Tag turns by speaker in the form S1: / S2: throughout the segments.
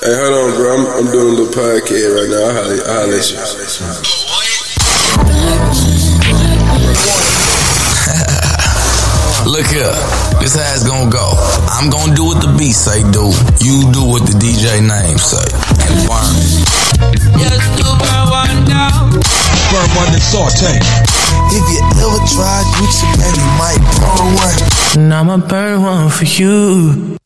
S1: Hey, hold on, bro. I'm, I'm doing a little podcast right now. I'll holler, I'll holler at you.
S2: Look here, this how it's gonna go. I'm gonna do what the beat say do. You do what the DJ name say. And burn it.
S3: Just to burn one down.
S4: Burn one and saute.
S5: If you ever try Gucci, man, you might burn one.
S6: And I'ma burn one for you.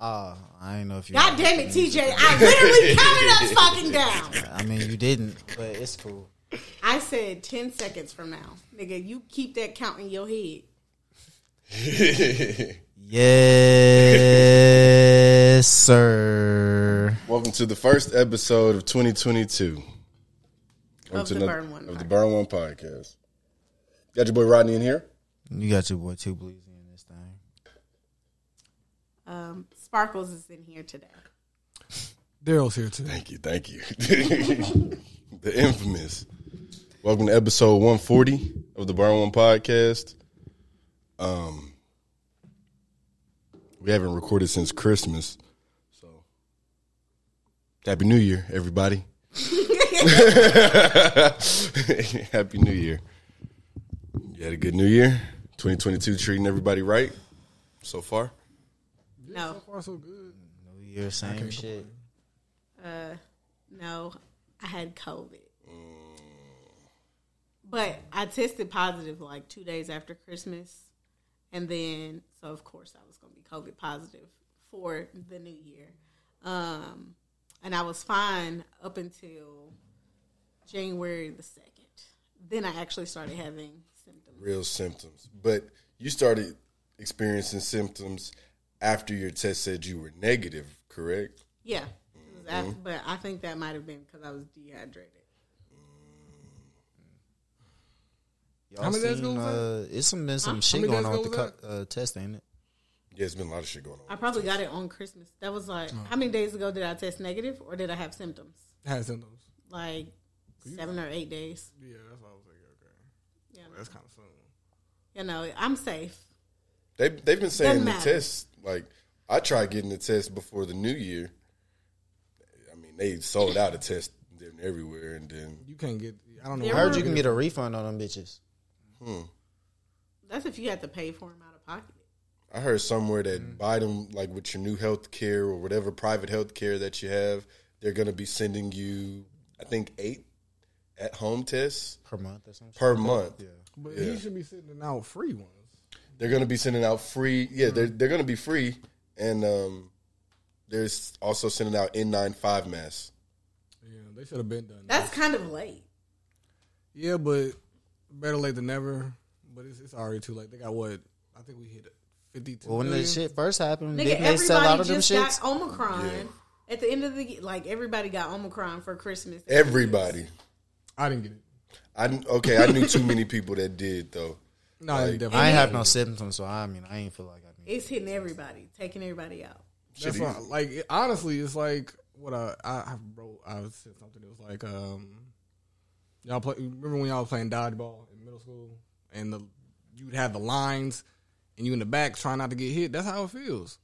S7: Oh, I didn't know if you.
S8: God damn it, TJ. I literally counted us fucking down.
S7: I mean, you didn't, but it's cool.
S8: I said 10 seconds from now. Nigga, you keep that count in your head.
S7: Yes, sir.
S9: Welcome to the first episode of 2022 Welcome
S8: Of
S9: to
S8: the
S9: another-
S8: Burn One
S9: of the Burn One podcast. Got your boy Rodney in here.
S7: You got your boy Two Blues in this thing.
S8: Um, Sparkles is in here today.
S4: Daryl's here too.
S9: Thank you, thank you. the infamous. Welcome to episode 140 of the Burn One podcast. Um, we haven't recorded since Christmas, so Happy New Year, everybody! Happy New Year. You had a good New Year, 2022, treating everybody right so far.
S8: No,
S4: Why so good?
S7: New Year, same shit.
S8: no, I had COVID. But I tested positive like two days after Christmas. And then, so of course, I was going to be COVID positive for the new year. Um, and I was fine up until January the 2nd. Then I actually started having symptoms.
S9: real symptoms. But you started experiencing symptoms after your test said you were negative, correct?
S8: Yeah, it was after, but I think that might have been because I was dehydrated.
S4: How
S7: Y'all
S4: many days
S7: seen?
S4: ago
S7: Uh, it's some been some
S8: Huh?
S7: shit
S4: many
S7: going
S4: days
S7: on
S4: ago
S7: with the
S4: was
S7: cu- uh, test, ain't it?
S9: Yeah, it's been a lot of shit going
S8: I
S9: on.
S8: probably got it on Christmas. That was like how many days ago did I test negative, or did I have symptoms?
S4: Had symptoms.
S8: Like seven or eight days.
S4: Yeah, that's why I was like, okay,
S8: Yeah,
S4: that's kind of fun.
S8: you know, I'm safe.
S9: They they've been saying the
S8: matter.
S9: test like I tried getting the test before the new year. I mean, they sold out a test then everywhere, and then
S4: You can't get. I don't know.
S8: There
S4: why
S7: I heard
S8: were-
S7: you can get a refund on them bitches.
S8: That's if you had to pay for them out of pocket.
S9: I heard somewhere that Biden, like with your new health care or whatever private health care that you have, they're going to be sending you, I think eight at home tests
S7: Per month or something.
S9: per month.
S4: But
S9: Yeah.
S4: he should be sending out free ones.
S9: they're going to be sending out free. Yeah, they're they're going to be free, and um, there's also sending out N95 masks.
S4: Yeah, they should have been done.
S8: That's kind of late.
S4: yeah, but better late than never. But it's, it's already too late. They got what? I think we hit fifty-two.
S7: Well, when
S4: million?
S7: the shit first happened,
S8: Nigga,
S7: didn't they
S8: everybody
S7: sell out of them
S8: just
S7: shits?
S8: got Omicron at the end of the like. Everybody got Omicron for Christmas.
S9: Everybody,
S4: I didn't get it.
S9: I kn- okay, I knew too many people that did though.
S4: No, I didn't
S7: I
S4: definitely.
S7: ain't have no symptoms, so I mean, I ain't feel like I mean.
S8: It's hitting everybody, taking everybody out.
S4: That's why, like it- honestly, it's like what I I, I wrote. I said something. It was like um, y'all play. Remember when y'all was playing dodgeball in middle school, and the you'd have the lines, and you in the back trying not to get hit. That's how it feels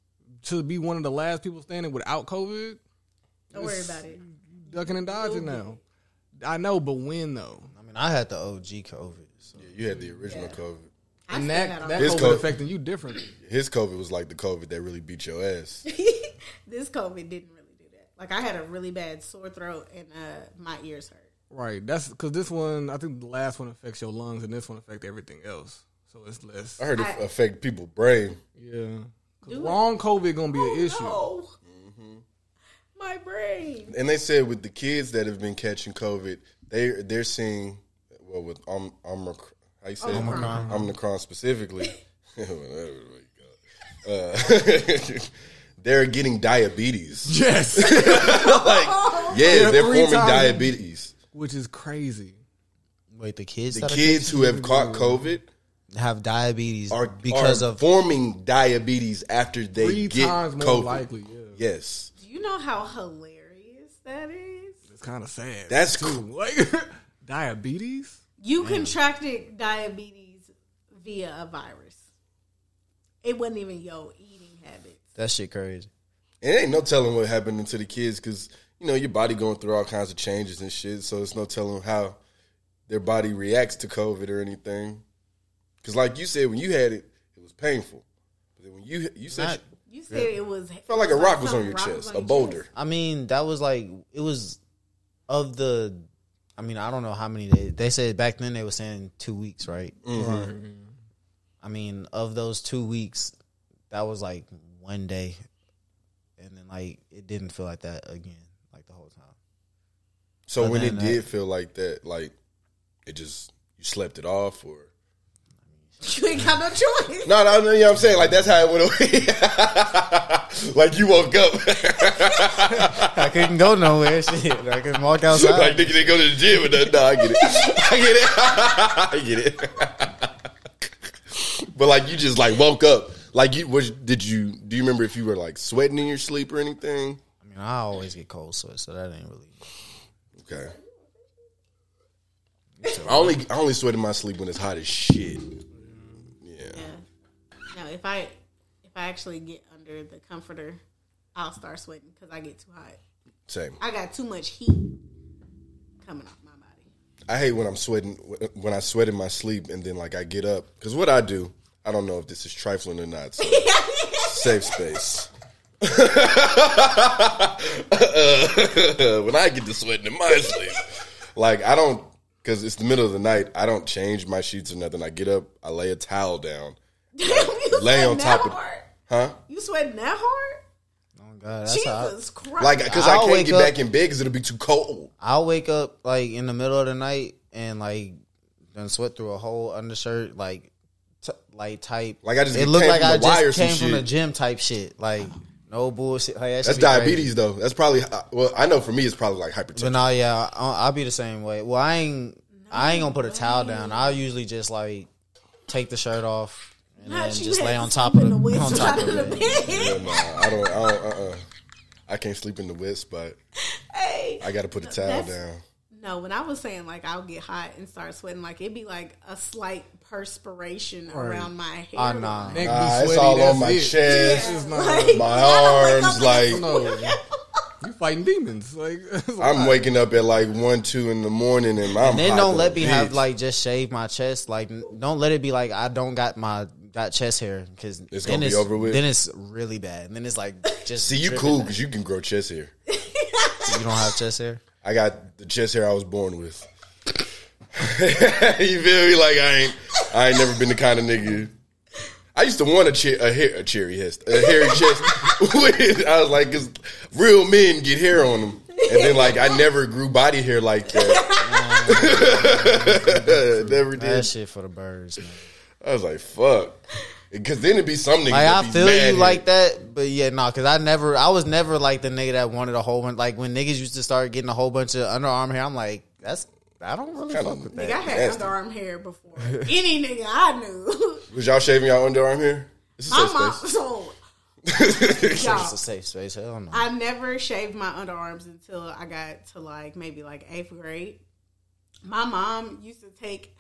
S4: to be one of the last people standing without COVID,
S8: Don't worry about it.
S4: ducking and dodging. Now, I know, but when though?
S7: I mean, I had the OG COVID. So.
S9: Yeah, you had the original COVID.
S8: I
S4: And
S8: still
S4: that
S8: got
S4: that
S9: It's
S4: COVID
S9: cold.
S4: affecting you differently.
S9: His COVID was like the COVID that really beat your ass.
S8: Omicron. this COVID didn't really do that. Like I had a really bad sore throat and uh, my ears hurt.
S4: Right. That's because this one. I think the last one affects your lungs, and this one affects everything else. So it's less.
S9: I heard it affect people's brain.
S4: Yeah. 'Cause
S8: Dude.
S4: long COVID gonna be an issue.
S8: Oh, No.
S7: Mm-hmm.
S8: My brain.
S9: And they said with the kids that have been catching COVID, they they're seeing well with um, Omicron. How you say it?
S8: Omicron.
S9: Omicron specifically, Whatever, my God. Uh, they're getting diabetes.
S4: Yes,
S9: like, yeah, they're
S4: three
S9: forming
S4: times.
S9: diabetes.
S4: which is crazy.
S7: Wait, the kids
S9: The
S7: that are-
S9: kids who have caught COVID
S7: have diabetes
S9: are
S7: because
S9: are
S7: of
S9: forming diabetes after they
S4: Three
S9: get
S4: times more
S9: COVID.
S4: likely. Yeah.
S9: Yes,
S8: Do you know how hilarious that is?
S4: It's kind of sad.
S9: That's
S4: too.
S9: cr-
S4: like diabetes.
S8: You contracted diabetes via a virus. It wasn't even your eating habits.
S7: that shit crazy.
S9: and ain't no telling what happened to the kids because you know your body going through all kinds of changes and shit. So it's no telling how their body reacts to COVID or anything. Because like you said, when you had it, it was painful. But then when you you said
S7: Not-
S8: You said it was
S9: felt like a rock was
S8: some
S9: on your
S8: rock was
S9: chest,
S8: on
S9: a
S8: your
S9: boulder.
S8: chest.
S7: I mean, that was like it was of the. I mean, I don't know how many they they said back then. They were saying two weeks, right? I mean, of those two weeks, that was like one day, and then like it didn't feel like that again, like the whole time.
S9: So
S7: But
S9: when it
S7: then
S9: did feel like that, like it just you slept it off, or
S8: You ain't got no choice.
S9: no, no, no, you know what I'm saying? Like that's how it went away. like you woke up,
S7: I couldn't go nowhere. Shit, I couldn't walk outside.
S9: like nigga didn't go to the gym and that. No, I get it, I get it, I get it. but like you just like woke up, like you was did you do you remember if you were like sweating in your sleep or anything?
S7: I mean, I always get cold sweats, so that ain't really.
S9: Okay. I only I only sweat in my sleep when it's hot as shit.
S8: Yeah. No, if I if I actually get under the comforter, I'll start sweating because I get too hot.
S9: Same.
S8: I got too much heat coming off my body.
S9: I hate when I'm sweating when I sweat in my sleep and then like I get up because what I do I don't know if this is trifling or not. So safe space. Uh, when I get to sweating in my sleep, like I don't because it's the middle of the night. I don't change my sheets or nothing. I get up, I lay a towel down,
S8: you
S9: Lay
S8: sweating
S9: on top
S8: that
S9: of-
S8: hard?
S9: huh?
S8: You sweating that hard?
S7: Oh God, that's how I,
S8: Jesus Christ!
S9: Like because I
S7: I'll
S9: can't
S7: wake
S9: get
S7: up-
S9: back in bed because it'll be too cold.
S7: I'll wake up like in the middle of the night and like done sweat through a whole undershirt like t- like type
S9: Like, I just
S7: it
S9: came
S7: looked
S9: from
S7: like
S9: the
S7: I
S9: wire or
S7: just
S9: some
S7: came from the
S9: shit.
S7: gym type shit like no bullshit like that
S9: That's
S7: should be crazy.
S9: diabetes though. That's probably uh, well. I know for me it's probably like hypertension.
S7: but no yeah I, I'll be the same way well I ain't I ain't gonna put a towel down I'll usually just like take the shirt off and
S8: Not
S7: then
S8: you
S7: just
S8: had
S7: lay
S8: to
S7: on
S8: sleep
S7: top of
S8: in
S7: the
S8: wet
S7: on top
S8: side
S7: of it
S8: bed.
S9: Nah, I don't. I don't. Uh. uh I can't sleep in the wet spot.
S8: Hey.
S9: I got to put a towel
S8: That's-
S9: down.
S8: No, when I was saying like I'll get hot and start sweating, like it'd be like a slight perspiration around my hair.
S7: oh nah
S4: Neck be
S9: Ah, it's
S4: sweaty,
S9: all
S4: that's
S9: on my
S4: it.
S9: chest,
S4: It's not-
S8: Like,
S9: my
S8: I don't wake
S9: arms.
S8: up and-
S9: Like
S4: No, you fighting demons. Like it's a
S9: I'm
S4: lot.
S9: waking up at like one, two in the morning, and I'm.
S7: Then
S9: hot
S7: don't
S9: than
S7: let
S9: a
S7: me have
S9: bitch.
S7: like just shave my chest. Like n- don't let it be like I don't got my got chest hair because
S9: It's
S7: then
S9: gonna be
S7: it's,
S9: over with.
S7: Then it's really bad. And then it's like just
S9: See, you
S7: dripping.
S9: cool because you can grow chest hair.
S7: You don't have chest hair.
S9: I got the chest hair I was born with. you feel me? Like I ain't. I ain't never been the kind of nigga. I used to want a, che- a hair, a cherry chest, a hairy chest. With- I was like, cause real men get hair on them, and then like I never grew body hair like that. never
S7: That
S9: did.
S7: shit for the birds, man.
S9: I was like, fuck. Because then it'd be some niggas.
S7: Like
S9: that
S7: I
S9: be
S7: feel
S9: mad
S7: you
S9: here.
S7: like that, but yeah, nah. Because I never, I was never like the nigga that wanted a whole bunch. Like when niggas used to start getting a whole bunch of underarm hair, I'm like, that's I don't really
S9: Kinda
S7: fuck with
S8: Nigga, I
S7: that.
S8: had
S9: Nasty.
S8: underarm hair before any nigga I knew.
S9: Was y'all shaving y'all underarm hair? This is
S8: My
S9: safe
S8: mom,
S9: space.
S8: so
S7: It's
S8: y'all,
S7: a safe space. Hell no.
S8: I never shaved my underarms until I got to like maybe like eighth grade. My mom used to take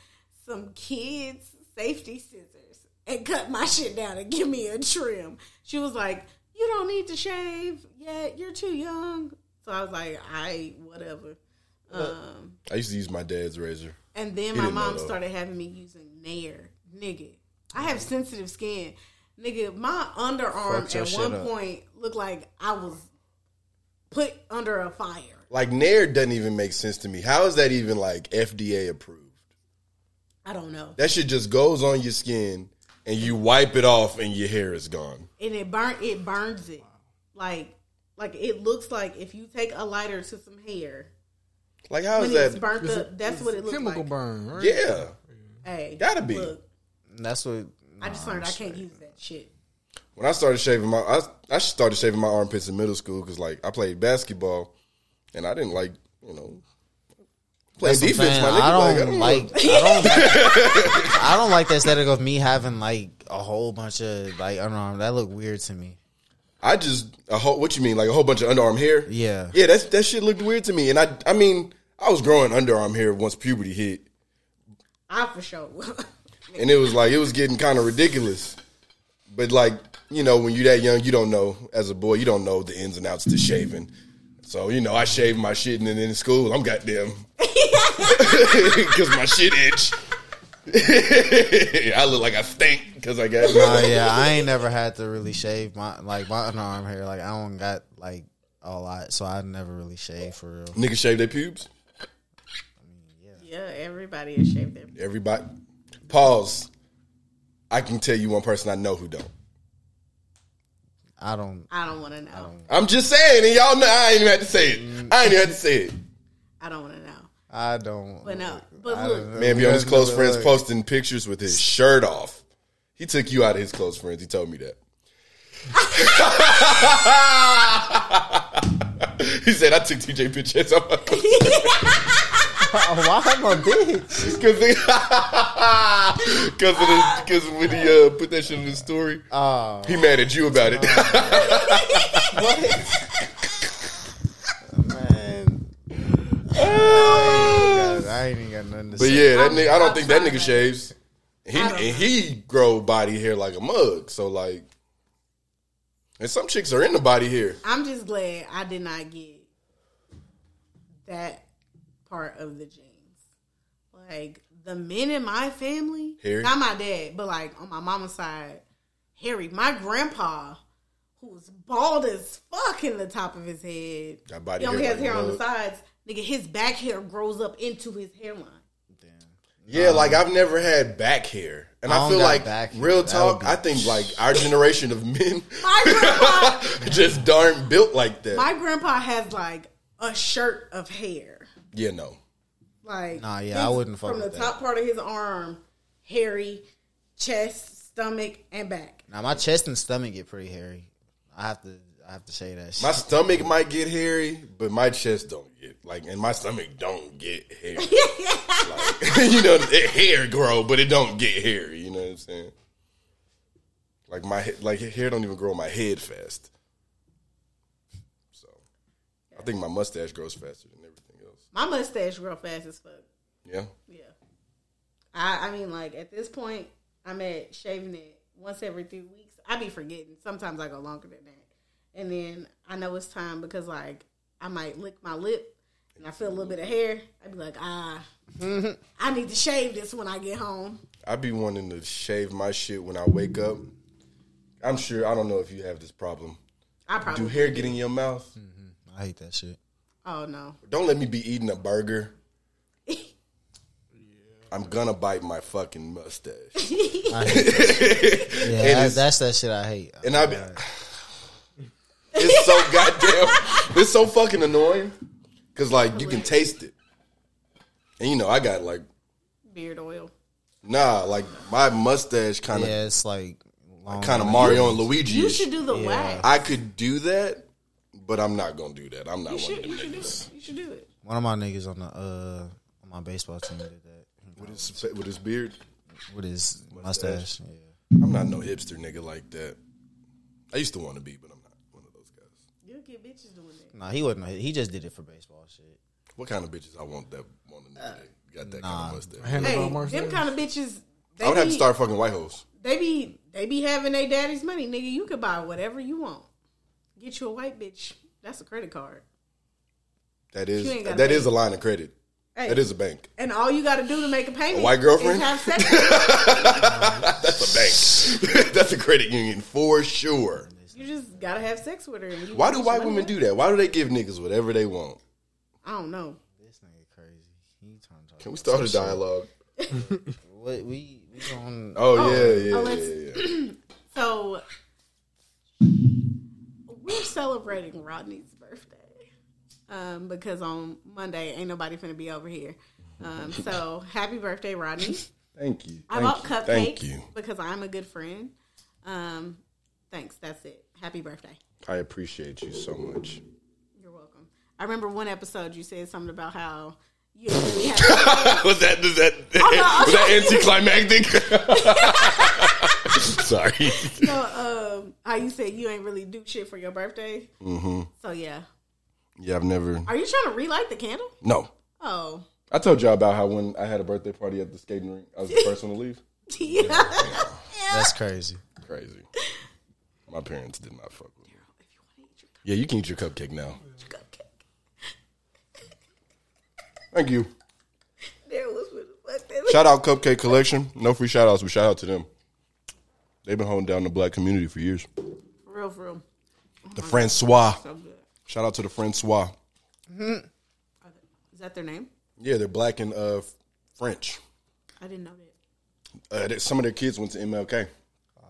S8: some kids' safety scissors and cut my shit down and give me a trim. She was like, "You don't need to shave yet. You're too young." So I was like, "I whatever." Um,
S9: I used to use my dad's razor.
S8: and then my
S9: didn't know,
S8: mom
S9: though.
S8: started having me using Nair, nigga. I have sensitive skin, nigga. My underarm
S7: Fucked your
S8: at
S7: shit
S8: one
S7: up.
S8: point looked like I was put under a fire.
S9: Like, Nair doesn't even make sense to me. How is that even like FDA approved?
S8: I don't know,
S9: That shit just goes on your skin and you wipe it off and your hair is gone.
S8: and it burn it burns it like like it looks like if you take a lighter to some hair
S9: Like, how is
S8: when it's
S9: that?
S8: burnt up. That's what it looks
S4: chemical
S8: like.
S4: burn. Right?
S9: yeah.
S8: Hey,
S9: Gotta be.
S8: look,
S7: That's what.
S8: I just learned I can't use that shit.
S9: when I started shaving my I, I started shaving my armpits in middle school because like I played basketball and I didn't like you know playing
S7: That's what I'm
S9: defense.
S7: saying.
S9: My nigga,
S7: I
S9: like,
S7: don't like. I don't. I don't like the aesthetic of me having like a whole bunch of like underarm. That look weird to me.
S9: I just a whole what you mean like a whole bunch of underarm hair.
S7: Yeah.
S9: yeah. That that shit looked weird to me, and I I mean I was growing underarm hair once puberty hit,
S8: I for sure. will.
S9: and it was like it was getting kind of ridiculous. But like you know when you that young, you don't know as a boy, you don't know the ins and outs to shaving. So you know I shaved my shit, and then in school I'm goddamn because my shit itch. I look like I stink because I got
S7: Oh yeah, I ain't never had to really shave my like my underarm hair. Like I don't got like a lot, so I never really shave for real.
S9: niggas shave their pubes.
S8: yeah, everybody is shaved their.
S9: Everybody, pause. I can tell you one person I know who don't.
S7: I don't.
S8: I don't want to know.
S9: I'm just saying, and y'all know I ain't even had to say it. I ain't even had to say it.
S8: I don't want to know.
S7: I don't.
S8: But no. But
S7: I
S8: look,
S7: don't know.
S9: Man, be on his close friends
S7: Look.
S9: posting pictures with his shirt off. He took you out of his close friends. He told me that. he said, I took TJ pictures off my close
S7: Why am I bitch?
S9: Because because when he uh, put that shit in his story,
S7: Oh,
S9: he mad at you about it.
S7: man. I ain't even got nothing to
S9: But
S7: say.
S9: yeah, that
S8: I'm-
S9: nigga, I don't
S8: I'm
S9: think that
S8: sorry.
S9: nigga shaves. He
S8: I don't-
S9: and he grow body hair like a mug. So like, and some chicks are in the body hair.
S8: I'm just glad I did not get that part of the genes. Like the men in my family,
S9: Hairy?
S8: not my dad, but like on my mama's side, Harry, my grandpa, who was bald as fuck in the top of his head,
S9: Got body
S8: he only
S9: hair
S8: has
S9: like
S8: hair on the
S9: mud.
S8: sides. Nigga, his back hair grows up into his hairline.
S9: Yeah, like I've never had back hair, and
S7: Um, I
S9: I,
S7: don't
S9: feel
S7: got
S9: like
S7: back hair.
S9: real
S7: That
S9: talk.
S7: would be-
S9: I think like our generation of men
S8: My grandpa,
S9: just darn built like that.
S8: my grandpa has like a shirt of hair.
S9: yeah, no.
S8: Like,
S7: Nah, yeah, I wouldn't fuck
S8: from the
S7: with that.
S8: top part of his arm, hairy, chest, stomach, and back.
S7: Now my chest and stomach get pretty hairy. I have to. I have to say that. Shit.
S9: My stomach might get hairy, but my chest don't get like, and my stomach don't get hairy. like, you know, the hair grow, but it don't get hairy. You know what I'm saying? Like my he- like hair don't even grow on my head fast. So, I think my mustache grows faster than everything else.
S8: My mustache real fast as fuck.
S9: Yeah,
S8: Yeah. I I mean like at this point I'm at shaving it once every three weeks. I be forgetting. Sometimes I go longer than that. And then I know it's time because like I might lick my lip and I feel a little bit of hair. I'd be like, ah I need to shave this when I get home.
S9: I be wanting to shave my shit when I wake up. I'm sure I don't know if you have this problem.
S8: I
S9: Do
S8: probably
S9: hair get in your mouth?
S8: Hmm.
S7: I hate that shit.
S8: Oh no.
S9: Don't let me be eating a burger. I'm gonna bite my fucking mustache.
S7: Yeah, that- that's that shit I hate.
S9: And I be It's so goddamn it's so fucking annoying. Cause like you can taste it. And you know, I got like
S8: Beard oil.
S9: nah, like my mustache kinda
S7: yeah, it's like long
S9: kinda Mario and Luigi.
S8: You should do the wax.
S9: I could do that, but I'm not gonna do that. I'm not
S8: You
S9: one of
S8: should,
S9: them
S8: you should do
S9: niggas.
S8: it. You should do it.
S7: One of my niggas on the uh on my baseball team did that
S9: With his, with his beard.
S7: with his mustache. Yeah.
S9: I'm not no hipster nigga like that. I used to want to be, but I'm not one of those guys.
S8: You'll get bitches doing that.
S7: Nah, he wasn't. He just did it for baseball shit.
S9: What kind of bitches I want that want to that got that kind of mustache?
S8: Hey,
S4: Handlebar mustache.
S8: them kind of bitches. They
S9: I would have
S8: be,
S9: to start fucking white hoes.
S8: They be they be having their daddy's money, nigga. You could buy whatever you want. Get you a white bitch. That's a credit card.
S9: That is
S8: You ain't gotta
S9: that
S8: pay.
S9: is a line of credit.
S8: Hey,
S9: That is a bank.
S8: and all you got to do to make a payment,
S9: A white girlfriend?
S8: is have sex. with her.
S9: That's a bank. That's a credit union for sure.
S8: you just gotta have sex with her. And you
S9: Why
S8: get
S9: do
S8: your
S9: white
S8: money
S9: women
S8: back.
S9: do that? Why do they give niggas whatever they want?
S8: I don't know.
S7: This nigga crazy. He turned. to-
S9: Can we start a dialogue?
S7: What we we going?
S9: Oh,
S8: Oh,
S9: yeah, yeah,
S8: oh,
S9: yeah,
S8: it's-
S9: yeah, yeah.
S8: So we're celebrating Rodney's birthday um, because on Monday ain't nobody finna be over here. Um, so happy birthday, Rodney!
S9: Thank you.
S8: I
S9: Thank
S8: bought
S9: you.
S8: cupcakes
S9: Thank you.
S8: because I'm a good friend. Um, thanks. That's it. Happy birthday.
S9: I appreciate you so much.
S8: You're welcome. I remember one episode you said something about how you didn't really have.
S9: was that was that
S8: not-
S9: was that anticlimactic? Sorry.
S8: no, um, how you said you ain't really do shit for your birthday. Mm-hmm. So yeah,
S9: Yeah, I've never.
S8: are you trying to relight the candle?
S9: No,
S8: Oh,
S9: I told y'all about how when I had a birthday party at the skating rink, I was the first one to leave.
S8: yeah.
S7: That's crazy.
S9: Crazy. My parents did not fuck with me. Yeah, you can eat your cupcake now.
S8: Cupcake.
S9: Thank you.
S8: There was what the fuck that-
S9: Shout out Cupcake Collection. No free shout outs, but shout out to them. They've been holding down the black community for years.
S8: For real, for real.
S9: The Francois.
S8: So good.
S9: Shout out to the Francois.
S8: Are they- Is that their name?
S9: Yeah, they're black and uh, French.
S8: I didn't know that.
S9: Uh, that- some of their kids went to MLK. Uh,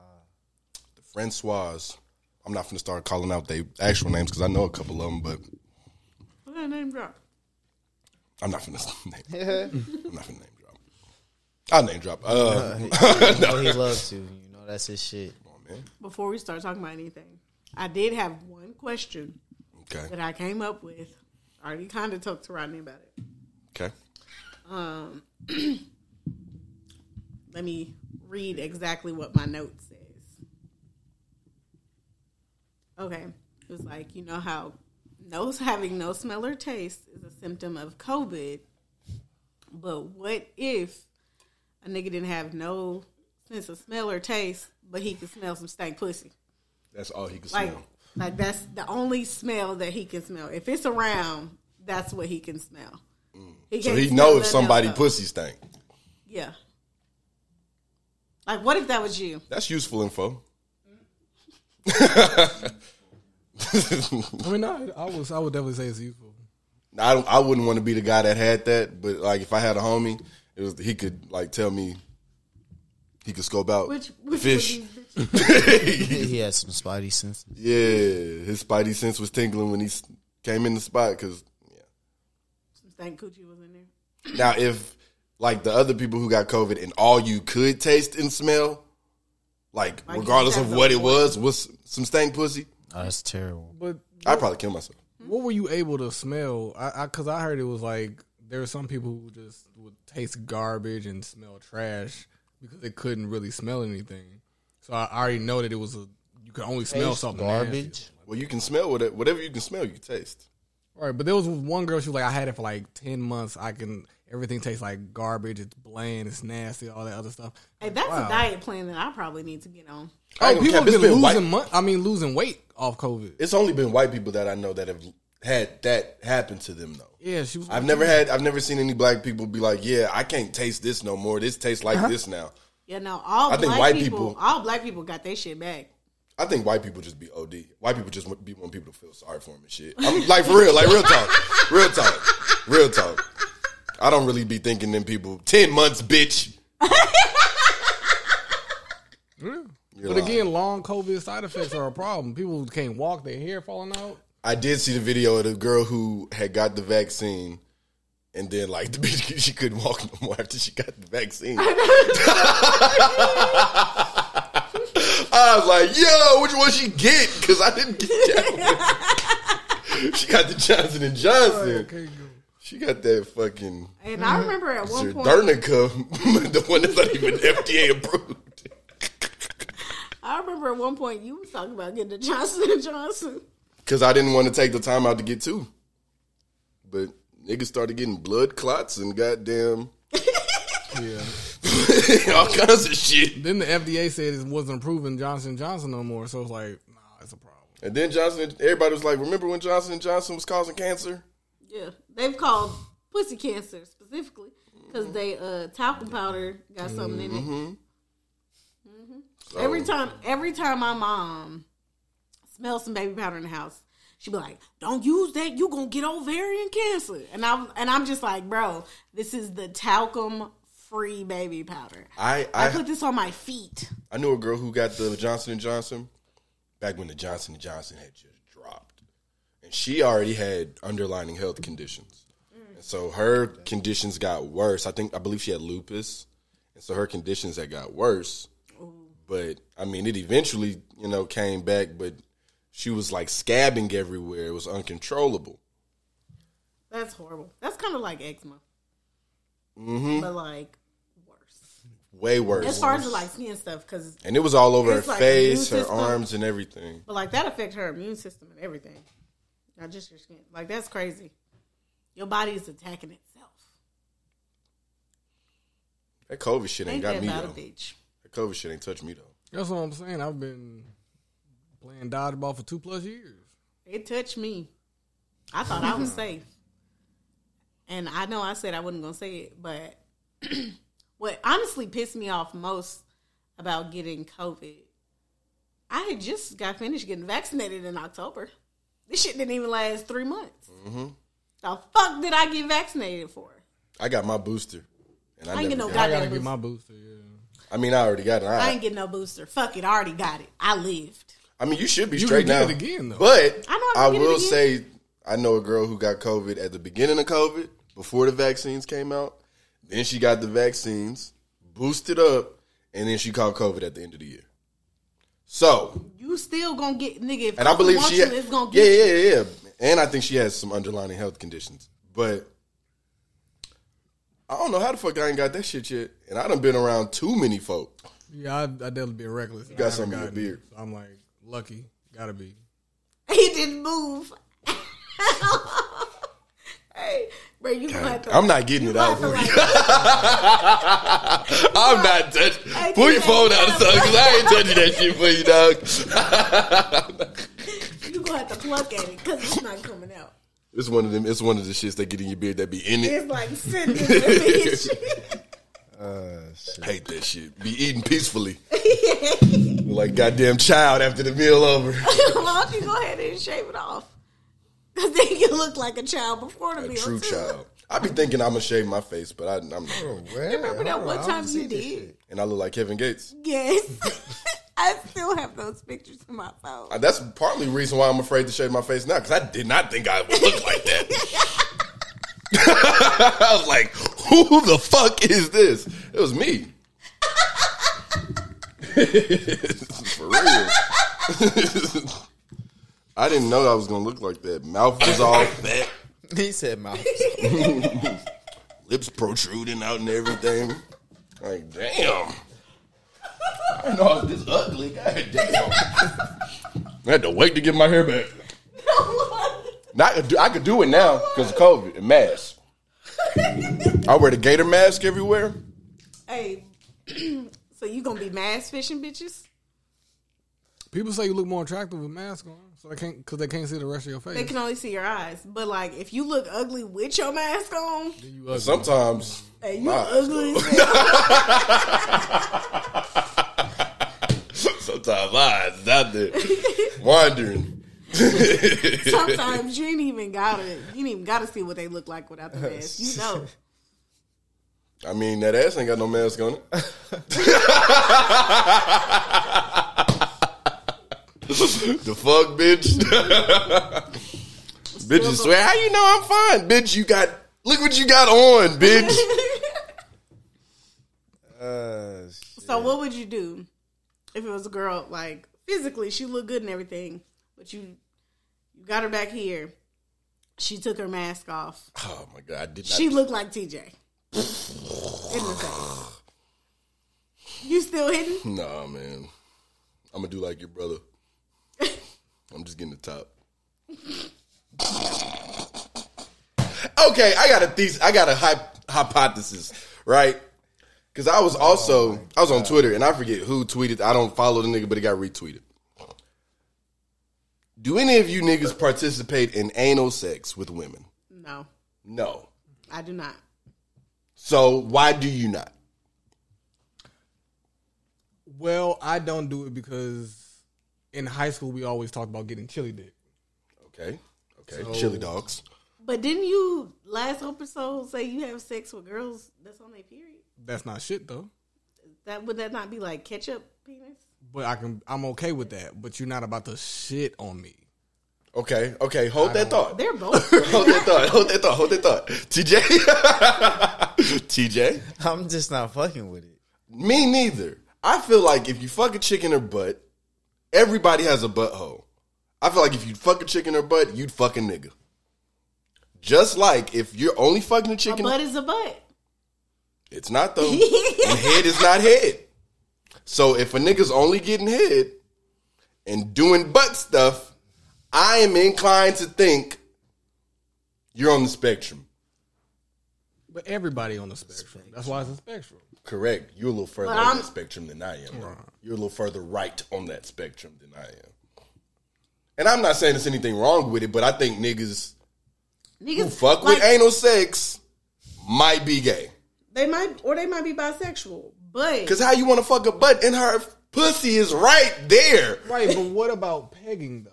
S9: The Francois. I'm not going to start calling out their actual names because I know a couple of them, but
S8: What that name drop?
S9: I'm not going to name I'm not going to name drop. I'll name drop. Uh,
S7: Oh, he loves to. You know, that's his shit.
S8: Before we start talking about anything, I did have one question
S9: okay.
S8: that I came up with. I already kind of talked to Rodney about it.
S9: Okay.
S8: Let me read exactly what my note says. Okay. It was like, you know how nose having no smell or taste is a symptom of COVID. But what if a nigga didn't have no sense of smell or taste, but he could smell some stank pussy?
S9: That's all he can
S8: Like,
S9: smell.
S8: like that's the only smell that he can smell. If it's around, that's what he can smell. He
S9: Mm. So
S8: can't
S9: he
S8: smell
S9: know if
S8: nothing
S9: somebody
S8: else, though.
S9: pussy stank.
S8: Yeah. Like, what if that was you?
S9: That's useful info.
S8: Mm.
S4: I mean, I, I was I would definitely say it's useful.
S9: I don't, I wouldn't want to be the guy that had that, but like if I had a homie, it was he could like tell me he could scope out
S8: Which,
S9: the
S8: which
S9: fish.
S8: Would you,
S7: He he had some spidey senses.
S9: yeah, his spidey sense was tingling when he s- came in the spot because
S8: thank Coochie was in there.
S9: Now, if like the other people who got COVID and all you could taste and smell, like
S8: Like,
S9: regardless
S8: that's
S9: of
S8: a
S9: what it
S8: point.
S9: was, was some stank pussy,
S7: Oh, that's terrible.
S4: But
S9: I'd probably kill myself.
S4: what were you able to smell? I because I, heard it was like there were some people who just would taste garbage and smell trash because they couldn't really smell anything. So I already know that it was a you could only smell something nasty.
S7: Garbage.
S9: Well, you can smell whatever, whatever you can smell, you taste.
S4: All right, but there was one girl. She was like, I had it for like ten months. I can everything tastes like garbage. It's bland. It's nasty. All that other stuff.
S8: Hey, that's
S4: Wow.
S8: a diet plan that I probably need to get on.
S9: I
S4: Oh,
S9: ain't gonna
S4: people
S9: cap,
S4: have
S9: it's
S4: been
S9: been white-
S4: losing month. I mean, losing weight off COVID.
S9: It's only been white people that I know that have had that happen to them though.
S4: Yeah, she was.
S9: I've never had, I've never seen any black people be like, "Yeah, I can't taste this no more. This tastes like this now."
S8: Yeah, no, all
S9: I think
S8: black
S9: white
S8: people,
S9: people-
S8: all black people got their shit back.
S9: I think white people just be OD. White people just want- be want people to feel sorry for them and shit. I'm like for real, like real talk, real talk, real talk. I don't really be thinking them people. Ten months, bitch.
S4: But again, long COVID side effects are a problem. People can't walk. Their hair falling out.
S9: I did see the video of the girl who had got the vaccine, and then like the bitch, she couldn't walk no more after she got the vaccine. I was like, "Yo, which one she get?" Because I didn't get that. One. she got the Johnson and Johnson. She got that fucking
S8: And
S9: Mm-hmm.
S8: I remember at one point,
S9: Zerdernica, the one that's not even FDA approved.
S8: I remember at one point you was talking about getting the Johnson and Johnson.
S9: Because I didn't want to take the time out to get two. But niggas started getting blood clots and goddamn
S4: Yeah.
S9: all kinds of shit.
S4: Then the FDA said it wasn't approving Johnson Johnson no more. So it's like, nah, it's a problem.
S9: And then Johnson, everybody was like, "Remember when Johnson and Johnson was causing cancer?"
S8: Yeah, they've called pussy cancer specifically
S9: Mm-hmm.
S8: because they uh talcum powder got something in it.
S9: Mm-hmm.
S8: Mm-hmm.
S9: So,
S8: Every time, every time my mom smells some baby powder in the house, she be like, "Don't use that. You gonna get ovarian cancer." And I was- and I'm just like, "Bro, this is the talcum free baby powder.
S9: I
S8: I,
S9: I,
S8: put this on my feet."
S9: I knew a girl who got the Johnson and Johnson back when the Johnson and Johnson had just dropped, and she already had underlying health conditions. And so her conditions got worse. I think I believe she had lupus, and And so her conditions had got worse. But I mean, it eventually, you know, came back, but she was like scabbing everywhere. It was uncontrollable.
S8: That's horrible. That's kind of like eczema, but like worse.
S9: Way Mm-hmm. worse.
S8: As far as the, like skin stuff, because
S9: and it was all over
S8: It's
S9: her
S8: like
S9: face,
S8: immune
S9: her
S8: system.
S9: arms, and everything.
S8: but like that affect her immune system and everything, not just your skin. Like that's crazy. Your body is attacking itself.
S9: That COVID shit ain't
S8: Ain't
S9: got
S8: that
S9: me
S8: about a
S9: though.
S8: bitch?
S9: That COVID shit ain't touched me though.
S4: That's what I'm saying. I've been playing dodgeball for two plus years.
S8: It touched me. I thought I was safe. And I know I said I wasn't going to say it, but what honestly pissed me off most about getting COVID, I had just got finished getting vaccinated in October. This shit didn't even last three months.
S9: Mm-hmm.
S8: The fuck did I get vaccinated for?
S9: I got my booster, and I,
S8: I ain't
S9: never
S8: get no
S9: got-
S4: I gotta
S8: goddamn
S4: get my
S8: booster.
S4: booster. Yeah.
S9: I mean, I already got it.
S8: I
S9: I,
S8: ain't getting no booster. Fuck it. I already got it. I lived.
S9: I mean, you should be
S4: You
S9: straight
S4: can
S9: now.
S4: get it again, though.
S9: But
S8: I know I
S9: I,
S8: can get it
S9: will
S8: again.
S9: say, I know a girl who got COVID at the beginning of COVID, before the vaccines came out. Then she got the vaccines, boosted up, and then she caught COVID at the end of the year. So,
S8: You still going to get, nigga. If
S9: and I believe she,
S8: you,
S9: had-
S8: it's going to
S9: yeah,
S8: get you.
S9: yeah, yeah, yeah. And I think she has some underlying health conditions, but. I don't know how the fuck I ain't got that shit yet, and I done been around too many folk.
S4: Yeah, I, I definitely been reckless. You
S9: got something in your beard.
S4: So I'm like lucky. Gotta be.
S8: He didn't move. hey, bro, you gonna have to.
S9: I'm not getting it
S8: gonna
S9: out.
S8: have to, like,
S9: I'm not touching. Pull your phone out, son, because I ain't touching that shit for you, dog.
S8: you gonna have to pluck at it because it's not coming out.
S9: It's one of them. It's one of the shits that get in your beard that be in it.
S8: It's like sitting in the
S9: Hate that Ah, shit. Be eating peacefully, like goddamn child after the meal over.
S8: bitch. Why don't you go ahead and shave it off? Because then you look like a child before the
S9: A
S8: meal.
S9: true
S8: too.
S9: child. I be thinking I'm gonna shave my face, but I, I'm not.
S8: Remember that one time you did?
S9: And I look like Kevin Gates.
S8: Yes. I still have those pictures in my phone.
S9: Uh, That's partly the reason why I'm afraid to shave my face now because I did not think I would look like that. I was like, "Who the fuck is this?" It was me. For real. I didn't know I was gonna look like that. Mouth was all fat,
S7: He said mouth.
S9: lips protruding out and everything. Like, damn. I didn't know I was this ugly. God damn. I had to wait to get my hair back. Now, I could do, I could do it now because of COVID and masks. I wear the gator mask everywhere.
S8: hey, so you gonna be mass fishing, bitches?
S4: People say you look more attractive with mask on, so they can't because they can't see the rest of your face.
S8: They can only see your eyes. But like, if you look ugly with your mask on,
S4: You ugly.
S9: Sometimes
S8: hey, you
S9: Nah.
S8: ugly. as hell.
S9: Sometimes I is out there wandering.
S8: Sometimes you ain't even gotta. You ain't even gotta see what they look like without the mask. You know.
S9: I mean, that ass ain't got no mask on it. the fuck, bitch. Bitches swear, how you know I'm fine? Bitch, you got, look what you got on, bitch.
S8: so what would you do if it was a girl? Like physically, she looked good and everything, but you you got her back here. She took her mask off.
S9: Oh my God, I did not.
S8: She looked like TJ. In the face. You still hitting?
S9: Nah, man. I'm gonna do like your brother. I'm just getting the top. okay, I got a thesis. I got a hy- hypothesis, right? Because I was also I was on Twitter and I forget who tweeted. I don't follow the nigga, but it got retweeted. Do any of you niggas participate in anal sex with women?
S8: No,
S9: No.
S8: I do not.
S9: So why do you not?
S4: Well, I don't do it because in high school we always talked about getting chili dick.
S9: Okay. Okay. Chili dogs.
S8: But didn't you last episode say you have sex with girls that's on their period?
S4: That's not shit though.
S8: That would that not be like ketchup penis?
S4: But I can. I'm okay with that. But you're not about to shit on me.
S9: Okay. Okay. Hold that thought.
S8: They're both.
S9: hold that thought. Hold that thought. Hold that thought. TJ. TJ.
S7: I'm just not fucking with it.
S9: Me neither. I feel like if you fuck a chick in her butt, everybody has a butthole. I feel like if you fuck a chick in her butt, you'd fuck a nigga. Just like if you're only fucking a
S8: A
S9: chicken,
S8: butt is a butt.
S9: it's not though. and head is not head. So if a nigga's only getting head and doing butt stuff, I am inclined to think you're on the spectrum.
S4: But everybody on the spectrum. That's why it's a spectrum.
S9: Correct. You're a little further
S8: But
S9: on
S8: I'm-
S9: that spectrum than I am. You're a little further right on that spectrum than I am. And I'm not saying there's anything wrong with it, but I think niggas
S8: Niggas
S9: who fuck
S8: like,
S9: with anal sex might be gay.
S8: They might or they might be bisexual, but
S9: Because how you want to fuck a butt and her pussy is right there.
S4: Right, but what about pegging though?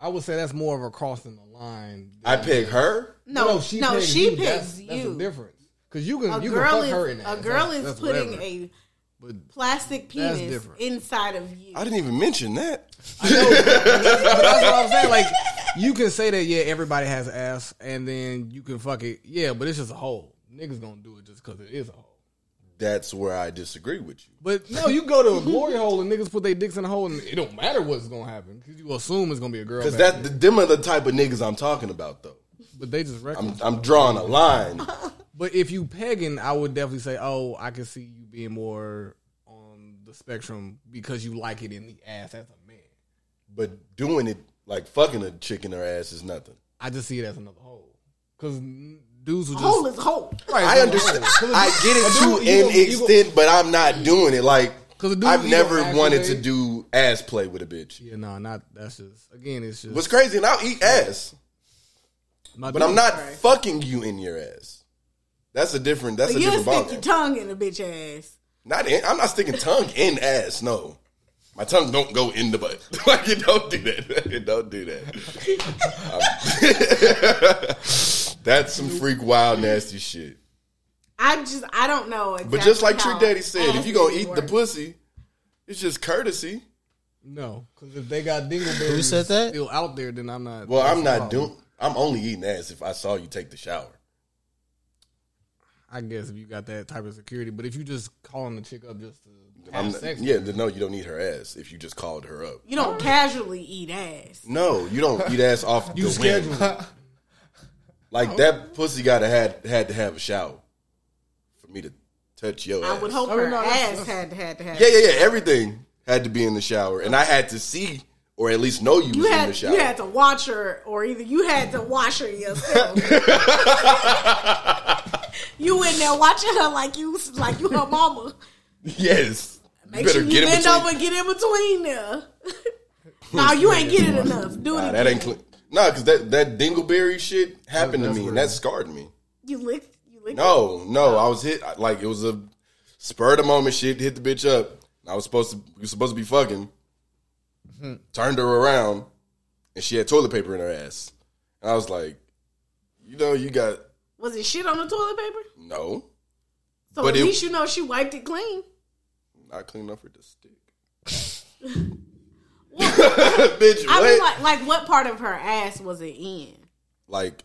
S4: I would say that's more of a crossing the line.
S9: I pick her.
S8: no, no, she,
S4: pegs you.
S8: picks
S4: that's, That's
S8: you.
S4: the difference. Because you can,
S8: a
S4: you
S8: girl
S4: can fuck
S8: is
S4: her in that.
S8: a girl
S4: That's-
S8: is
S4: that's
S8: putting
S4: whatever.
S8: a
S4: But-
S8: plastic
S4: That's
S8: penis
S4: different.
S8: inside of you.
S9: I didn't even mention that.
S4: But that's what I'm saying. Like, you can say that, yeah, everybody has ass, and then you can fuck it. Yeah, but it's just a hole. Niggas gonna do it just because it is a hole.
S9: That's where I disagree with you.
S4: But no, you go to a glory hole and niggas put their dicks in a hole, and it don't matter what's gonna happen because you assume it's gonna be a girl.
S9: Because
S4: back
S9: that
S4: there.
S9: them are the type of niggas I'm talking about, though.
S4: but they just reckless.
S9: I'm, I'm drawing a line.
S4: But if you pegging, I would definitely say, oh, I can see you being more on the spectrum because you like it in the ass as a man.
S9: But doing it like fucking a chick in her ass is nothing.
S4: I just see it as another hole because dudes will just
S8: Hole is hole.
S4: Right,
S9: I understand. I get it to an extent, but I'm not doing it. Like
S4: 'Cause a dude-
S9: I've
S4: you
S9: never
S4: gonna act
S9: wanted
S4: the
S9: to
S4: way-
S9: do ass play with a bitch.
S4: Yeah, no, not that's just again, it's just
S9: What's crazy, and I'll eat ass,
S4: my
S9: but
S4: dude-
S9: I'm not fucking you in your ass. That's a different. That's
S8: But
S9: a
S8: you
S9: different
S8: stick your
S9: ballgame.
S8: tongue in a bitch ass.
S9: Not in, I'm not sticking tongue in ass. No, my tongue don't go in the butt. like it don't do that. It don't do that. I'm- Um, That's some freak wild nasty shit.
S8: I just I don't know. Exactly
S9: But just like
S8: how
S9: Trick Daddy said, if
S8: ass
S9: you gonna
S8: eating
S9: eat the
S8: works.
S9: pussy, it's just courtesy.
S4: no because if they got dingleberries
S7: Who said that?
S4: still out there, then I'm not.
S9: Well,
S4: that's
S9: I'm
S4: the
S9: not
S4: problem.
S9: doing. I'm only eating ass if I saw you take the shower.
S4: I guess if you got that type of security, but if you just calling the chick up just to have
S9: I'm not,
S4: sex,
S9: yeah, then no, you don't eat her ass if you just called her up.
S8: you don't casually eat ass.
S9: No, you don't eat ass off
S4: you
S9: the schedule.
S4: schedule. it.
S9: Like that pussy gotta had had to have a shower for me to touch your
S8: I
S9: ass.
S8: would hope
S4: Oh,
S8: her
S4: no, that's-
S8: ass had to had to have.
S9: Yeah, yeah, yeah. Everything had to be in the shower, and I had to see or at least know you,
S8: You
S9: was in
S8: had
S9: the shower.
S8: you had to watch her, or either you had to watch her yourself. you in there watching her like you like you her mama.
S9: yes,
S8: Make sure you bend
S9: between-
S8: over and get in between there. no, you ain't get it enough. Do it
S9: Nah,
S8: again.
S9: that ain't clean. Nah, because that, that dingleberry shit happened to me, and that scarred me.
S8: You licked you licked it.
S9: No, no, I was hit like it was a spur of the moment shit. Hit the bitch up. I was supposed to we was supposed to be fucking. Turned her around, and she had toilet paper in her ass. And I was like, you know, you got
S8: Was it shit on the toilet paper?
S9: no,
S8: So
S9: But
S8: at
S9: it-
S8: least you know she wiped it clean.
S9: not clean enough for the stick.
S8: Well,
S9: bitch,
S8: I
S9: what?
S8: mean, like, like what part of her ass was it in?
S9: like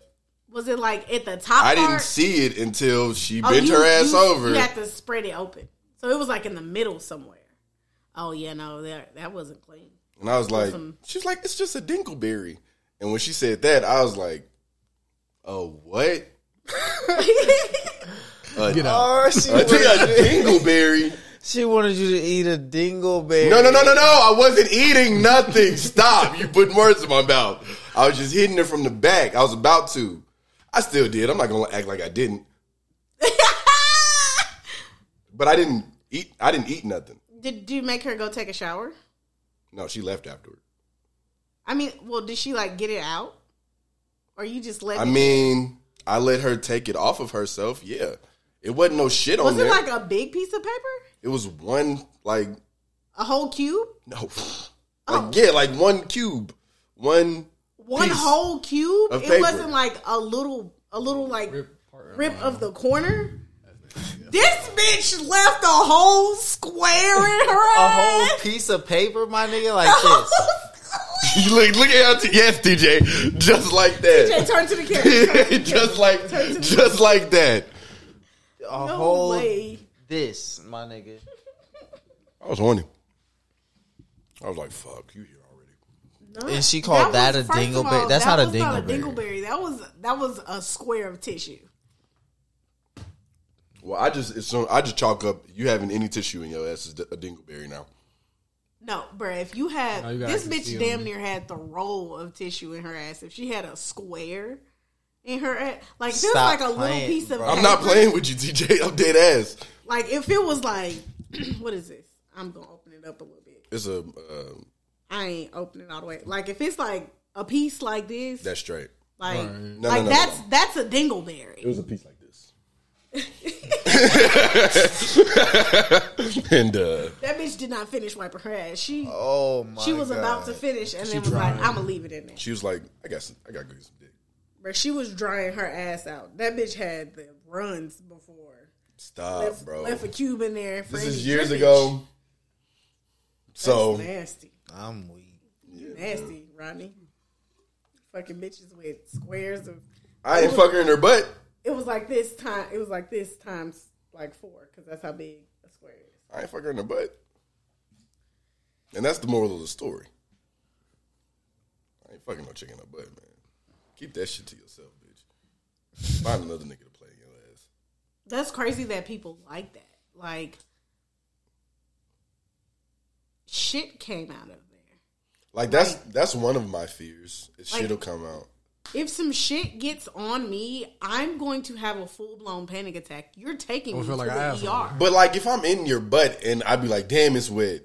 S8: Was it like at the top?
S9: I didn't
S8: part?
S9: see it until she
S8: Oh,
S9: bent
S8: you-
S9: her ass
S8: you-
S9: over.
S8: You had to spread it open, so it was like in the middle somewhere. Oh yeah, no, that that wasn't clean.
S9: And I was like, she's like, it's just a dingleberry. And when she said that, I was like, oh, what? A,
S7: Or Oh, she,
S9: a,
S7: wa-
S9: a dingleberry?
S7: she wanted you to eat a dingleberry.
S9: No, no, no, no, no. I wasn't eating nothing. Stop. You putting words in my mouth. I was just hitting her from the back. I was about to. I still did. I'm not going to act like I didn't. But I didn't eat. I didn't eat nothing.
S8: did, did you make her go take a shower?
S9: No, she left afterward.
S8: I mean, well, did she like get it out, or you just let?
S9: I
S8: it-
S9: mean, I let her take it off of herself. Yeah. It wasn't no shit on
S8: was
S9: there.
S8: it like a big piece of paper,
S9: It was one like
S8: a whole cube,
S9: no, like
S8: Oh.
S9: yeah, like one cube, one
S8: one
S9: Piece
S8: whole cube?
S9: of
S8: It
S9: paper.
S8: wasn't like a little, a little like rip, of the corner. This bitch left a whole square in her
S7: A
S8: ass.
S7: whole piece of paper, my nigga, like this.
S9: look, look at how t- yes, DJ, just like that,
S8: turn to the camera. Turn to the camera.
S9: just like, just like that.
S7: A
S8: No
S7: whole
S8: way.
S7: this, my nigga.
S9: I was on him. I was like, "Fuck, you here already?"
S8: No.
S7: And she called that a
S8: first of
S7: dingleberry?
S8: all,
S7: That's
S8: that
S7: not a
S8: was not a
S7: dingleberry.
S8: dingleberry. That was that was a square of tissue.
S9: Well, I just assume I just chalk up you having any tissue in your ass is a dingleberry now.
S8: No, bruh, if you had
S4: No, you gotta
S8: this
S4: conceal
S8: bitch damn
S4: them.
S8: near had the roll of tissue in her ass. If she had a square in her ass, like there's
S7: Stop
S8: like a
S7: playing,
S8: little piece of
S7: bro.
S9: I'm not
S8: paper.
S9: playing with you, DJ. I'm dead ass.
S8: Like if it was like what is this? I'm gonna open it up a little bit.
S9: It's a uh,
S8: I ain't opening all the way. Like if it's like a piece like this,
S9: that's straight.
S8: like
S9: No,
S8: like
S9: no, no,
S8: that's
S9: no.
S8: that's a dingleberry.
S9: was a piece like this. and uh,
S8: That bitch did not finish wiping her ass. She
S7: Oh my!
S8: she was about to finish and then was like, I'm gonna leave it in there.
S9: she was like, "I got some, I got good some dick."
S8: But she was drying her ass out. That bitch had the runs before.
S9: Stop,
S8: left,
S9: bro.
S8: left a cube in there. For
S9: this
S8: any
S9: is years
S8: drippage.
S9: ago. So
S8: That's nasty,
S7: I'm weak.
S8: nasty, Rodney. Fucking bitches with squares of.
S9: I ain't fucking in her butt.
S8: It was like this time. It was like this times like four because that's how big a square is.
S9: I ain't fucking in her butt. And that's the moral of the story. I ain't fucking no chick in her butt, man. Keep that shit to yourself, bitch. Find another nigga to play in your ass.
S8: That's crazy that people like that. Like shit came out of there.
S9: Like that's that's one of my fears. Is
S8: Like-
S9: shit'll come out.
S8: If some shit gets on me, I'm going to have a full blown panic attack. You're taking
S4: I
S8: me
S4: feel
S8: to
S4: like
S8: the
S4: an asshole.
S8: ER.
S9: But like if I'm in your butt and I'd be like, damn, it's wet.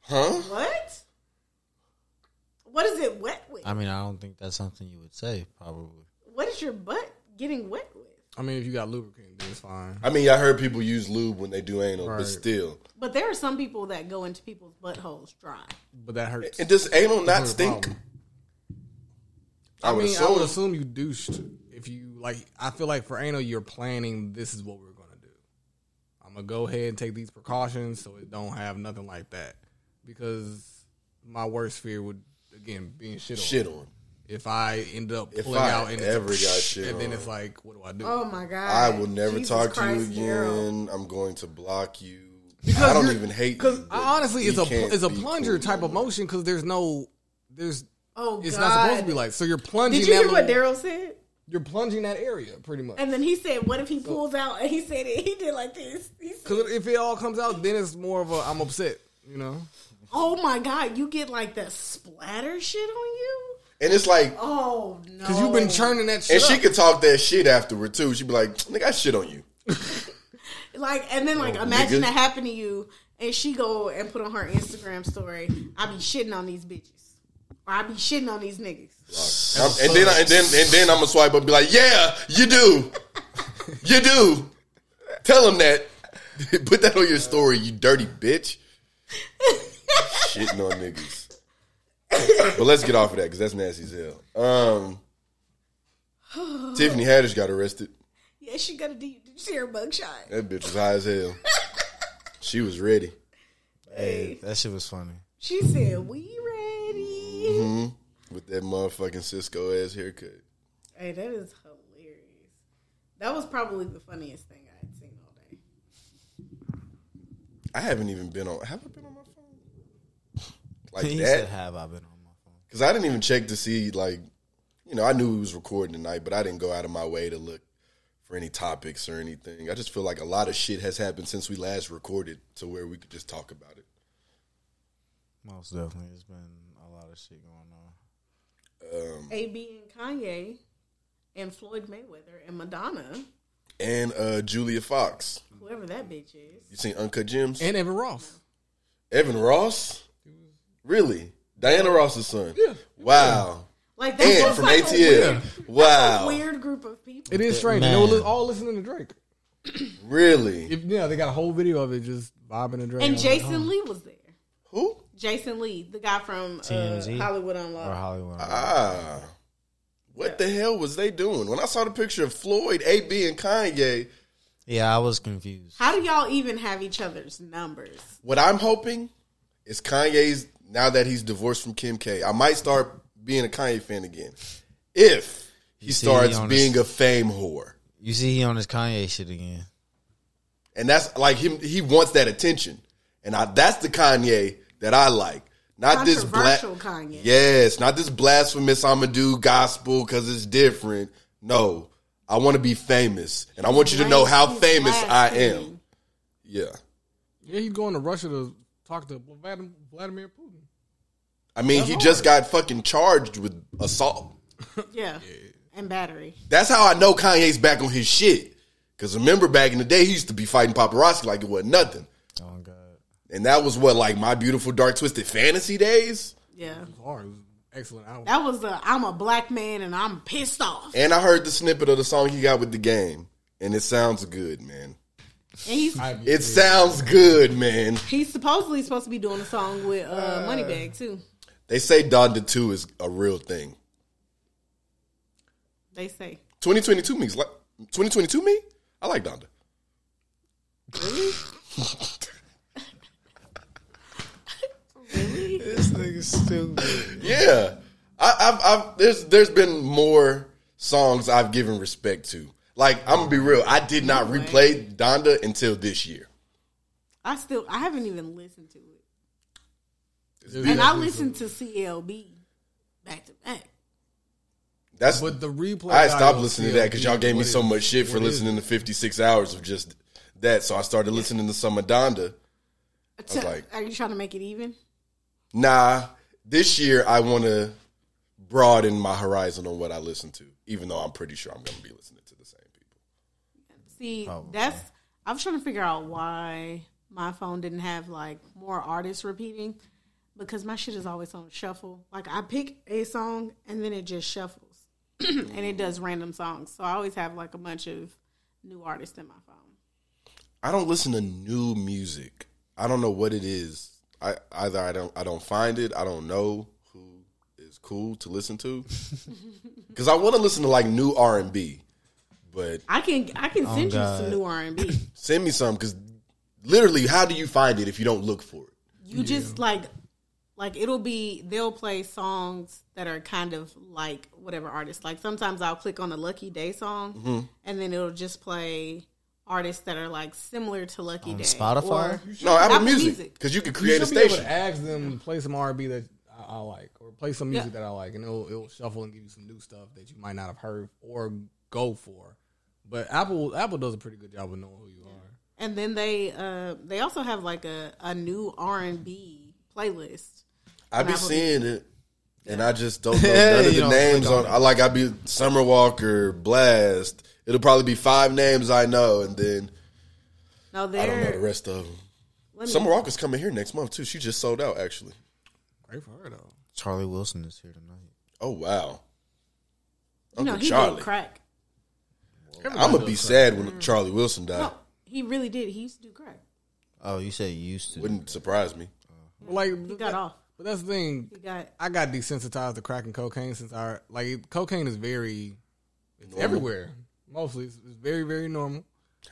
S9: Huh?
S8: What? What is it wet with?
S7: I mean, I don't think that's something you would say, probably.
S8: what is your butt getting wet with?
S4: I mean, if you got lubricant, then it's fine.
S9: I mean, I heard people use lube when they do anal, but
S4: Right.
S9: still.
S8: But there are some people that go into people's buttholes dry.
S4: But that hurts.
S9: And does anal not
S4: That's a
S9: stink?
S4: problem.
S9: I,
S4: I
S9: would
S4: mean, I
S9: assume.
S4: would assume you douched if you like. I feel like for anal, you're planning. This is what we're gonna do. I'm gonna go ahead and take these precautions so it don't have nothing like that. Because my worst fear would again being shit on.
S9: shit on.
S4: If I end up
S9: If
S4: pulling
S9: I
S4: out and it's
S9: ever
S4: a
S9: got shit
S4: and then
S9: on.
S4: it's like, what do I do?
S8: Oh my god!
S9: I will never
S8: Jesus
S9: talk
S8: Christ,
S9: to you
S8: Daryl.
S9: again. I'm going to block you.
S4: Because
S9: I don't
S4: you're-
S9: even hate
S4: Because
S9: you. but
S4: honestly,
S9: we
S4: it's a pl-
S9: can't
S4: it's a
S9: be cool
S4: plunger type
S9: no
S4: of
S9: more.
S4: motion because there's no there's
S8: Oh god!
S4: it's not supposed to be like so you're plunging.
S8: Did you
S4: that
S8: hear what
S4: little-
S8: Daryl said?
S4: You're plunging that area pretty much.
S8: And then he said, "What if he pulls out?" And he said it. He did like this. He said,
S4: Because if it all comes out, then it's more of a I'm upset. You know,
S8: "Oh my god! You get like that splatter shit on you."
S9: And it's like,
S8: Oh no!
S4: because you've been churning that shit.
S9: and she
S4: up.
S9: could talk that shit afterward too. She'd be like, "Nigga, I shit on you."
S8: like, and then
S4: Oh,
S8: like, imagine
S9: nigga.
S8: that happen to you, and she go and put on her Instagram story, "I be shitting on these bitches," or "I be shitting on these niggas."
S9: I'm- and then, I, and then, and then I'm gonna swipe up and be like, "Yeah, you do, you do." Tell him that. Put that on your story, you dirty bitch. Shitting on niggas. but let's get off of that because that's nasty as hell. Um, Tiffany Haddish got arrested.
S8: Yeah, she got a D. Did you see her mugshot?
S9: That bitch was high as hell. she was ready.
S7: Hey, that shit was funny.
S8: She said, "We ready."
S9: with that motherfucking Cisco ass haircut.
S8: Hey, that is hilarious. That was probably the funniest thing I had seen all day.
S9: I haven't even been on. Have I been on my phone? Like
S7: he said,
S9: that?
S7: "Have I been on my phone?"
S9: Because I didn't even check to see. Like, you know, I knew we was recording tonight, but I didn't go out of my way to look for any topics or anything. I just feel like a lot of shit has happened since we last recorded to where we could just talk about it.
S7: Most definitely, there's been a lot of shit going on.
S8: AB and Kanye and Floyd Mayweather and Madonna,
S9: And uh Julia Fox.
S8: whoever that bitch is.
S9: You seen Uncut Gems?
S4: and Evan Ross.
S9: Evan Ross. Really? Diana Ross's son.
S4: Yeah.
S9: Wow.
S8: Like that's
S9: And
S8: just
S9: from
S8: like
S9: ATL.
S8: a weird,
S9: wow.
S8: weird group of people.
S4: It is strange.
S7: Man.
S4: They were li- all listening to Drake.
S9: Really?
S4: If, yeah, they got a whole video of it just vibing to Drake.
S8: And Jason Lee was there.
S9: Who?
S8: Jason Lee, the guy from uh,
S7: TMZ?
S8: Hollywood
S7: Or
S8: Unlocked.
S7: Hollywood.
S9: Ah. What the hell was they doing? When I saw the picture of Floyd, AB, and Kanye,
S7: yeah, I was confused.
S8: How do y'all even have each other's numbers?
S9: what I'm hoping is Kanye's, now that he's divorced from Kim K, I might start being a Kanye fan again. If he
S7: see,
S9: starts
S7: on
S9: being
S7: this-
S9: a fame whore.
S7: You see, he on his Kanye shit again.
S9: and that's like him. He wants that attention, and I, that's the Kanye that I like. Not this black
S8: Controversial Kanye.
S9: Yes, not this blasphemous. I'm gonna do gospel because it's different. No, I want to be famous, and I want you to know how
S8: He's
S9: famous I
S8: blaspheming.
S9: am. Yeah,
S4: Yeah, he's going to Russia to talk to Vladim- Vladimir Putin.
S9: I mean, he just got fucking charged with assault.
S8: Yeah. And battery.
S9: That's how I know Kanye's back on his shit. Because remember back in the day, he used to be fighting paparazzi like it was nothing.
S7: Oh god.
S9: And that was what, like my beautiful dark twisted fantasy days?
S8: Yeah.
S4: Hard. It was an excellent album.
S8: That was the I'm a black man and I'm pissed off.
S9: And I heard the snippet of the song he got with the game. And it sounds good, man.
S8: And he's
S9: It sounds good, man.
S8: he's supposedly supposed to be doing a song with uh, Moneybag too.
S9: They say Donda 2 is a real thing.
S8: They say.
S9: 2022 me's like 2022 me? I like Donda.
S7: This nigga's stupid.
S9: Yeah, I, I've, I've there's there's been more songs I've given respect to. Like I'm gonna be real, I did not replay Donda until this year.
S8: I still I haven't even listened to it.
S4: It
S8: And
S4: was-
S8: I listened to CLB back to back.
S9: That's
S4: But the replay.
S9: I stopped
S4: audio
S9: listening to that because y'all gave me
S4: what
S9: so
S4: is-
S9: much shit for
S4: what is
S9: listening to 56 hours of just that. So I started listening to some of Donda.
S8: So,
S9: like-
S8: are you trying to make it even?
S9: Nah, this year I want to broaden my horizon on what I listen to, even though I'm pretty sure I'm gonna be listening to the same people.
S8: See, that's I was trying to figure out why my phone didn't have like more artists repeating because my shit is always on shuffle. Like I pick a song and then it just shuffles and it does random songs. So I always have like a bunch of new artists in my phone.
S9: I don't listen to new music. I don't know what it is. I either I don't I don't find it. I don't know who is cool to listen to. Cuz I want to listen to like new R&B. But
S8: I can I can send you some new R and B.
S9: send me some cuz literally how do you find it if you don't look for it?
S8: You just like like it'll be they'll play songs that are kind of like whatever artist. Like sometimes I'll click on the Lucky Day song
S9: Mm-hmm.
S8: and then it'll just play artists that are like similar to Lucky Day.
S7: Spotify?
S8: Or,
S9: No, Apple,
S8: Apple
S9: Music,
S8: Music.
S9: cuz you could
S4: You
S9: create a
S4: should be able
S9: station.
S4: to ask them to play some R&B that I, I like, or play some music
S8: Yeah.
S4: that I like, and it'll it'll shuffle and give you some new stuff that you might not have heard or go for. But Apple Apple does a pretty good job of knowing who you are.
S8: and then they uh they also have like a, a new R and B playlist.
S9: I be
S8: Apple
S9: seeing it and I just don't know none of
S7: You
S9: the
S7: don't
S9: names
S7: click on
S9: on I like I be Summer Walker, Blast. It'll probably be five names I know and then
S8: No,
S9: I don't know the
S8: they're
S9: rest of them.
S8: let me-
S9: Summer Walker's coming here next month too. She just sold out actually.
S4: Great for her though.
S7: Charlie Wilson is here tonight.
S9: Oh wow.
S8: you know
S9: Uncle
S8: he
S9: Charlie.
S8: did crack.
S9: I'm gonna be sad when Charlie Wilson died.
S8: No, he really did. He used to do crack.
S7: Oh, you said you used to.
S9: Wouldn't surprise me.
S4: But like,
S8: He got off.
S4: but that's the thing.
S8: He got
S4: I got desensitized to crack and cocaine since I like cocaine is very it's everywhere. Mostly, it's, it's very very normal.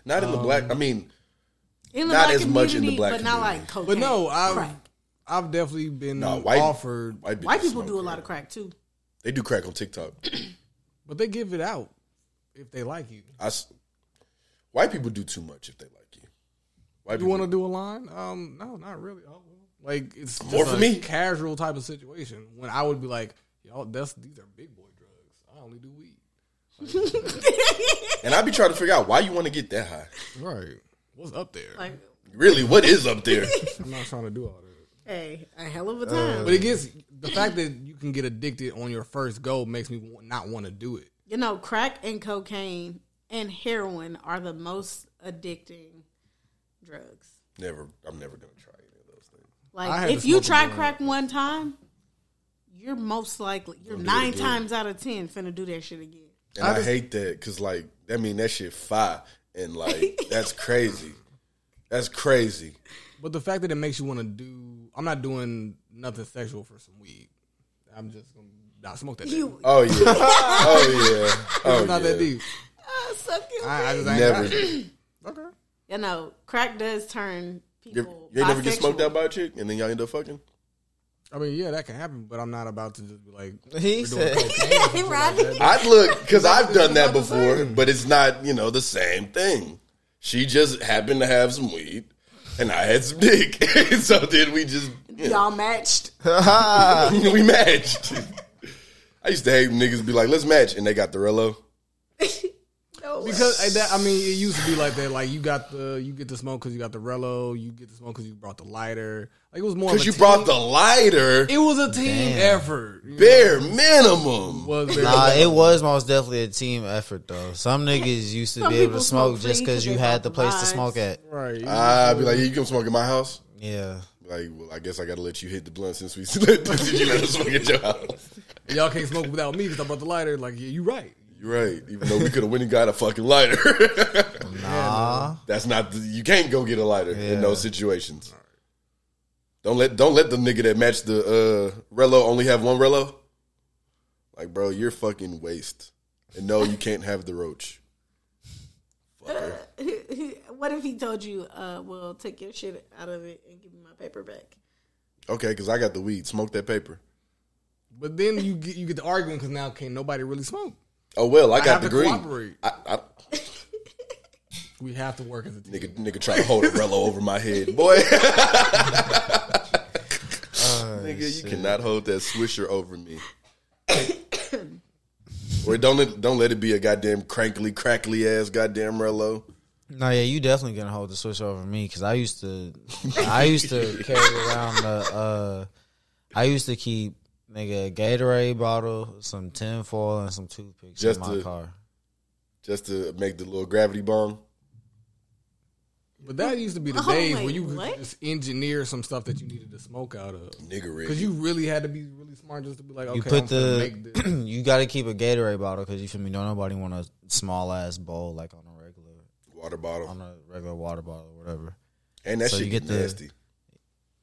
S9: Not in the black. I mean,
S8: in the
S9: Not
S8: black
S9: as much in
S8: community,
S9: the black
S8: but not
S9: community.
S8: like cocaine.
S4: But no, I've
S8: crack.
S4: I've definitely been
S9: no white
S4: offered,
S9: White, bitches
S8: White people
S9: smoke
S8: do a
S9: crack.
S8: lot of crack too.
S9: They do crack on TikTok.
S4: but they give it out if they like you.
S9: I s white people do too much if they like you. White
S4: You
S9: people.
S4: want to do a line? Um, no, not really. Oh, well. Like it's just
S9: More
S4: a
S9: for me.
S4: casual type of situation. When I would be like, y'all, that's these are big boy drugs. I only do weed.
S9: and I be trying to figure out why you want to get that high.
S4: Right. What's up there?
S8: Like,
S9: Really, what is up there?
S4: I'm not trying to do all that.
S8: hey, a hell of a time.
S9: Uh,
S4: But it gets the fact that you can get addicted on your first go makes me wa- not want to do it.
S8: you know, crack and cocaine and heroin are the most addicting drugs.
S9: never. I'm never gonna try any of those things.
S4: I had
S8: Like,
S4: to
S8: if you
S4: smoke a
S8: try
S4: blunt.
S8: crack one time, you're most likely
S9: Oh,
S8: you're nine times out of ten finna do that shit again.
S9: And I, hate that because like that mean that shit fire and like that's crazy. That's crazy.
S4: But the fact that it makes you want to do, I'm not doing nothing sexual for some weed. I'm just gonna not smoke that. You,
S8: You
S9: Oh yeah. oh yeah. Oh
S4: it's not
S9: yeah.
S4: that deep.
S8: uh, suck it.
S4: I, I just ain't
S9: Never.
S4: got it.
S9: You,
S4: Okay.
S8: You know, crack does turn
S9: you
S8: people.
S9: ain't never get
S8: bisexual.
S9: smoked out by a chick and then y'all end up fucking.
S4: I mean, yeah, that can happen, but I'm not about to just be like,
S7: He said,
S8: Right?
S9: I'd look because I've done that before, but it's not you know the same thing. She just happened to have some weed, and I had some dick. so then we just you know,
S8: Y'all matched.
S9: we matched. I used to hate when niggas be like, "Let's match," and they got the Rello.
S8: No.
S4: Because like, that, I mean, it used to be like that. Like you got the, you get the smoke because you got the Rello. You get the smoke because you brought the lighter. Like it was more. of
S9: Because
S4: a
S9: you
S4: team-
S9: brought the lighter,
S4: It was a team effort. It
S9: bare minimum.
S4: was
S7: Nah, it was most definitely a team effort though. Some niggas used to
S8: Some
S7: be able to
S8: people
S7: smoke
S8: smoke
S7: just
S8: weed
S7: because
S8: 'cause
S7: you
S8: they
S7: had
S8: got
S7: the
S8: the
S7: place to
S8: vibes.
S7: smoke at.
S4: right.
S9: I'd be like, "Yeah, you come smoke at my house."
S7: Yeah,
S9: Like, well, I guess I gotta let you hit the blunt since we let you let us smoke at your house.
S4: Y'all can't smoke without me because I brought the lighter. Like yeah, you right.
S9: You're right. Even though we could have went and got a fucking lighter.
S7: nah,
S9: That's not the, you can't go get a lighter in
S7: Yeah.
S9: those situations. Don't let don't let the nigga that matched the uh Rello only have one Rello. Like, bro, you're fucking waste. And no, you can't have the roach. Fucker.
S8: what if he told you, uh, well, take your shit out of it and give me my paper back?
S9: Okay, because I got the weed. Smoke that paper.
S4: But then you get you get the arguing because now can't nobody really smoke.
S9: Oh well, I got
S4: have
S9: the
S4: to
S9: green.
S4: cooperate.
S9: I, I,
S4: We have to work as a team.
S9: nigga, nigga, try to hold a Rello over my head, boy.
S7: Ah,
S9: nigga, you cannot hold that swisher over me. or don't let, don't let it be a goddamn crankly, crackly ass goddamn Rello.
S7: no, yeah, you definitely gonna hold the switch over me because I used to, I used to carry around the, uh, I used to keep nigga a Gatorade bottle, some tinfoil, and some toothpicks
S9: Just
S7: in my
S9: to-
S7: car.
S9: just to make the little gravity bomb.
S4: But that used to be the
S8: Oh,
S4: days
S8: wait,
S4: where you could
S8: what?
S4: just engineer some stuff that you needed to smoke out of.
S9: Nigga rig.
S4: Because you really had to be really smart just to be like, okay,
S7: You put
S4: I'm the make this.
S7: the, you got to keep a Gatorade bottle because you feel me. Don't nobody want a small ass bowl like on a regular
S9: water bottle.
S7: on a regular water bottle or whatever.
S9: And that
S7: so
S9: shit
S7: you
S9: get
S7: get the-
S9: nasty.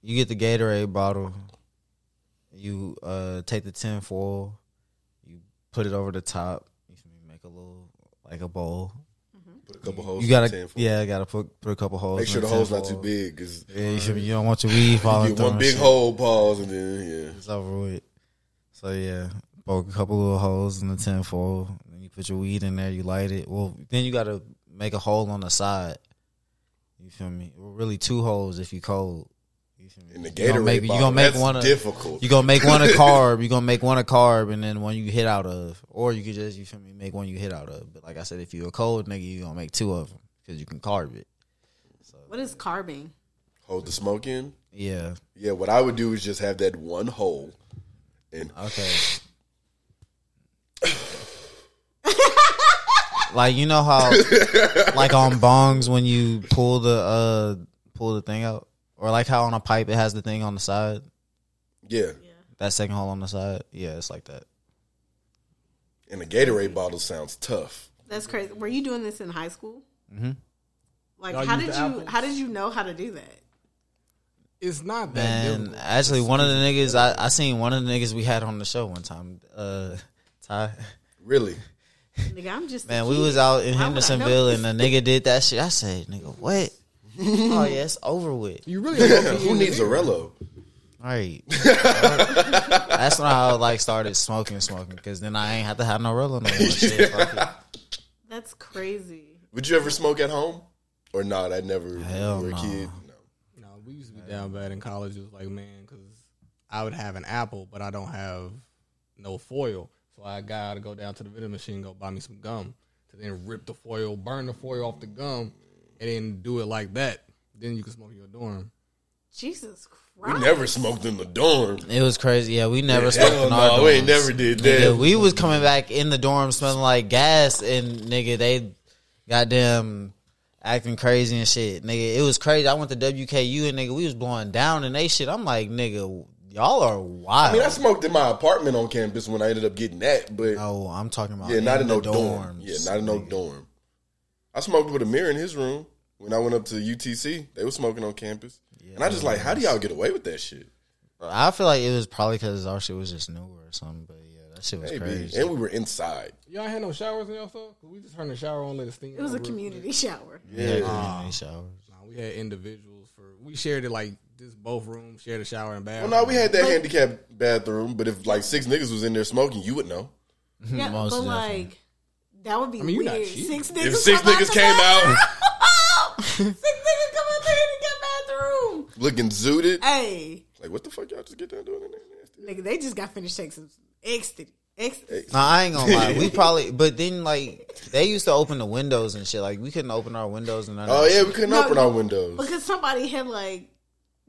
S7: You get the Gatorade bottle. You uh, take the tin foil. You put it over the top. You feel me? Make a little like a bowl.
S9: Put a couple holes
S7: You
S9: in the
S7: gotta
S9: tin foil.
S7: yeah, gotta put put a couple holes.
S9: Make
S7: in
S9: sure the hole's not too
S7: tinfoil.
S9: big because
S7: Yeah, you feel me? You don't want your weed falling
S9: you get
S7: through.
S9: one
S7: and
S9: big
S7: shit.
S9: hole, pause, and then yeah.
S7: It's over with. So yeah, poke a couple little holes in the tinfoil. Then you put your weed in there. You light it. Well, then you gotta make a hole on the side. You feel me? Well, really two holes if you cold. You feel me?
S9: And the
S7: You gonna
S9: Gatorade
S7: make, you
S9: bottle.
S7: gonna make
S9: That's
S7: one a,
S9: difficult.
S7: You gonna make one a carb. You gonna make one a carb, and then one you hit out of, or you could just you feel me make one you hit out of. But like I said, if you're a cold nigga, you gonna make two of them because you can carb it.
S8: What is carving?
S9: Hold the smoke in.
S7: Yeah.
S9: Yeah, what I would do is just have that one hole. And
S7: Okay. like you know how, like on bongs when you pull the uh pull the thing out, or like how on a pipe it has the thing on the side,
S9: yeah.
S7: that second hole on the side. Yeah, it's like that.
S9: And a Gatorade bottle sounds tough.
S8: That's crazy. Were you doing this in high school? Mm-hmm. Like,
S4: Y'all
S8: how did
S4: use
S8: you?
S4: the apples?
S8: How did you know how to do that?
S4: It's not that
S7: And
S4: difficult.
S7: actually, one of the niggas I, I seen one of the niggas we had on the show one time, uh, Ty.
S9: Really?
S8: Nigga, I'm just a
S7: Man, we
S8: kid.
S7: was out in
S8: Why would I know
S7: Hendersonville
S8: this?
S7: and the nigga did that shit. I said, nigga, what? oh yeah, it's over with.
S4: You really don't be
S9: Who needs a
S4: engineering.
S9: Rello?
S7: Right. That's when I like started smoking, smoking, because then I ain't have to have no roller no more. Shit, fuck it.
S8: That's crazy.
S9: Would you ever smoke at home? Or not? I never. when
S7: Hell
S9: you were a
S7: no.
S9: kid. No.
S4: No, we used to be down bad in college. It was like, man, because I would have an apple, but I don't have no foil. So I got to go down to the vending machine and go buy me some gum to then rip the foil, burn the foil off the gum, and then do it like that. Then you can smoke your dorm.
S8: Jesus Christ.
S9: We never smoked in the dorm.
S7: It was crazy. Yeah, we never smoked
S9: Hell
S7: in our
S9: no, we ain't
S7: dorms.
S9: never did that.
S7: Nigga, we was coming back in the dorm smelling like gas, and nigga, they goddamn acting crazy and shit. Nigga, it was crazy. I went to WKU and nigga, we was blowing down and they shit. I'm like, nigga, y'all are wild.
S9: I mean, I smoked in my apartment on campus when I ended up getting that, but
S7: no, I'm talking about
S9: yeah, not in
S7: Oh, the
S9: no
S7: dorms.
S9: dorm. Yeah, not in no dorm. I smoked with a mirror in his room when I went up to UTC. They were smoking on campus, and I just like, how do y'all get away with that shit?
S7: I feel like it was probably because our shit was just newer or something. But yeah, that shit was
S9: Hey, B.
S7: crazy.
S9: And we were inside.
S4: Y'all had no showers in y'all stuff? We just turned the shower on, let it steam.
S8: It was a
S4: over.
S8: community shower.
S7: Yeah, community showers.
S4: Nah, we had individuals for, we shared it like just both rooms, shared a shower and
S9: Well,
S4: bathroom.
S9: no, we had that handicapped bathroom, but if like six niggas was in there smoking, you would know.
S8: Yeah,
S7: Most
S8: but
S7: definitely.
S8: like that would be
S4: mean, you're not
S8: weird.
S4: cheating.
S8: Six niggas.
S9: If six
S8: come
S9: niggas
S8: the Oh!
S9: came out,
S8: Six niggas come up here to get bathroom.
S9: Looking zooted.
S8: Hey,
S9: Like, what the fuck y'all just get done doing in there? nasty?
S8: nigga, they just got finished taking some ecstasy. Ecstasy.
S7: Nah, I ain't gonna lie. We probably, but then like they used to open the windows and shit. Like we couldn't open our windows and none of
S9: Oh,
S7: that
S9: yeah, we couldn't
S8: No,
S9: open our windows.
S8: Because somebody had like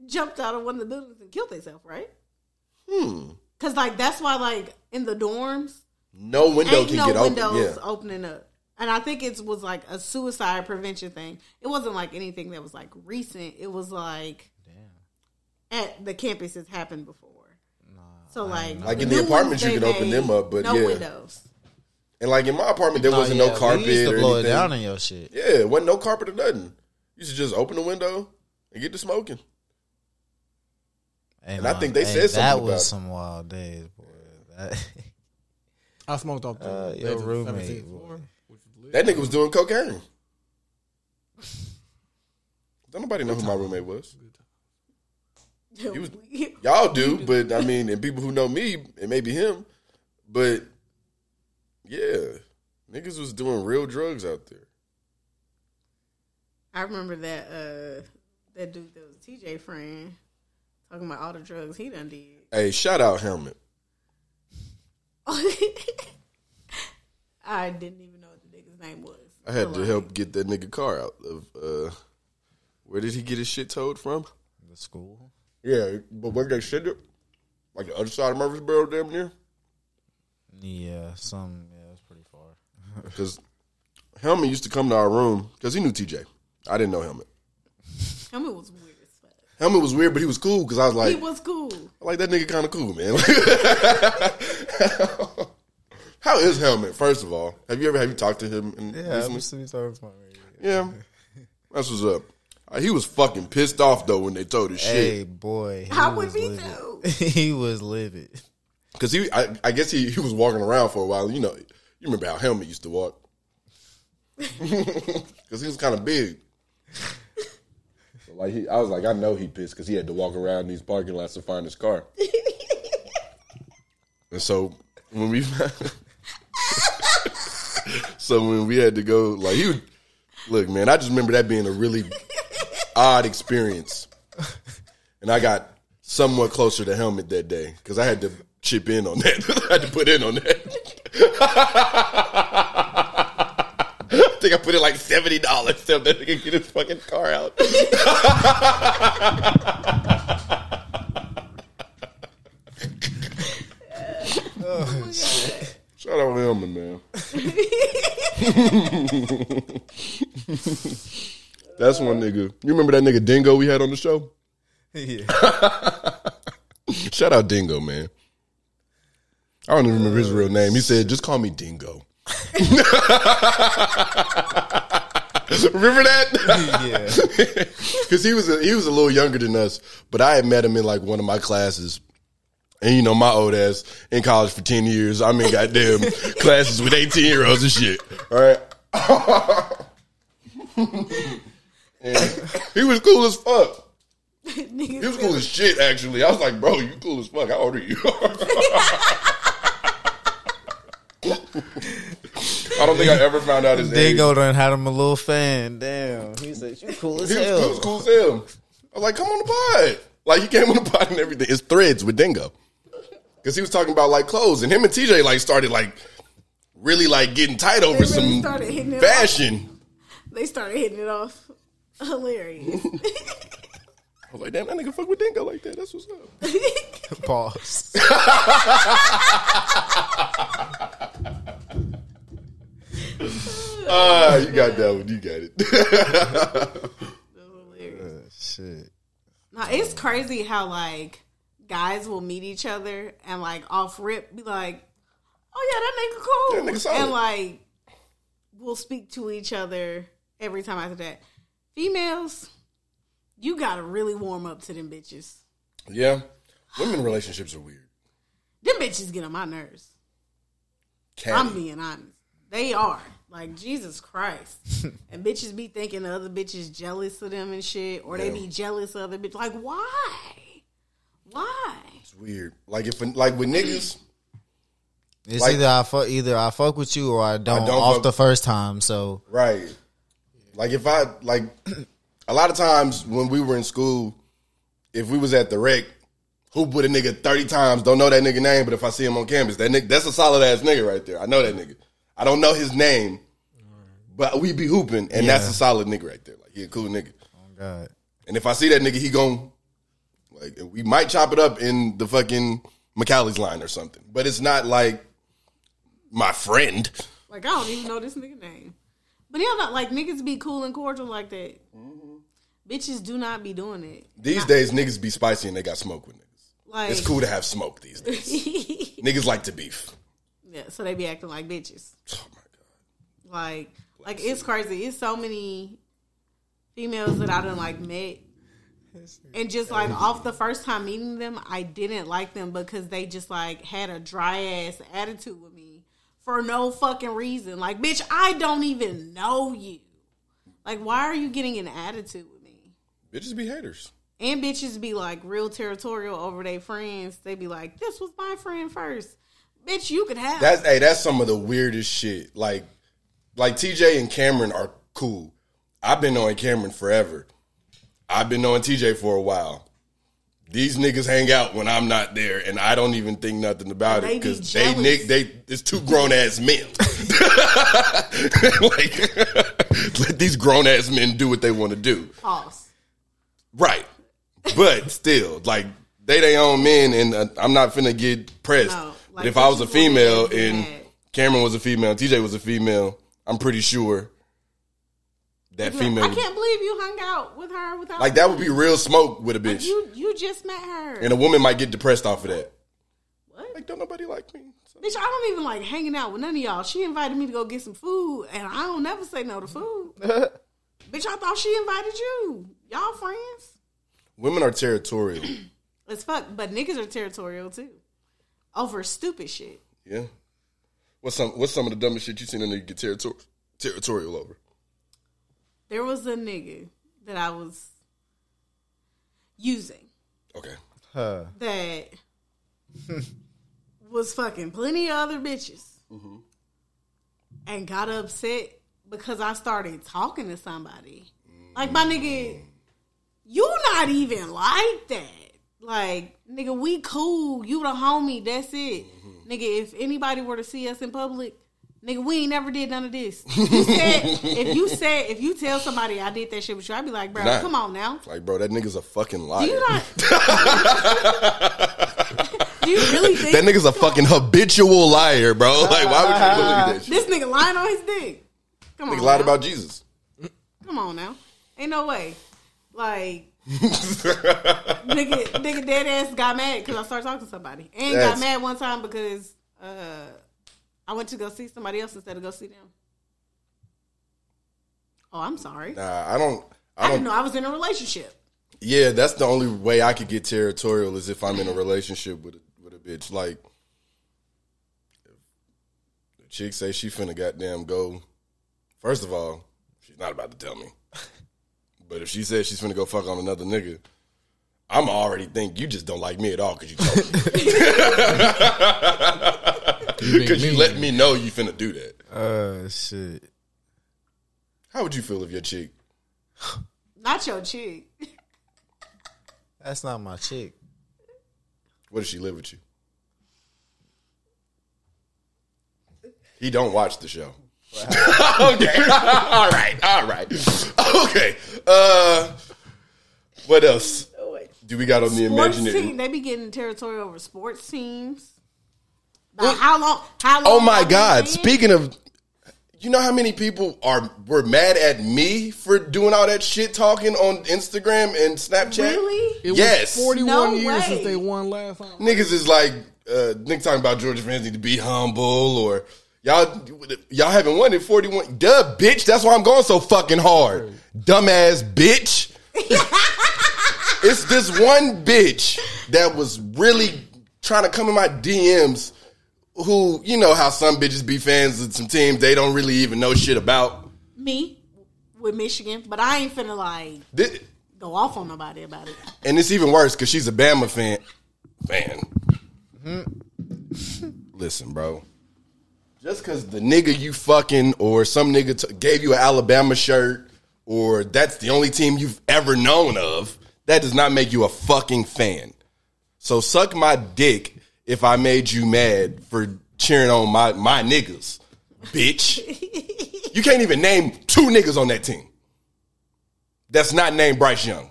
S8: jumped out of one of the buildings and killed themselves, right?
S9: Hmm.
S8: Because like that's why like in the dorms
S9: No window
S8: ain't
S9: can
S8: no
S9: get open.
S8: windows
S9: Yeah.
S8: opening up. And I think it was like a suicide prevention thing. It wasn't like anything that was like recent. It was like at the campuses happened before. so like,
S9: Like, in the
S8: new
S9: apartments,
S8: ones
S9: you
S8: they
S9: can open
S8: made,
S9: them up, but
S8: no
S9: yeah.
S8: windows.
S9: And, like, in my apartment, there
S7: shit.
S9: wasn't
S7: Oh, yeah,
S9: no carpet
S7: We used to
S9: or
S7: blow
S9: anything.
S7: it down in your shit.
S9: Yeah, it wasn't no carpet or nothing. You should just open the window and get to smoking.
S7: Hey,
S9: And I
S7: nah,
S9: think they
S7: hey,
S9: said something
S7: that
S9: about it.
S7: was some wild days, boy. That,
S4: I smoked off the
S7: Uh,
S4: bed
S7: your
S4: to the
S7: roommate,
S4: 17th
S7: boy.
S4: floor, which was lit.
S9: That nigga was doing cocaine. Don't nobody know who my roommate was. Y'all do, but I mean, and people who know me, it may be him, but yeah, niggas was doing real drugs out there.
S8: I remember that uh that dude that was TJ friend talking about all the drugs he done did.
S9: Hey, shout out Helmet.
S8: I didn't even know what the nigga's name was.
S9: I had
S8: So,
S9: to
S8: like,
S9: help get that nigga car out of. uh Where did he get his shit towed from?
S7: the school.
S9: Yeah, but where they shit it, like the other side of Murfreesboro, damn near.
S7: Yeah, some. Yeah, it was pretty far.
S9: Because Helmet used to come to our room because he knew TJ. I didn't know Helmet.
S8: Helmet was weird as fuck.
S9: Helmet was weird, but he was cool because I was like,
S8: He was cool.
S9: I like that nigga kind of cool, man. How is Helmet? First of all, have you ever have you talked to him? In,
S7: Yeah, to be
S9: recently?
S7: talking about.
S9: yeah. That's what's up. Uh, he was fucking pissed off though when they told his
S7: Hey,
S9: shit
S7: boy, he
S8: I would
S7: was
S8: be
S7: livid.
S8: too.
S7: he was livid.
S9: because he. I, I guess he, he was walking around for a while. You know, you remember how Helmet used to walk because he was kind of big. So like he, I was like, I know he pissed because he had to walk around these parking lots to find his car. and so when we, so when we had to go, like he would look, man. I just remember that being a really odd experience, and I got somewhat closer to helmet that day because I had to chip in on that. I had to put in on that. I think I put in like seventy dollars to help that nigga get his fucking car out. Shout out Helmet, man. That's one nigga. You remember that nigga Dingo we had on the show?
S7: yeah.
S9: Shout out Dingo, man. I don't even remember his real name. He said, just call me Dingo. remember that?
S7: yeah.
S9: Because he was a, he was a little younger than us, but I had met him in like one of my classes. And you know, my old ass in college for 10 years. I'm in goddamn classes with 18 year olds and shit. All right. And he was cool as fuck. He was
S8: Niggas
S9: cool as shit, actually. I was like, bro, you cool as fuck. How old are you? I don't think I ever found out his age.
S7: Dingo done had him a little fan. Damn. He said, You cool as
S9: He was, he was
S7: hell.
S9: cool as hell. I was like, come on the pod. Like, he came on the pod and everything. It's threads with Dingo. Because he was talking about, like, clothes. And him and TJ, like, started, like, really, like, getting tight over
S8: really
S9: some
S8: started hitting it
S9: fashion.
S8: They started hitting it off. Hilarious.
S9: I was like, damn, that nigga fuck with Dingo like that. That's what's up.
S7: Pause.
S9: Ah, you got that one. You got it.
S8: Hilarious.
S7: Oh, Shit.
S8: Now it's crazy how like guys will meet each other and like off rip be like, "Oh yeah, that nigga cool,"
S9: That nigga solid.
S8: and like we'll speak to each other every time after that. Females, you gotta really warm up to them bitches.
S9: yeah. Women relationships are weird.
S8: Them bitches get on my nerves. I'm
S9: Catty.
S8: being honest. They are. Like Jesus Christ. and bitches be thinking the other bitches jealous of them and shit. Or they
S9: Yeah.
S8: be jealous of other bitches. Like why? Why?
S9: It's weird. Like if like with niggas,
S7: It's
S9: Like-
S7: either I fuck either I fuck with you or I don't,
S9: don't
S7: off
S9: fuck-
S7: the first time. So
S9: right? Like if I like a lot of times when we were in school, if we was at the rec, hoop with a nigga thirty times, don't know that nigga name, but if I see him on campus, that nigga, that's a solid ass nigga right there. I know that nigga. I don't know his name, but we be hooping, and that's a solid nigga right there. Like he a cool nigga.
S7: God.
S9: And if I see that nigga, he gon' like we might chop it up in the fucking McCallie's line or something. But it's not like my friend.
S8: Like I don't even know this nigga name. But yeah, like, like niggas be cool and cordial like that.
S9: Mm-hmm.
S8: Bitches do not be doing it.
S9: These days niggas be spicy and they got smoke with niggas.
S8: Like
S9: It's cool to have smoke these days. niggas like to beef.
S8: yeah, so they be acting like bitches.
S9: Oh my god.
S8: Like like it's crazy. It's so many females that I done like met. And just like off the first time meeting them, I didn't like them because they just like had a dry ass attitude with me for no fucking reason. Like, bitch, I don't even know you. Like, why are you getting an attitude with me?
S9: Bitches be haters.
S8: And bitches be like real territorial over their friends. They be like, this was my friend first. Bitch, you could have.
S9: That's hey, that's some of the weirdest shit. Like like TJ and Cameron are cool. I've been knowing Cameron forever. I've been knowing TJ for a while. These niggas hang out when I'm not there, and I don't even think nothing about
S8: They
S9: it
S8: be
S9: because they
S8: jealous.
S9: nick they it's two grown ass men. like let these grown ass men do what they want to do.
S8: Pause.
S9: Right. But still, like they they own men, and uh, I'm not finna get pressed.
S8: No,
S9: but
S8: like,
S9: if I was a
S8: what you
S9: female
S8: wanted to
S9: and
S8: have.
S9: Cameron was a female, TJ was a female, I'm pretty sure that
S8: Like,
S9: female
S8: I
S9: would,
S8: can't believe you hung out with her without
S9: like that would be real smoke with a bitch,
S8: You you just met her.
S9: and a woman might get depressed off of that.
S8: what?
S9: Like don't nobody like me. So,
S8: Bitch, I don't even like hanging out with none of y'all. She invited me to go get some food, and I don't never say no to food. Bitch, I thought she invited you. Y'all friends?
S9: women are territorial.
S8: As fuck, but niggas are territorial too. Over stupid shit.
S9: yeah. What's some What's some of the dumbest shit you seen a nigga get territorial territorial over?
S8: There was a nigga that I was using
S9: Okay.
S7: Huh.
S8: that was fucking plenty of other bitches and got upset because I started talking to somebody. Like, my nigga, you not even like that. Like, nigga, we cool. You the homie. That's it. Nigga, if anybody were to see us in public, nigga, we ain't never did none of this. You said, if you said, if you tell somebody I did that shit with you, I'd be like, bro,
S9: Nah.
S8: come on now.
S9: Like, bro, that nigga's a fucking liar.
S8: Do you not? do you really think
S9: That nigga's a fucking habitual liar, bro. Like, why would you look at that shit?
S8: this nigga lying on his dick? Come
S9: Nigga
S8: on,
S9: lied
S8: now.
S9: about Jesus.
S8: Come on now, ain't no way. Like, nigga, nigga, dead ass got mad because I started talking to somebody, and
S9: That's-
S8: got mad one time because uh, I went to go see somebody else instead of go see them. Oh, I'm sorry.
S9: Nah, I don't. I
S8: I didn't
S9: don't.
S8: know I was in a relationship.
S9: Yeah, that's the only way I could get territorial is if I'm in a relationship with a, with a bitch. Like, the chick say she finna goddamn go. First of all, she's not about to tell me. But if she says she's finna go fuck on another nigga, I'm already think you just don't like me at all because you told me. Because you let me know you finna do that.
S7: Uh, shit.
S9: How would you feel if your chick
S8: Not your chick.
S7: That's not my chick.
S9: What does she live with you? He don't watch the show. okay. all right. All right. Okay. Uh what else do we got on the
S8: Sports team.
S9: imaginary?
S8: They be getting territorial over sports teams. Like, how long? How long?
S9: Oh my
S8: y'all been
S9: God.
S8: playing?
S9: Speaking of you know how many people are were mad at me for doing all that shit talking on Instagram and Snapchat?
S8: really,
S4: It
S9: Yes.
S4: was 41
S8: No way.
S4: years since they won last time.
S9: niggas is like uh Nick talking about Georgia fans need to be humble or y'all y'all haven't won in 41 duh bitch that's why I'm going so fucking hard dumbass bitch it's this one bitch that was really trying to come in my DMs who you know how some bitches be fans of some teams they don't really even know shit about
S8: me with Michigan, but I ain't finna like
S9: Thi-
S8: go off on nobody about it.
S9: and it's even worse because she's a Bama fan. Fan. Listen, bro. Just because the nigga you fucking or some nigga t- gave you an Alabama shirt or that's the only team you've ever known of, that does not make you a fucking fan. So suck my dick if I made you mad for cheering on my my niggas, bitch. you can't even name two niggas on that team. That's not named Bryce Young.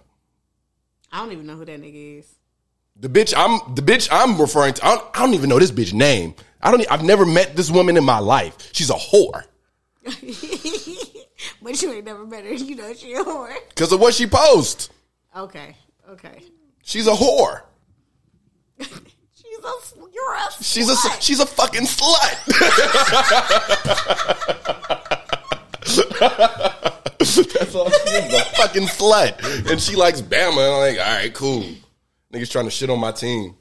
S8: I don't even know who that nigga is.
S9: The bitch I'm the bitch I'm referring to. I don't, I don't even know this bitch name. I don't. e- I've never met this woman in my life. She's a whore
S8: but you ain't never met her. You know she a whore.
S9: because of what she posts.
S8: Okay, okay.
S9: She's a whore.
S8: She's a s- you're a
S9: She's a
S8: slut.
S9: she's a fucking slut. That's all she is, a fucking slut. And she likes Bama. And I'm like, all right, cool. Niggas trying to shit on my team.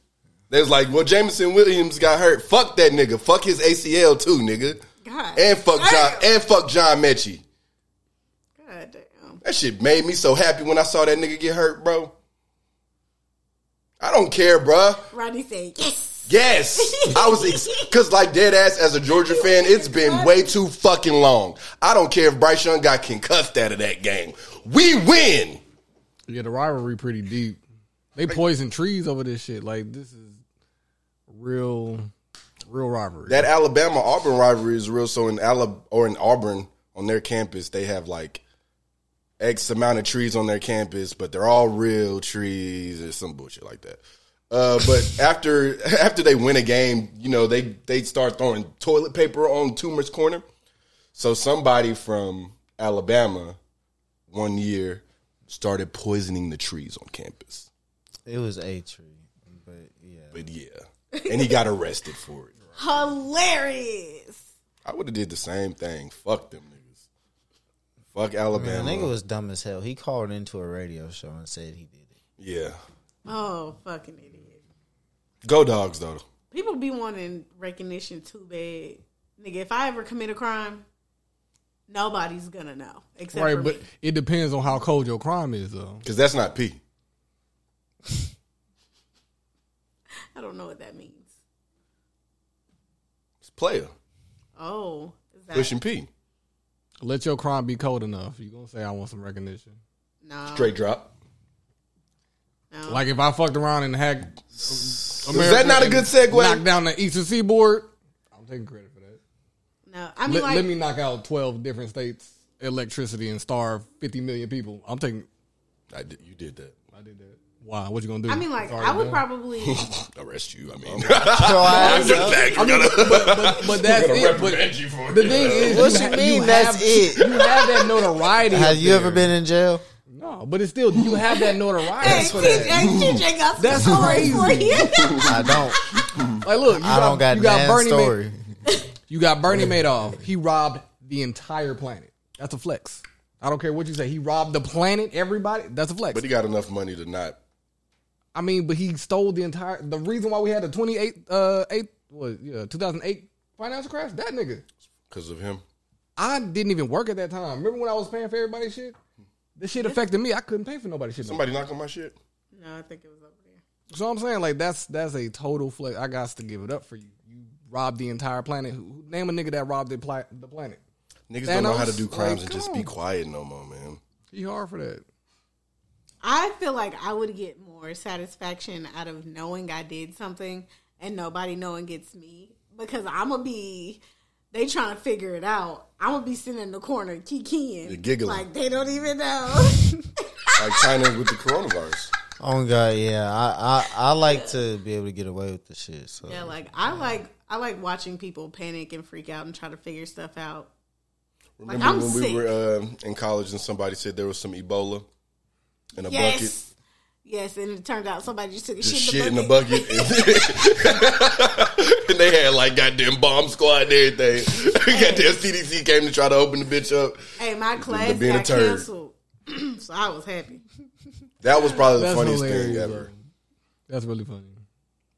S9: There's like, well, Jameson Williams got hurt. Fuck that nigga. Fuck his ACL too, nigga.
S8: God.
S9: And fuck John
S8: damn.
S9: and fuck John Mechie.
S8: God damn.
S9: That shit made me so happy when I saw that nigga get hurt, bro. I don't care, bruh.
S8: Rodney said yes.
S9: Yes, I was because like dead ass as a Georgia fan, it's been way too fucking long. I don't care if Bryce Young got concussed out of that game. We win.
S4: Yeah, the rivalry pretty deep. They poison trees over this shit. Like this is real, real rivalry.
S9: That Alabama Auburn rivalry is real. So in Alabama or in Auburn on their campus, they have like X amount of trees on their campus, but they're all real trees or some bullshit like that. Uh, but after after they win a game, you know they they start throwing toilet paper on Toomer's corner. So somebody from Alabama one year started poisoning the trees on campus.
S7: It was a tree, but yeah.
S9: But yeah, and he got arrested for it.
S8: Hilarious.
S9: I would have did the same thing. Fuck them niggas. Fuck Alabama.
S7: Man, nigga was dumb as hell. He called into a radio show and said he did it.
S9: yeah.
S8: Oh fucking idiot.
S9: Go dogs though.
S8: People be wanting recognition too bad, nigga. If I ever commit a crime, nobody's gonna know except
S4: right,
S8: for
S4: but
S8: me.
S4: it depends on how cold your crime is, though.
S9: Because that's not P.
S8: I don't know what that means.
S9: It's player.
S8: Oh, is that
S9: Pushing P.
S4: Let your crime be cold enough. You gonna say I want some recognition?
S8: no,
S9: Straight drop.
S8: no.
S4: Like if I fucked around and hacked,
S9: Is that not a good
S4: knocked
S9: segue?
S4: down the Eastern Seaboard. I'm taking credit for that.
S8: no. I mean,
S4: Let,
S8: like,
S4: let me knock out 12 different states electricity and starve 50 million people. I'm taking.
S9: I did, you did that.
S4: I did that. Why? What you gonna do?
S8: I mean, like,
S4: It's already
S8: I would
S4: done.
S8: probably.
S9: Arrest you. I mean,
S4: Oh,
S9: after the fact, we're gonna,
S4: But that's
S9: gonna
S4: it. But
S9: reprimand you for
S4: the
S9: it.
S4: thing is,
S7: What
S4: you
S7: you
S4: ha-
S7: mean
S4: you
S7: that's
S4: have,
S7: it?
S4: You have that notoriety. up
S7: Have you ever
S4: there.
S7: been in jail?
S4: No, but it's still you have that notoriety.
S8: Hey,
S4: That's what it
S8: TJ,
S4: is.
S8: TJ got some
S4: That's
S8: stories for
S4: crazy.
S8: you.
S7: I don't.
S4: Like, look, you
S7: I
S4: got,
S7: don't got,
S4: you got
S7: damn
S4: Bernie. Ma-
S7: story.
S4: you got Bernie Madoff. He robbed the entire planet. That's a flex. I don't care what you say. He robbed the planet. Everybody. That's a flex.
S9: But he got enough money to not.
S4: I mean, but he stole the entire. The reason why we had the twenty eight, uh, eight, what, yeah, two thousand eight financial crash. That nigga.
S9: Because of him.
S4: I didn't even work at that time. Remember when I was paying for everybody's shit? This shit affected me. I couldn't pay for nobody's shit. no more.
S9: Somebody knock on my shit.
S8: no, I think it was over there.
S4: So I'm saying like that's that's a total flex. I got to give it up for you. You robbed the entire planet. Who, name a nigga that robbed the, pla- the planet.
S9: Niggas don't know how to
S4: Thanos,
S9: do crimes and
S4: like,
S9: just
S4: come
S9: be
S4: on.
S9: quiet no more, man.
S4: He hard for that.
S8: I feel like I would get more satisfaction out of knowing I did something and nobody knowing it's me because I'm gonna be they trying to figure it out. I'm gonna be sitting in the corner kikiing,
S9: You're giggling.
S8: like they don't even know.
S9: Like China with the coronavirus.
S7: Oh God, yeah. I, I I like to be able to get away with the shit. So
S8: yeah, like I like I like watching people panic and freak out and try to figure stuff out.
S9: Remember
S8: I'm
S9: when
S8: sick.
S9: we were uh, in college and somebody said there was some Ebola in a
S8: yes.
S9: bucket?
S8: Yes, and it turned out somebody just took a
S9: just
S8: shit,
S9: shit in
S8: the
S9: the
S8: bucket.
S9: bucket. And, and they had like goddamn bomb squad and everything. goddamn CDC came to try to open the bitch up.
S8: Hey, my class
S9: being a
S8: got
S9: turd.
S8: canceled, so I was happy.
S9: That was probably the
S4: That's
S9: funniest thing
S4: hilarious,
S9: ever.
S4: That's really funny.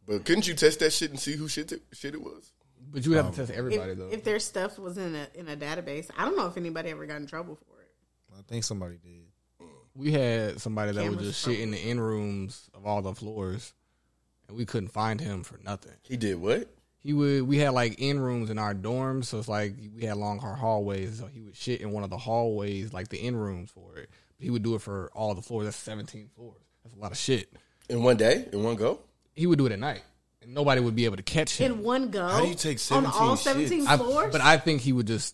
S9: But couldn't you test that shit and see who shit it, shit it was?
S4: But you would have to test
S8: If,
S4: everybody though.
S8: if their stuff was in a in a database, I don't know if anybody ever got in trouble for it.
S7: I think somebody did.
S4: we had somebody that was
S8: Cameras
S4: just shit in the in rooms of all the floors, and we couldn't find him for nothing.
S9: He did what?
S4: He he would we had like in rooms in our dorms, so it's like we had long hard hallways. So he would shit in one of the hallways, like the in rooms for it. But he would do it for all the floors. That's seventeen floors. That's a lot of shit.
S9: In one day, in one go.
S4: He would do it at night, and nobody would be able to catch him.
S8: in one go.
S9: How do you take
S8: on
S9: 17
S8: all
S9: shits?
S8: seventeen
S4: I-
S8: floors?
S4: but I think he would just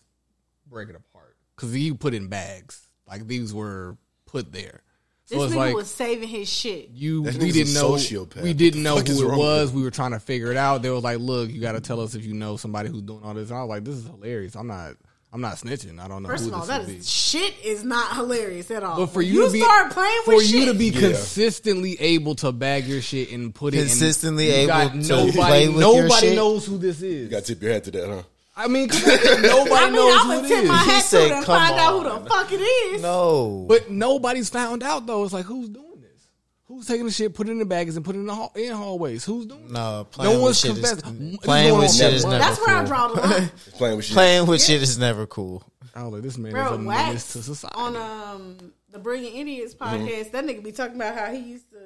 S4: break it apart because he put in bags. Like these were put there. So
S8: this
S4: it's
S8: nigga
S4: like
S8: was saving his shit.
S4: you
S9: That
S4: we
S9: nigga's
S4: didn't
S9: a
S4: know
S9: sociopath.
S4: we didn't know
S9: What the fuck is
S4: who it
S9: wrong with
S4: was. We were trying to figure it out. They was like, "Look, you got to tell us if you know somebody who's doing all this." And I was like, "This is hilarious. I'm not. I'm not snitching. I don't know
S8: First
S4: who
S8: of all,
S4: this
S8: that
S4: would
S8: is shit is not hilarious at all.
S4: be." But for you, to be,
S8: start playing
S4: for
S8: with
S4: you
S8: shit,
S4: to be
S9: Yeah.
S4: consistently able to bag your shit and put it in-
S7: Consistently
S4: you
S7: able
S4: got
S7: to
S4: nobody,
S7: play with your
S4: nobody
S7: shit?
S4: knows who this is.
S9: You got to tip your hat to that, huh?
S4: I mean, come on, nobody
S8: I mean,
S4: knows
S8: I would
S4: who it
S8: tip
S4: is.
S8: my
S7: He
S8: hat to
S7: said,
S8: it and
S7: "Come
S8: find out who
S7: on."
S8: the fuck it is.
S7: No.
S4: But nobody's found out though. It's like who's doing this? Who's taking the shit, putting it in bags, and putting it in, the hall- in hallways? Who's doing? it?
S7: no, playing with
S4: one's
S7: shit is,
S4: confessed. It's
S7: playing
S4: going
S7: with
S4: on
S7: shit
S4: for
S7: is never
S4: months.
S8: That's where I
S7: cool.
S8: draw the line.
S9: Just playing with shit.
S7: Playing with shit is never cool.
S4: I was like, this man is
S8: Bro,
S4: a menace to
S8: Wax
S4: society.
S8: on um the Brilliant Idiots
S9: Mm-hmm.
S8: podcast, that nigga be talking about how he used to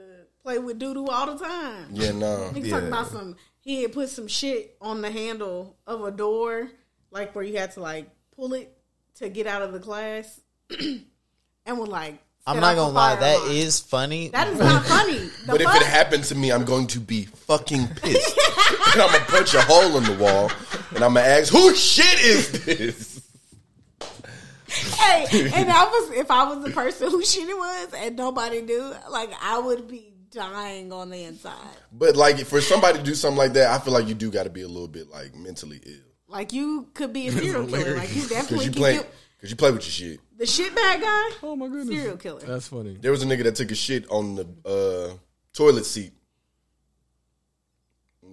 S8: play with doodoo all the time.
S9: Yeah, no.
S8: Nigga talking about some he had put some shit on the handle of a door, like where you had to like pull it to get out of the class, and was like,
S7: I'm
S8: set
S7: not
S8: off a
S7: gonna lie,
S8: fire
S7: that
S8: alarm.
S7: is funny.
S8: that is not funny. The
S9: But if
S8: fuck?
S9: it happened to me, I'm going to be fucking pissed. and I'm gonna punch a hole in the wall, and I'm gonna ask, "Whose shit is this?"
S8: hey, and I was if I was the person who shit it was and nobody knew, like I would be dying on the inside.
S9: But like, for somebody to do something like that, I feel like you do got to be a little bit like mentally ill
S8: Like you could be a serial killer. Like you
S9: because
S8: definitely
S9: you
S8: could
S9: play
S8: do-
S9: because you play with your shit.
S8: the shit bag guy.
S4: Oh my goodness,
S8: serial killer.
S4: That's funny.
S9: There was a nigga that took a shit on the uh, toilet seat,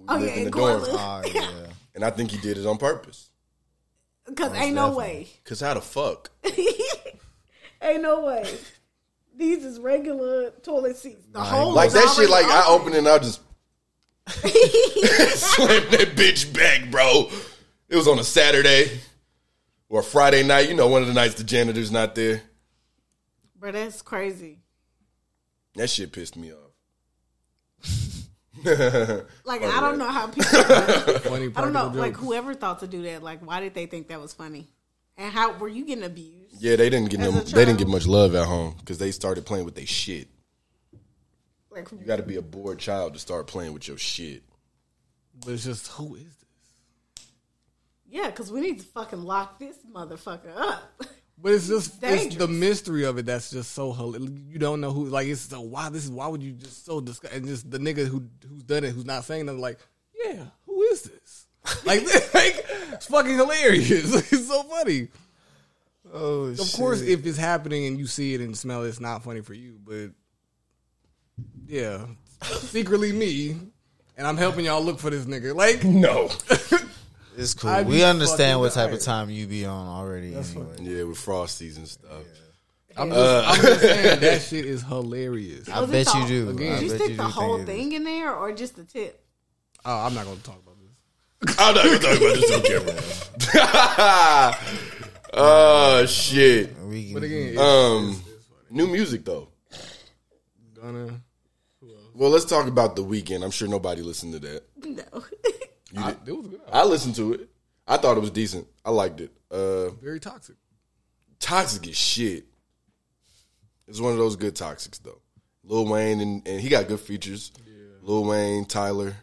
S8: Oh yeah,
S9: in
S8: and
S9: Uh, the dorm.
S7: Oh, yeah.
S9: and I think he did it on purpose.
S8: Because ain't no way.
S9: Cause how the fuck?
S8: Ain't no way. These is regular toilet seats. The whole
S9: Like that shit. Like I open it, and I just slam that bitch back, bro. It was on a Saturday or a Friday night. You know, one of the nights the janitor's not there.
S8: Bro, that's crazy.
S9: That shit pissed me off.
S8: Like I don't know how people.
S4: Funny
S8: I don't know.
S4: practical
S8: Like
S4: joke.
S8: whoever thought to do that. Like why did they think that was funny? And how were you getting abused?
S9: Yeah, they didn't get no,
S8: As a
S9: they didn't get
S8: child.
S9: much love at home because they started playing with their shit.
S8: Like
S9: You got to be a bored child to start playing with your shit.
S4: but it's just who is this?
S8: yeah, because we need to fucking lock this motherfucker up.
S4: But it's just it's the
S8: Dangerous.
S4: mystery of it that's just so hel- you don't know who like it's so why this is why would you just so disgust and just the nigga who who's done it who's not saying nothing like yeah who is this like, like it's fucking hilarious it's so funny
S7: Oh,
S4: of course if it's happening and you see it and smell it, it's not funny for you but yeah secretly me and I'm helping y'all look for this nigga like
S9: No.
S7: it's cool.
S4: I'd be
S7: We understand
S4: fucking
S7: what type
S4: tired.
S7: of time you be on already. Anyway.
S9: yeah, with frosties and stuff.
S4: I'm just, I'm just saying that shit is hilarious
S7: I
S8: Was it
S7: bet you
S8: the-
S7: do.
S4: Again.
S7: I
S8: Did you
S7: bet
S8: stick the
S7: do
S8: whole
S7: think it is.
S8: thing in there or just the tip?
S4: oh I'm not gonna talk about this
S9: I'm not even talking about this on camera. oh shit!
S7: We can-
S4: but again it's
S9: Um, new music though.
S4: gonna.
S9: Well, let's talk about the weekend. I'm sure nobody listened to that.
S8: No.
S4: I, it was good.
S9: I listened to it. I thought it was decent. I liked it. Uh,
S4: Very toxic.
S9: toxic as shit. It's one of those good toxics though. Lil Wayne and, and he got good features. Lil Wayne, Tyler,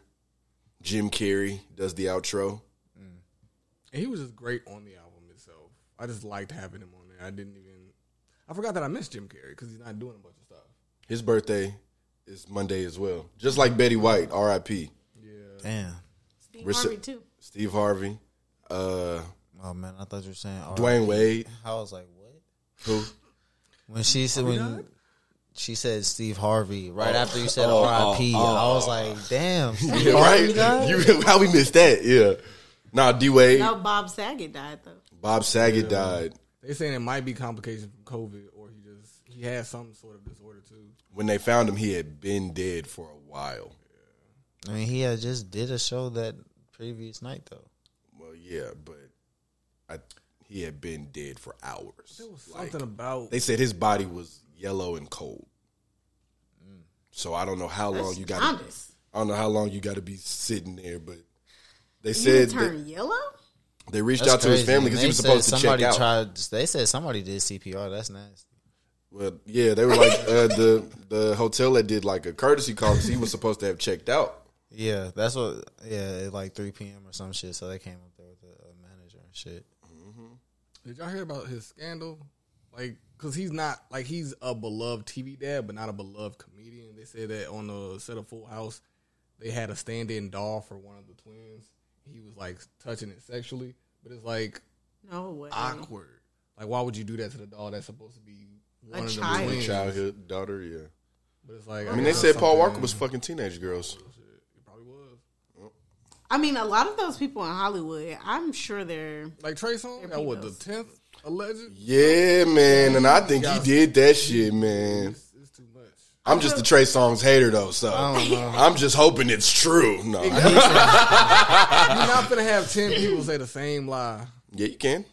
S9: Jim Carrey does the outro.
S4: And he was just great on the album itself. I just liked having him on there. I didn't even. I forgot that I missed Jim Carrey because he's not doing a bunch of stuff.
S9: His birthday is Monday as well. Just like Betty White, R.I.P.
S7: Damn.
S8: Steve
S9: Rece-
S8: Harvey too.
S9: Steve Harvey, uh,
S7: Oh man, I thought you were saying all right.
S9: Dwayne Wade.
S7: I was like, what?
S9: Who?
S7: When she said when she said Steve Harvey right after you said
S9: oh,
S7: R.I.P.
S9: oh,
S7: I was like, damn, Steve
S9: Yeah,
S7: Harvey
S9: right?
S7: died?
S9: You, how we missed that? Yeah. Nah, D Wade.
S8: No, Bob Saget died though.
S9: Bob Saget died.
S4: They saying it might be complications from COVID or he just he has some sort of disorder too.
S9: When they found him, he had been dead for a while.
S7: I mean, he had just did a show that previous night though.
S9: Well, yeah, but I, he had been dead for hours.
S4: There was something about
S9: They said his body was yellow and cold. So I don't know how long you got.
S8: Thomas.
S9: I don't know how long you got to be sitting there, but They
S8: You
S9: said
S8: turn
S9: that
S8: yellow.
S9: they reached
S7: That's
S9: out to his
S7: crazy.
S9: family because he
S7: They
S9: was
S7: said
S9: supposed to check
S7: somebody
S9: out.
S7: Tried, they said somebody did CPR. That's nasty.
S9: Well, yeah, they were like uh, the the hotel that did like a courtesy call because he was supposed to have checked out.
S7: Yeah, that's what. Yeah, at like 3 p.m. or some shit. So they came up there with a, a manager and shit.
S4: Did y'all hear about his scandal? Like, cause he's not like he's a beloved TV dad, but not a beloved comedian. They said that on the set of Full House, they had a stand-in doll for one of the twins. He was like touching it sexually, but it's like
S8: No way.
S4: awkward. Like, why would you do that to the doll that's supposed to be one of
S8: child.
S4: the twins?
S9: Childhood daughter, yeah.
S4: But it's like,
S9: I mean, they said Paul Walker was fucking teenage girls.
S4: probably was
S8: I mean, a lot of those people in Hollywood, I'm sure they're.
S4: like Trey Songz. That was the
S8: pedos.
S4: tenth alleged.
S9: Yeah, man, and I think he did that shit, man.
S4: It's, it's too much.
S9: I'm just a Trey Songz hater though, so I'm just hoping it's true. No,
S4: You're not gonna have ten people say the same lie.
S9: yeah, you can.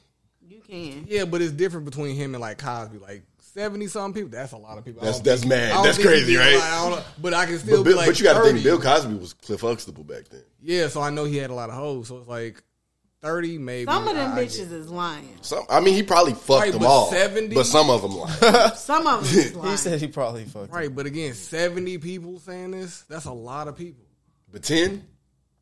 S8: You can.
S4: Yeah, but it's different between him and like Cosby. Like seventy some people, that's a lot of people. I
S9: That's
S4: don't
S9: that's
S4: think- I
S9: mad.
S4: don't
S9: That's
S4: think
S9: crazy,
S4: he did,
S9: right?
S4: like, I don't know, but I can still
S9: But,
S4: be
S9: Bill,
S4: like,
S9: but you got to think
S4: 30.
S9: Bill Cosby was Cliff Huxtable back then.
S4: Yeah, so I know he had a lot of hoes. So it's like thirty, maybe.
S8: Some of them
S4: I- I get-
S8: bitches is lying.
S9: Some, I mean, he probably fucked
S4: Right,
S9: them
S4: but
S9: all,
S4: 70?
S9: but some of them like
S8: Some of them is lying.
S7: he probably fucked.
S4: Right, but again, seventy people saying this—that's a lot of people.
S9: but ten.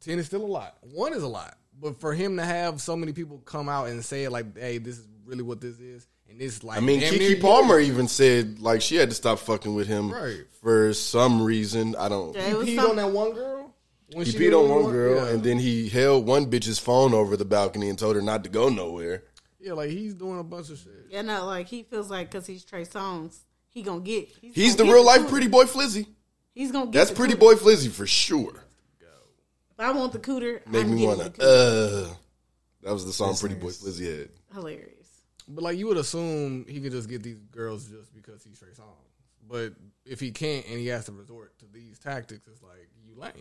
S4: Ten is still a lot. One is a lot. But for him to have so many people come out and say like, "Hey, this is really what this is," and this like,
S9: I mean,
S4: damn
S9: Kiki
S4: near-
S9: Palmer even said like she had to stop fucking with him
S4: Right.
S9: for some reason. I don't.
S8: There was
S4: He peed
S8: some-
S4: on that one girl. When
S9: He
S4: she
S9: peed
S4: was
S9: on one girl
S4: yeah.
S9: and then he held one bitch's phone over the balcony and told her not to go nowhere.
S4: yeah, like he's doing a bunch of shit.
S8: you know, uh, like he feels like because he's Trey Songs, he gonna get.
S9: He's
S8: gonna
S9: the
S8: get
S9: real life
S8: cootie.
S9: pretty boy Flizzy.
S8: He's gonna get.
S9: That's
S8: the
S9: pretty
S8: cootie.
S9: boy Flizzy for sure.
S8: If I want the cooter.
S9: Make
S8: I'm getting
S9: me
S8: the
S9: wanna.
S8: cooter.
S9: Uh, that was the song Pretty Boy Flizzy had.
S8: Hilarious.
S4: But like you would assume he could just get these girls just because he's Trey Songz. But if he can't and he has to resort to these tactics, it's like you lame.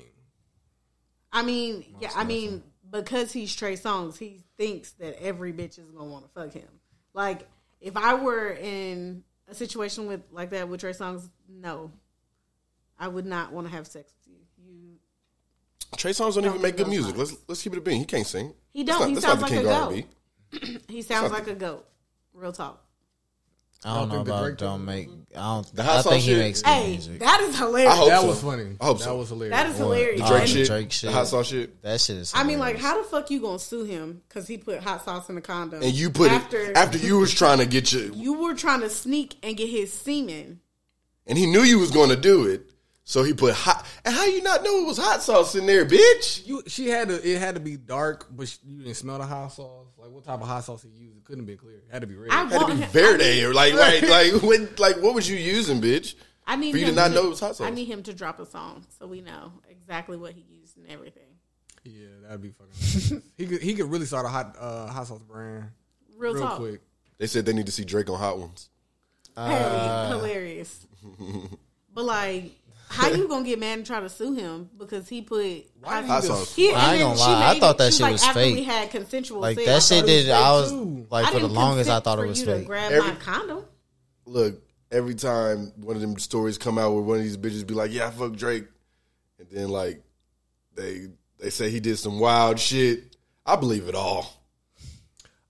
S8: I mean, yeah, I mean, because he's Trey Songs, he thinks that every bitch is gonna want to fuck him. Like, if I were in a situation with like that with Trey Songs, no, I would not want to have sex with you. You,
S9: Trey Songz don't even
S8: do
S9: make good
S8: those
S9: music.
S8: lines.
S9: Let's let's keep it a bean. He can't sing.
S8: He
S9: That's
S8: don't.
S9: not-
S8: He
S9: that's
S8: sounds
S9: not the
S8: like
S9: king
S8: a
S9: of
S8: goat.
S9: R&B.
S8: he sounds like a goat. Real talk.
S7: I don't know
S4: think the
S7: about
S4: Drake
S7: don't make. I don't.
S9: The hot
S7: I think
S9: sauce
S7: he
S9: shit?
S7: makes good
S8: Hey,
S7: music.
S8: that is hilarious.
S9: I hope
S4: That
S9: so.
S4: was funny.
S9: I hope
S4: that
S9: so.
S4: was hilarious.
S8: that is hilarious.
S9: Drake
S8: And-
S9: shit,
S7: Drake shit.
S9: the hot sauce shit.
S7: that shit is.
S8: I mean, like,
S7: hilarious.
S8: how the fuck you gonna sue him because he put hot sauce in the condom?
S9: And you put
S8: after
S9: it after you was trying to get your
S8: you were trying to sneak and get his semen.
S9: and he knew you was going to do it, so he put hot. And how you not know it was hot sauce in there, bitch?
S4: You, she had to. It had to be dark, but she, you didn't smell the hot sauce. Like what type of hot sauce he used? It couldn't have been clear. It had to be red.
S8: I
S9: Had
S8: want
S9: to be
S8: him-
S9: Verde or like like like what like what was you using, bitch?
S8: I need
S9: For you
S8: him
S9: to not
S8: to-
S9: know it was hot sauce.
S8: I need him to drop a song so we know exactly what he used and everything.
S4: yeah, that'd be fucking. hilarious. he could. He could really start a hot uh, hot sauce brand
S8: Real,
S4: real
S8: talk.
S4: quick.
S9: They said they need to see Drake on Hot Ones.
S8: Hey,
S7: Ah.
S8: hilarious. but like, how you gonna get mad and try to sue him because he put
S4: Why
S9: Hot
S4: Just-
S9: sauce.
S8: He, and
S7: I ain't
S8: then
S7: gonna
S8: she
S7: lie, I
S8: made
S7: thought that
S8: she
S7: shit was
S8: after We
S7: fake.
S8: had consensual
S7: Like
S8: sex, I
S7: that shit
S8: thought it
S7: did.
S8: fake
S7: I was
S8: too.
S7: like,
S8: I
S7: for the
S8: didn't
S7: longest, I
S8: consent
S7: thought
S8: for
S7: it was
S8: you to
S7: fake.
S8: Grab my
S9: Every-
S8: condom.
S9: Look, every time one of them stories come out where one of these bitches be like, "Yeah, I fuck Drake," and then like they they say he did some wild shit. I believe it all.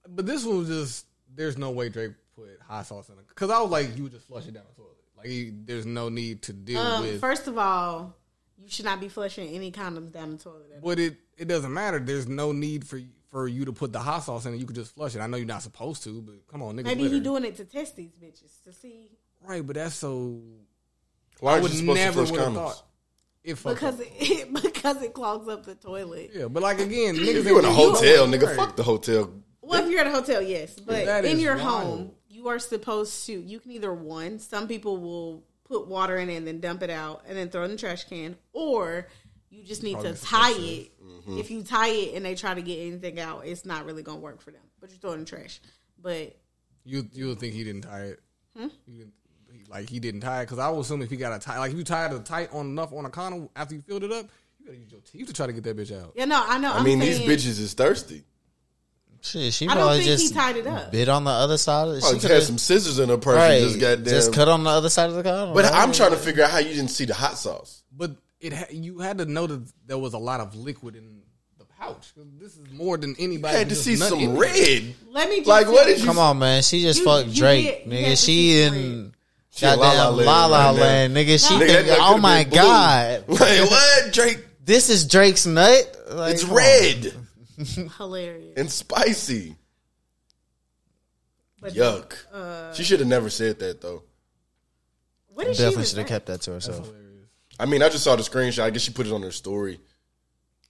S4: But this one was just there's no way Drake put hot sauce in it because I was like you would just flush it down the toilet. Like you, there's no need to deal
S8: Um,
S4: with.
S8: first of all, you should not be flushing any condoms down the toilet.
S4: but it it doesn't matter. There's no need for for you to put the hot sauce in it. You could just flush it. I know you're not supposed to, but come on, nigga.
S8: Maybe he doing it to test these bitches to see
S4: right, but that's so.
S9: Why
S4: I
S9: aren't
S4: would
S9: you supposed
S4: never
S9: to
S4: would
S9: flush
S4: have
S9: condoms?
S4: thought. It fucked
S8: because
S4: up.
S8: it because it clogs up the toilet.
S4: yeah, but like again,
S9: If
S4: niggas
S9: you in a
S4: ain't-
S9: hotel, nigga,
S4: Right.
S9: fuck the hotel.
S8: Well, if you're at a hotel, yes, but
S4: That
S8: in
S4: is
S8: your
S4: wild.
S8: home, you are supposed to. You can either one. Some people will put water in it and then dump it out and then throw it in the trash can, or you just need to tie it.
S9: Mm-hmm.
S8: If you tie it and they try to get anything out, it's not really gonna work for them. But you throw it in the trash. But
S4: You you would think he didn't tie it.
S8: Hmm?
S4: You didn't, he- like he didn't tie it because I would assume if he got a tie, like if you tied a tight on enough on a condom after you filled it up, you gotta use your teeth to try to get that bitch out.
S8: yeah, no, I know.
S9: I
S8: I'm
S9: mean,
S8: saying,
S9: these bitches is thirsty.
S7: Shit, she
S8: I don't
S7: probably
S8: think he
S7: just
S8: tied it up.
S7: Bit on the other side. of it. She
S9: Probably
S7: coulda-
S9: had some scissors in her purse.
S7: right,
S9: and just goddamn.
S7: just cut on the other side of the car.
S9: But I'm trying to figure out how you didn't see the hot sauce.
S4: But it ha- you had to know that there was a lot of liquid in the couch. 'Cause This is more than anybody.
S9: I had to
S4: just
S9: see
S4: nut
S9: some
S4: in.
S9: red.
S8: Let me just
S9: Like, what
S8: say-
S9: did you-
S7: Come on, man. She just
S8: You-
S7: fucked
S8: you
S7: Drake,
S8: did- you
S7: nigga.
S8: had to
S7: She
S8: see
S7: in
S9: She in La La
S7: goddamn
S9: Land
S7: La La
S9: right now.
S7: Land, nigga. She
S8: No.
S9: Nigga, that
S7: thinking,
S9: nut
S7: oh
S9: could've
S7: my
S9: been blue.
S7: god,
S9: Like what, Drake?
S7: this is Drake's nut. Like,
S9: It's
S7: come on.
S9: red
S8: Hilarious.
S9: and spicy.
S8: But
S9: Yuck. she should have never said that though.
S8: What did
S7: Definitely
S8: she
S7: should have
S8: regret?
S7: kept that to herself.
S9: I mean, I just saw the screenshot. I guess she put it on her story.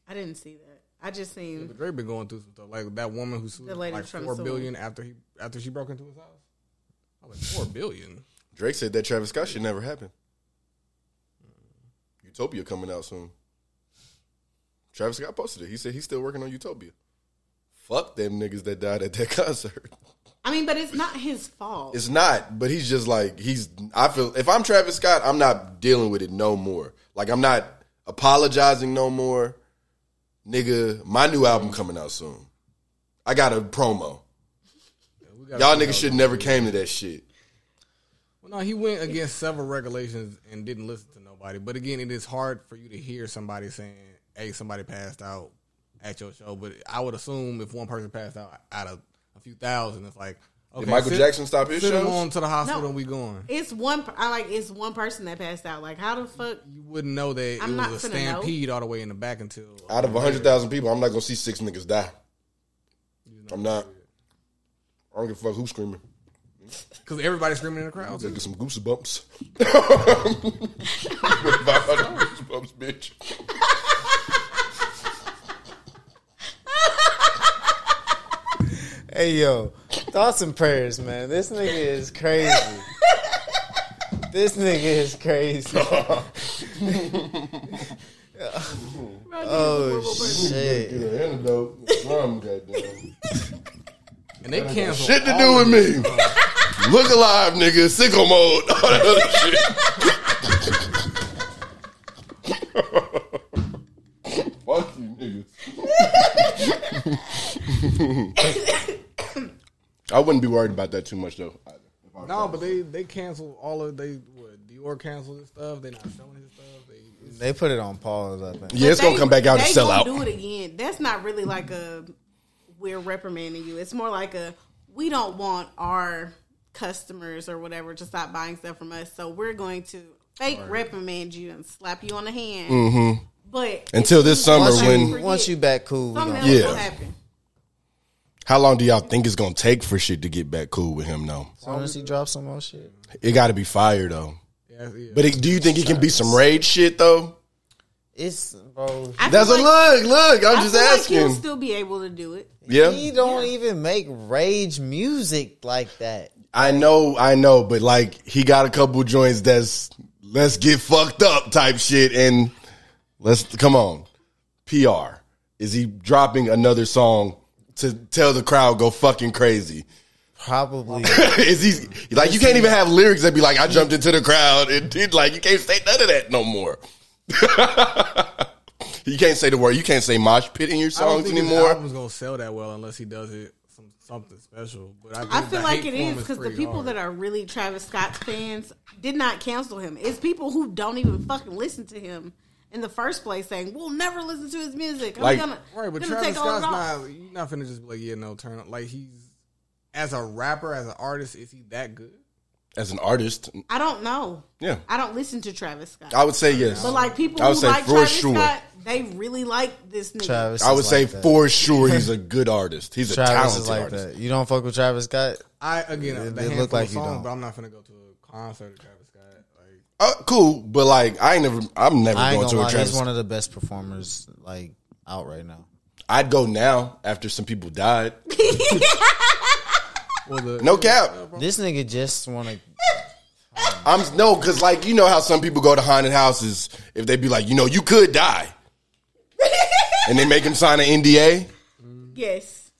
S8: I didn't see that. I just seen.
S4: Drake been going through some stuff. Like that woman who sued
S8: The
S4: him,
S8: lady
S4: like
S8: from
S4: four
S8: Seoul.
S4: billion after he after she broke into his house. I was like four billion.
S9: Drake said that Travis Scott should never happen. Utopia coming out soon. Travis Scott posted it. He said he's still working on Utopia. Fuck them niggas that died at that concert.
S8: I mean, but it's not his fault.
S9: It's not, but he's just like he's. I feel if I'm Travis Scott, I'm not dealing with it no more. Like I'm not apologizing no more, nigga. My new album coming out soon. I got a promo.
S4: We got-
S9: Y'all niggas should never came to that shit.
S4: Well, no, he went against several regulations and didn't listen to nobody. But again, it is hard for you to hear somebody saying, "Hey, somebody passed out at your show." But I would assume if one person passed out out of a few thousand, it's like, okay,
S9: Michael
S4: sit-
S9: Jackson stop his
S4: Send him
S9: shows?
S4: on to the hospital
S8: No.
S4: and we going.
S8: It's one. per- I like. It's one person that passed out. Like, how the fuck?
S4: You wouldn't know that
S8: I'm
S4: it
S8: not
S4: was a
S8: finna know.
S4: stampede all the way in the back until
S9: Out of hundred thousand people, I'm not gonna see six niggas die. I'm not. I don't give a fuck who's screaming.
S4: because everybody's screaming in the crowd.
S9: Gotta get some goosebumps. Five hundred goosebumps, bitch.
S7: Hey yo, thoughts and prayers, man. This nigga is crazy. this nigga is crazy. oh shit!
S9: Get an antidote. Rum, goddamn.
S4: And they canceled
S9: Shit to
S4: all
S9: do
S4: of
S9: with
S4: it.
S9: me. Look alive, nigga. Sickle mode. All that other shit. Fuck you, niggas. I wouldn't be worried about that too much though. either, if I
S4: No,
S9: was
S4: but they they canceled all of they what Dior canceled his stuff. They not selling his stuff. They, it's-
S7: They put it on pause. I think.
S9: Yeah, it's gonna
S8: They-
S9: come back out and
S8: they
S9: sell
S8: gonna
S9: out.
S8: Do it again. That's not really like a we're reprimanding you. It's more like a we don't want our customers or whatever to stop buying stuff from us, so we're going to fake reprimand you and slap you on the hand. But
S9: Mm-hmm. Until this summer,
S7: Once you,
S9: when
S7: once you back cool, we
S8: something
S7: gonna,
S8: else will
S9: Yeah.
S8: happen.
S9: how long do y'all think it's gonna take for shit to get back cool with him? though?
S7: soon as he drops some more shit.
S9: it got to be fire though.
S4: yeah, yeah.
S9: But it, do you think it can be some rage shit though?
S7: It's bro.
S8: I
S9: That's a
S8: feel like-
S9: look. Look, I'm
S8: I
S9: just
S8: feel like
S9: asking.
S8: he'll still be able to do it.
S9: yeah,
S7: He don't even make rage music like that.
S9: I know, I know, but like he got a couple joints that's let's get fucked up type shit, and let's come on. PR is he dropping another song to tell the crowd go fucking crazy?
S7: Probably.
S9: is he like you can't even have lyrics that be like I jumped into the crowd and did like you can't say none of that no more. you can't say the word. You can't say mosh pit in your
S4: I don't
S9: songs
S4: think his
S9: anymore.
S4: album's gonna sell that well unless he does it some, something special. But I, think
S8: I feel
S4: the
S8: like
S4: hate
S8: it
S4: for him
S8: is because the
S4: pretty
S8: people
S4: hard.
S8: that are really Travis Scott fans did not cancel him. It's people who don't even fucking listen to him in the first place, saying we'll never listen to his music. I'm
S9: Like-
S8: gonna,
S4: right, but
S8: gonna
S4: Travis
S8: take all
S4: Scott's
S8: it off.
S4: not you're not finna just be like yeah no turn up like he's as a rapper as an artist is he that good?
S9: As an artist,
S8: I don't know.
S9: yeah,
S8: I don't listen to Travis Scott,
S9: I would say yes.
S8: but like people
S9: I would
S8: who
S9: say
S8: like
S9: for
S8: Travis
S9: sure.
S8: Scott, they really like this nigga.
S7: Travis.
S9: I
S7: is
S9: would say
S7: like that.
S9: for sure he's a good artist. He's a
S7: Travis
S9: talented
S7: is like
S9: artist.
S7: that. You don't fuck with Travis Scott.
S4: I again
S7: It- it
S4: the
S7: look
S4: handful
S7: like
S4: of
S7: you
S4: songs,
S7: don't.
S4: but I'm not finna go to a concert of Travis Scott. Like
S9: Uh, cool, but like I ain't never. I'm never
S7: I ain't
S9: going
S7: gonna
S9: to a
S7: lie.
S9: Travis.
S7: He's one of the best performers like out right now.
S9: I'd go now after some people died.
S4: well the
S9: No cap.
S7: This nigga just want to.
S9: I'm no, because like you know how some people go to haunted houses if they be like, you know, you could die, and they make him sign an NDA.
S8: Yes,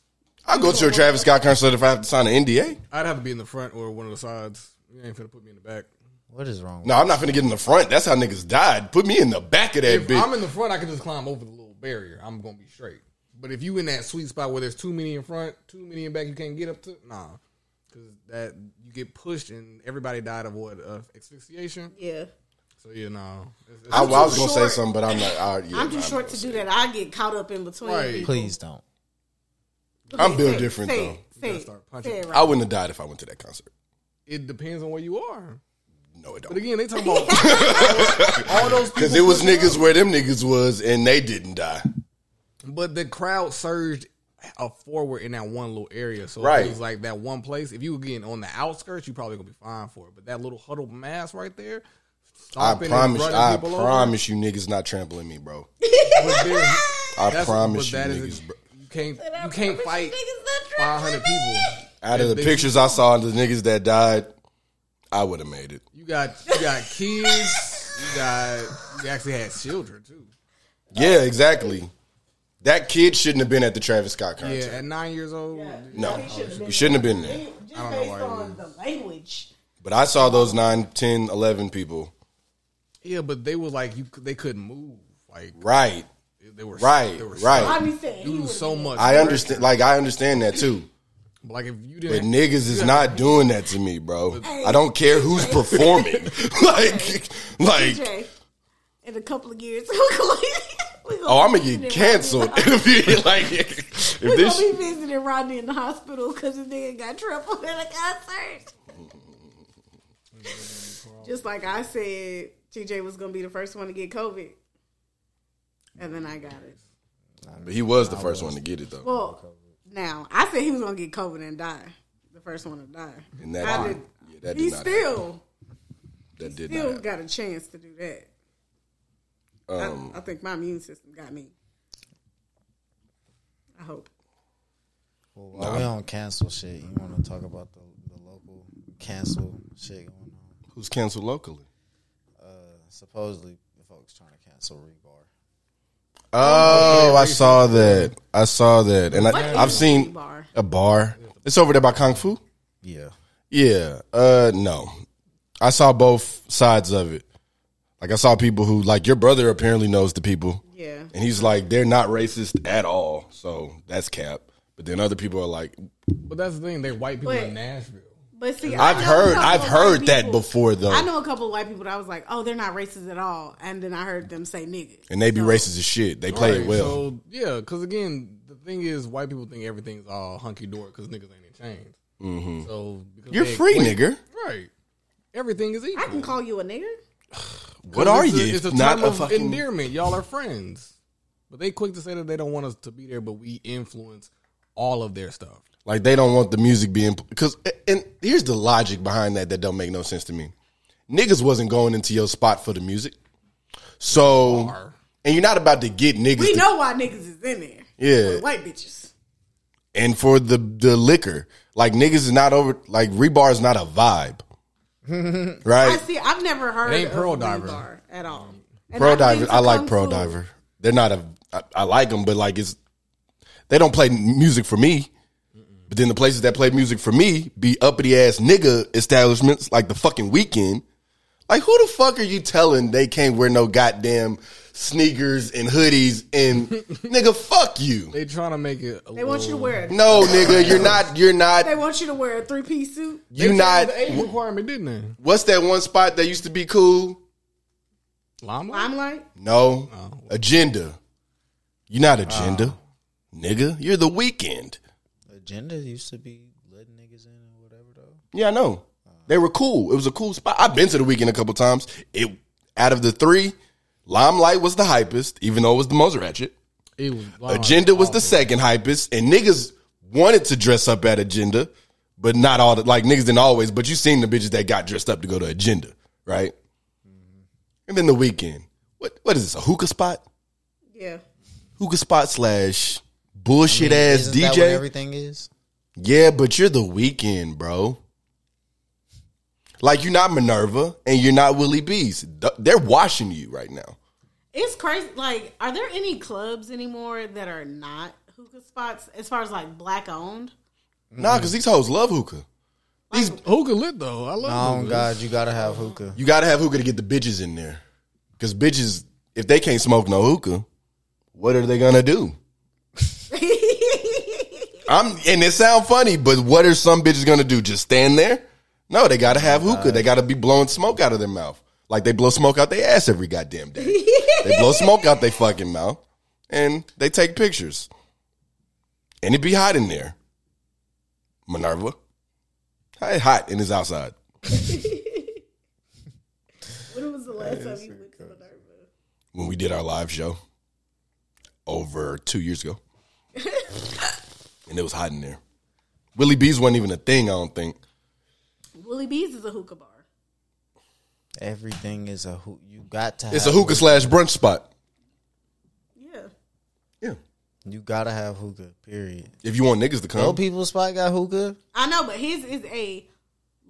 S9: I'll go to a Travis Scott concert if I have to sign an NDA.
S4: I'd have to be in the front or one of the sides. You ain't finna put me in the back.
S7: What is wrong? with
S9: No, I'm not finna get in the front. That's how niggas died. Put me in the back of that
S4: If
S9: bitch.
S4: I'm in the front, I can just climb over the little barrier. I'm gonna be straight. But if you in that sweet spot where there's too many in front, too many in back, you can't get up to. Nah, because that you get pushed and everybody died of what uh, asphyxiation.
S8: yeah.
S4: So you know, it's, it's,
S9: I, I was
S8: too
S9: gonna
S8: short.
S9: say something, but I'm not. I, yeah,
S8: I'm too short to do that. I get caught up in between.
S4: Right.
S8: people.
S7: Please don't.
S8: Okay,
S9: I'm Bill
S8: say it,
S9: different,
S8: say
S9: though.
S8: it, Say it,
S4: start punching.
S8: say it
S9: I
S8: right.
S9: wouldn't have died if I went to that concert.
S4: it depends on where you are.
S9: No, it
S4: But
S9: don't.
S4: again, they talking about all those people.
S9: Because it was niggas where them niggas was, and they didn't die.
S4: But the crowd surged uh, forward in that one little area. So
S9: Right.
S4: if it was like that one place. If you were getting on the outskirts, you probably gonna be fine for it. But that little huddled mass right there,
S9: I
S4: stomping and
S9: promise.
S4: running
S9: I
S4: people over,
S9: promise you, niggas not trampling me, bro.
S4: but there's-
S9: I
S4: that's-
S9: promise
S4: but
S9: you,
S4: that is-
S9: niggas. bro.
S4: you can't
S8: I
S4: you can't
S8: promise
S4: fight
S8: niggas not trying
S4: five
S8: to
S4: hundred
S8: be
S4: people.
S9: Out of the
S4: They-
S9: pictures I saw, of the niggas that died, I would have made it.
S4: You got you got kids. You got you actually had children too.
S9: Yeah, exactly. That kid shouldn't have been at the Travis Scott
S4: Yeah,
S9: concert.
S4: at nine years old.
S9: No, he shouldn't have been there.
S8: Just based on the language.
S9: But I saw those 9, 10, 11 people.
S4: Yeah, but they were like you. They couldn't move. Like
S9: Right,
S4: they were
S9: right,
S4: They were
S9: right.
S8: Bobby said he
S4: You
S8: was
S4: lose so much.
S9: I understand. Like I understand that too.
S4: like if you
S9: But
S4: didn't.
S9: niggas is not doing that to me, bro. I don't care who's performing. like, like.
S8: Jay. In a couple of years, we're gonna- we're gonna
S9: Oh, I'm
S8: be
S9: gonna
S8: visiting
S9: get canceled.
S8: Rodney.
S9: It'll be like, if
S8: We're
S9: this,
S8: gonna be visiting Rodney in the hospital because this nigga got trampled at a concert. Just like I said, TJ was gonna be the first one to get COVID, and then I got it.
S9: but he was the first one to get it though.
S8: Well, now I said he was gonna get COVID and die. The first one to die.
S9: And that,
S8: I
S9: did,
S8: did.
S9: yeah, that
S8: He
S9: did not. happen.
S8: still
S9: That did not.
S8: still
S9: happen.
S8: got a chance to do that. I-
S9: Um,
S8: I, think my immune system got me. I hope.
S7: Well, while we on cancel shit, you want to talk about the, the local cancel shit going on?
S9: Who's canceled locally?
S7: Supposedly, the folks trying to cancel Rebar.
S9: Oh, I saw that. I saw that, and
S8: What
S9: I, I've
S8: is
S9: seen
S8: Rebar?
S9: a bar. It's over there by Kung Fu.
S7: Yeah,
S9: Yeah. Uh, no, I saw both sides of it. Like I saw people who, like your brother, apparently knows the people,
S8: Yeah.
S9: and he's like, they're not racist at all. So that's cap. But then other people are like,
S4: But that's the thing. They white people
S8: But-
S4: in Nashville.
S8: But see, I
S9: I've
S8: know a
S9: heard,
S8: couple
S9: I've
S8: of
S9: heard
S8: white
S9: that
S8: people-
S9: before though,
S8: I know a couple of white people that I was like, oh, they're not racist at all, and then I heard them say nigga.
S9: and they be racist as shit. They play it
S4: Right,
S9: well.
S4: So yeah, because again, the thing is, white people think everything's all hunky dory because niggas ain't in chains. Mm-hmm. So because
S9: You're
S4: they
S9: free,
S4: equate-
S9: nigga.
S4: Right. Everything is equal.
S8: I can call you a nigger.
S9: What are
S4: it's
S9: you?
S4: A, it's a
S9: not
S4: term
S9: a
S4: of
S9: fucking.
S4: endearment. Y'all are friends, but they quick to say that they don't want us to be there, but we influence all of their stuff.
S9: Like they don't want the music being because and here's the logic behind that that don't make no sense to me. Niggas wasn't going into your spot for the music, so
S4: Are
S9: and you're not about to get niggas.
S8: We
S9: to-
S8: know why niggas is in there.
S9: Yeah.
S8: For white bitches.
S9: and for the the liquor, like niggas is not over. Like rebar is not a vibe,
S8: I
S9: right?
S8: see. I've never heard
S4: It ain't
S8: of
S4: Pearl
S8: Rebar
S4: Diver.
S8: at all. And
S9: Pro
S8: I've been
S9: diver,
S8: to
S9: I like
S8: Kung
S9: pro
S8: Fu.
S9: diver. They're not a. I, I like them, but like it's they don't play music for me. But then the places that play music for me be uppity ass nigga establishments like the fucking weekend. Like who the fuck are you telling they can't wear no goddamn sneakers and hoodies and nigga fuck you.
S4: they trying to make it? A
S8: They want you to wear it.
S9: No nigga, you're not you're
S8: They
S9: not
S8: want you to wear a three piece suit.
S9: you not
S4: the age requirement, didn't they?
S9: what's that one spot that used to be cool?
S4: Limelight.
S8: Limelight.
S9: No. Agenda. You're not agenda. Nigga, you're the weekend.
S7: agenda used to be letting niggas in or whatever though.
S9: Yeah, I know. They were cool. It was a cool spot. I've been to the weekend a couple times. It out of the three, Limelight was the hypest, even though it was the most ratchet.
S4: It was Limelight.
S9: Agenda was the second hypest, and niggas wanted to dress up at Agenda, but not all the like niggas didn't always. But you seen the bitches that got dressed up to go to Agenda, right? And then the weekend. What what is this? A hookah spot?
S8: Yeah.
S9: Hookah spot slash bullshit ass
S7: Isn't that what
S9: DJ.
S7: everything is.
S9: Yeah, but you're the weekend, bro. Like you're not Minerva and you're not Willie Bees. Th- They're washing you right now.
S8: It's crazy. Like, are there any clubs anymore that are not hookah spots as far as like black owned?
S9: Nah,
S7: Mm-hmm.
S9: because these hoes love hookah. These
S4: Hookah lit though. I love.
S7: Oh
S4: hookah.
S7: God, you gotta have hookah.
S9: you gotta have hookah to get the bitches in there. Because bitches, if they can't smoke no hookah, what are they gonna do? I'm and it sound funny, but what are some bitches gonna do? Just stand there? No, they gotta have hookah. They gotta be blowing smoke out of their mouth. Like they blow smoke out their ass every goddamn day. they blow smoke out their fucking mouth and they take pictures. And it be hot in there. Minerva. It's hot and it's outside.
S8: When was the last time you went to Minerva?
S9: When we did our live show over two years ago. and it was hot in there. Willie B's wasn't even a thing, I don't think.
S8: Willie B's is a hookah bar.
S7: Everything is a hoot. You got to.
S9: It's a
S7: have
S9: hookah slash brunch spot.
S8: Yeah.
S9: Yeah.
S7: You gotta have hookah. Period.
S9: If you want niggas to come.
S7: Old people's spot got hookah.
S8: I know, but his is a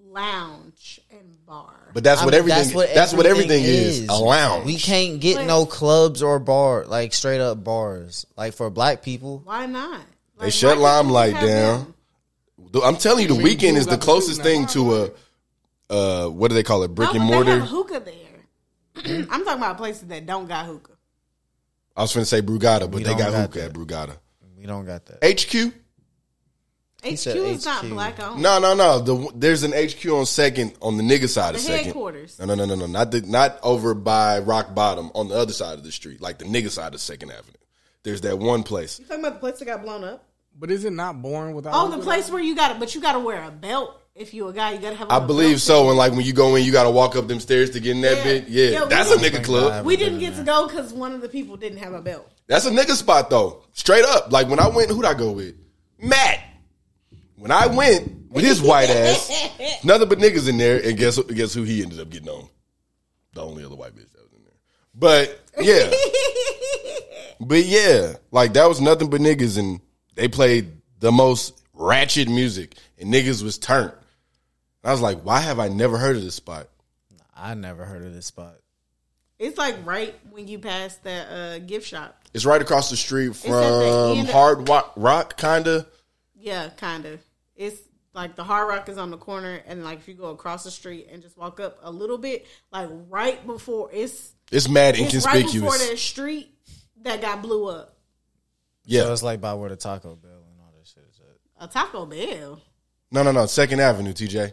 S8: lounge and bar.
S9: But that's
S7: I
S9: what
S7: mean,
S9: everything. That's what, everything, is. A lounge.
S7: We can't get
S8: But-
S7: no clubs or bar like straight up bars. Like for black people,
S8: Why not?
S9: They
S8: Like,
S9: shut
S8: why can't we
S9: Limelight
S8: have
S9: down.
S8: them?
S9: The- I'm telling you, the weekend is the
S4: got the food
S9: closest
S4: now.
S9: thing to a, uh, what do they call it? Brick
S8: Why
S9: and
S8: would Oh, They
S9: mortar.
S8: have hookah there. I'm talking about places that don't got hookah.
S9: I was going to say Brugada, but
S7: We
S9: they
S7: don't
S9: got
S7: got
S9: hookah at Brugada.
S7: we don't got that.
S9: HQ?
S8: HQ
S7: said
S8: is not
S7: HQ.
S8: black owned.
S9: No, no, no. The, there's an HQ on second on the nigga side
S8: the
S9: of second.
S8: headquarters.
S9: No, no, no, no, no. Not the, not over by Rock Bottom on the other side of the street, like the nigga side of Second Avenue. There's that one place.
S8: You talking about the place that got blown up?
S4: But is it not boring without?
S8: Oh, the place where you got to, but you got to wear a belt if you a guy. You got to have.
S9: I
S8: on a
S9: believe
S8: belt.
S9: so. And like when you go in, you got to walk up them stairs to get in that
S8: Yeah.
S9: bit. Yeah,
S8: Yeah, we
S9: that's a
S8: don't-
S9: nigga club.
S8: We didn't get to go because one of the people didn't have a belt.
S9: That's a nigga spot though. Straight up. Like when I went, who'd I go with? Matt. When I went with his white ass, nothing but niggas in there, and guess guess who he ended up getting on? The only other white bitch that was in there. But yeah. but yeah. Like that was nothing but niggas and they played the most ratchet music and niggas was turned. I was like, why have I never heard of this spot?
S7: I never heard of this spot.
S8: It's like right when you pass that uh, gift shop.
S9: It's right across the street
S8: at the
S9: from
S8: end of-
S9: Hard Wa- Rock, kinda.
S8: Yeah, kind of. It's like the Hard Rock is on the corner, and like if you go across the street and just walk up a little bit, like right before it's,
S9: It's mad
S8: it's right
S9: inconspicuous.
S8: before that street that got blew up.
S9: yeah.
S7: So it's like by where the Taco Bell and all that shit is at.
S8: A Taco Bell
S9: No, no, no. Second Avenue, TJ.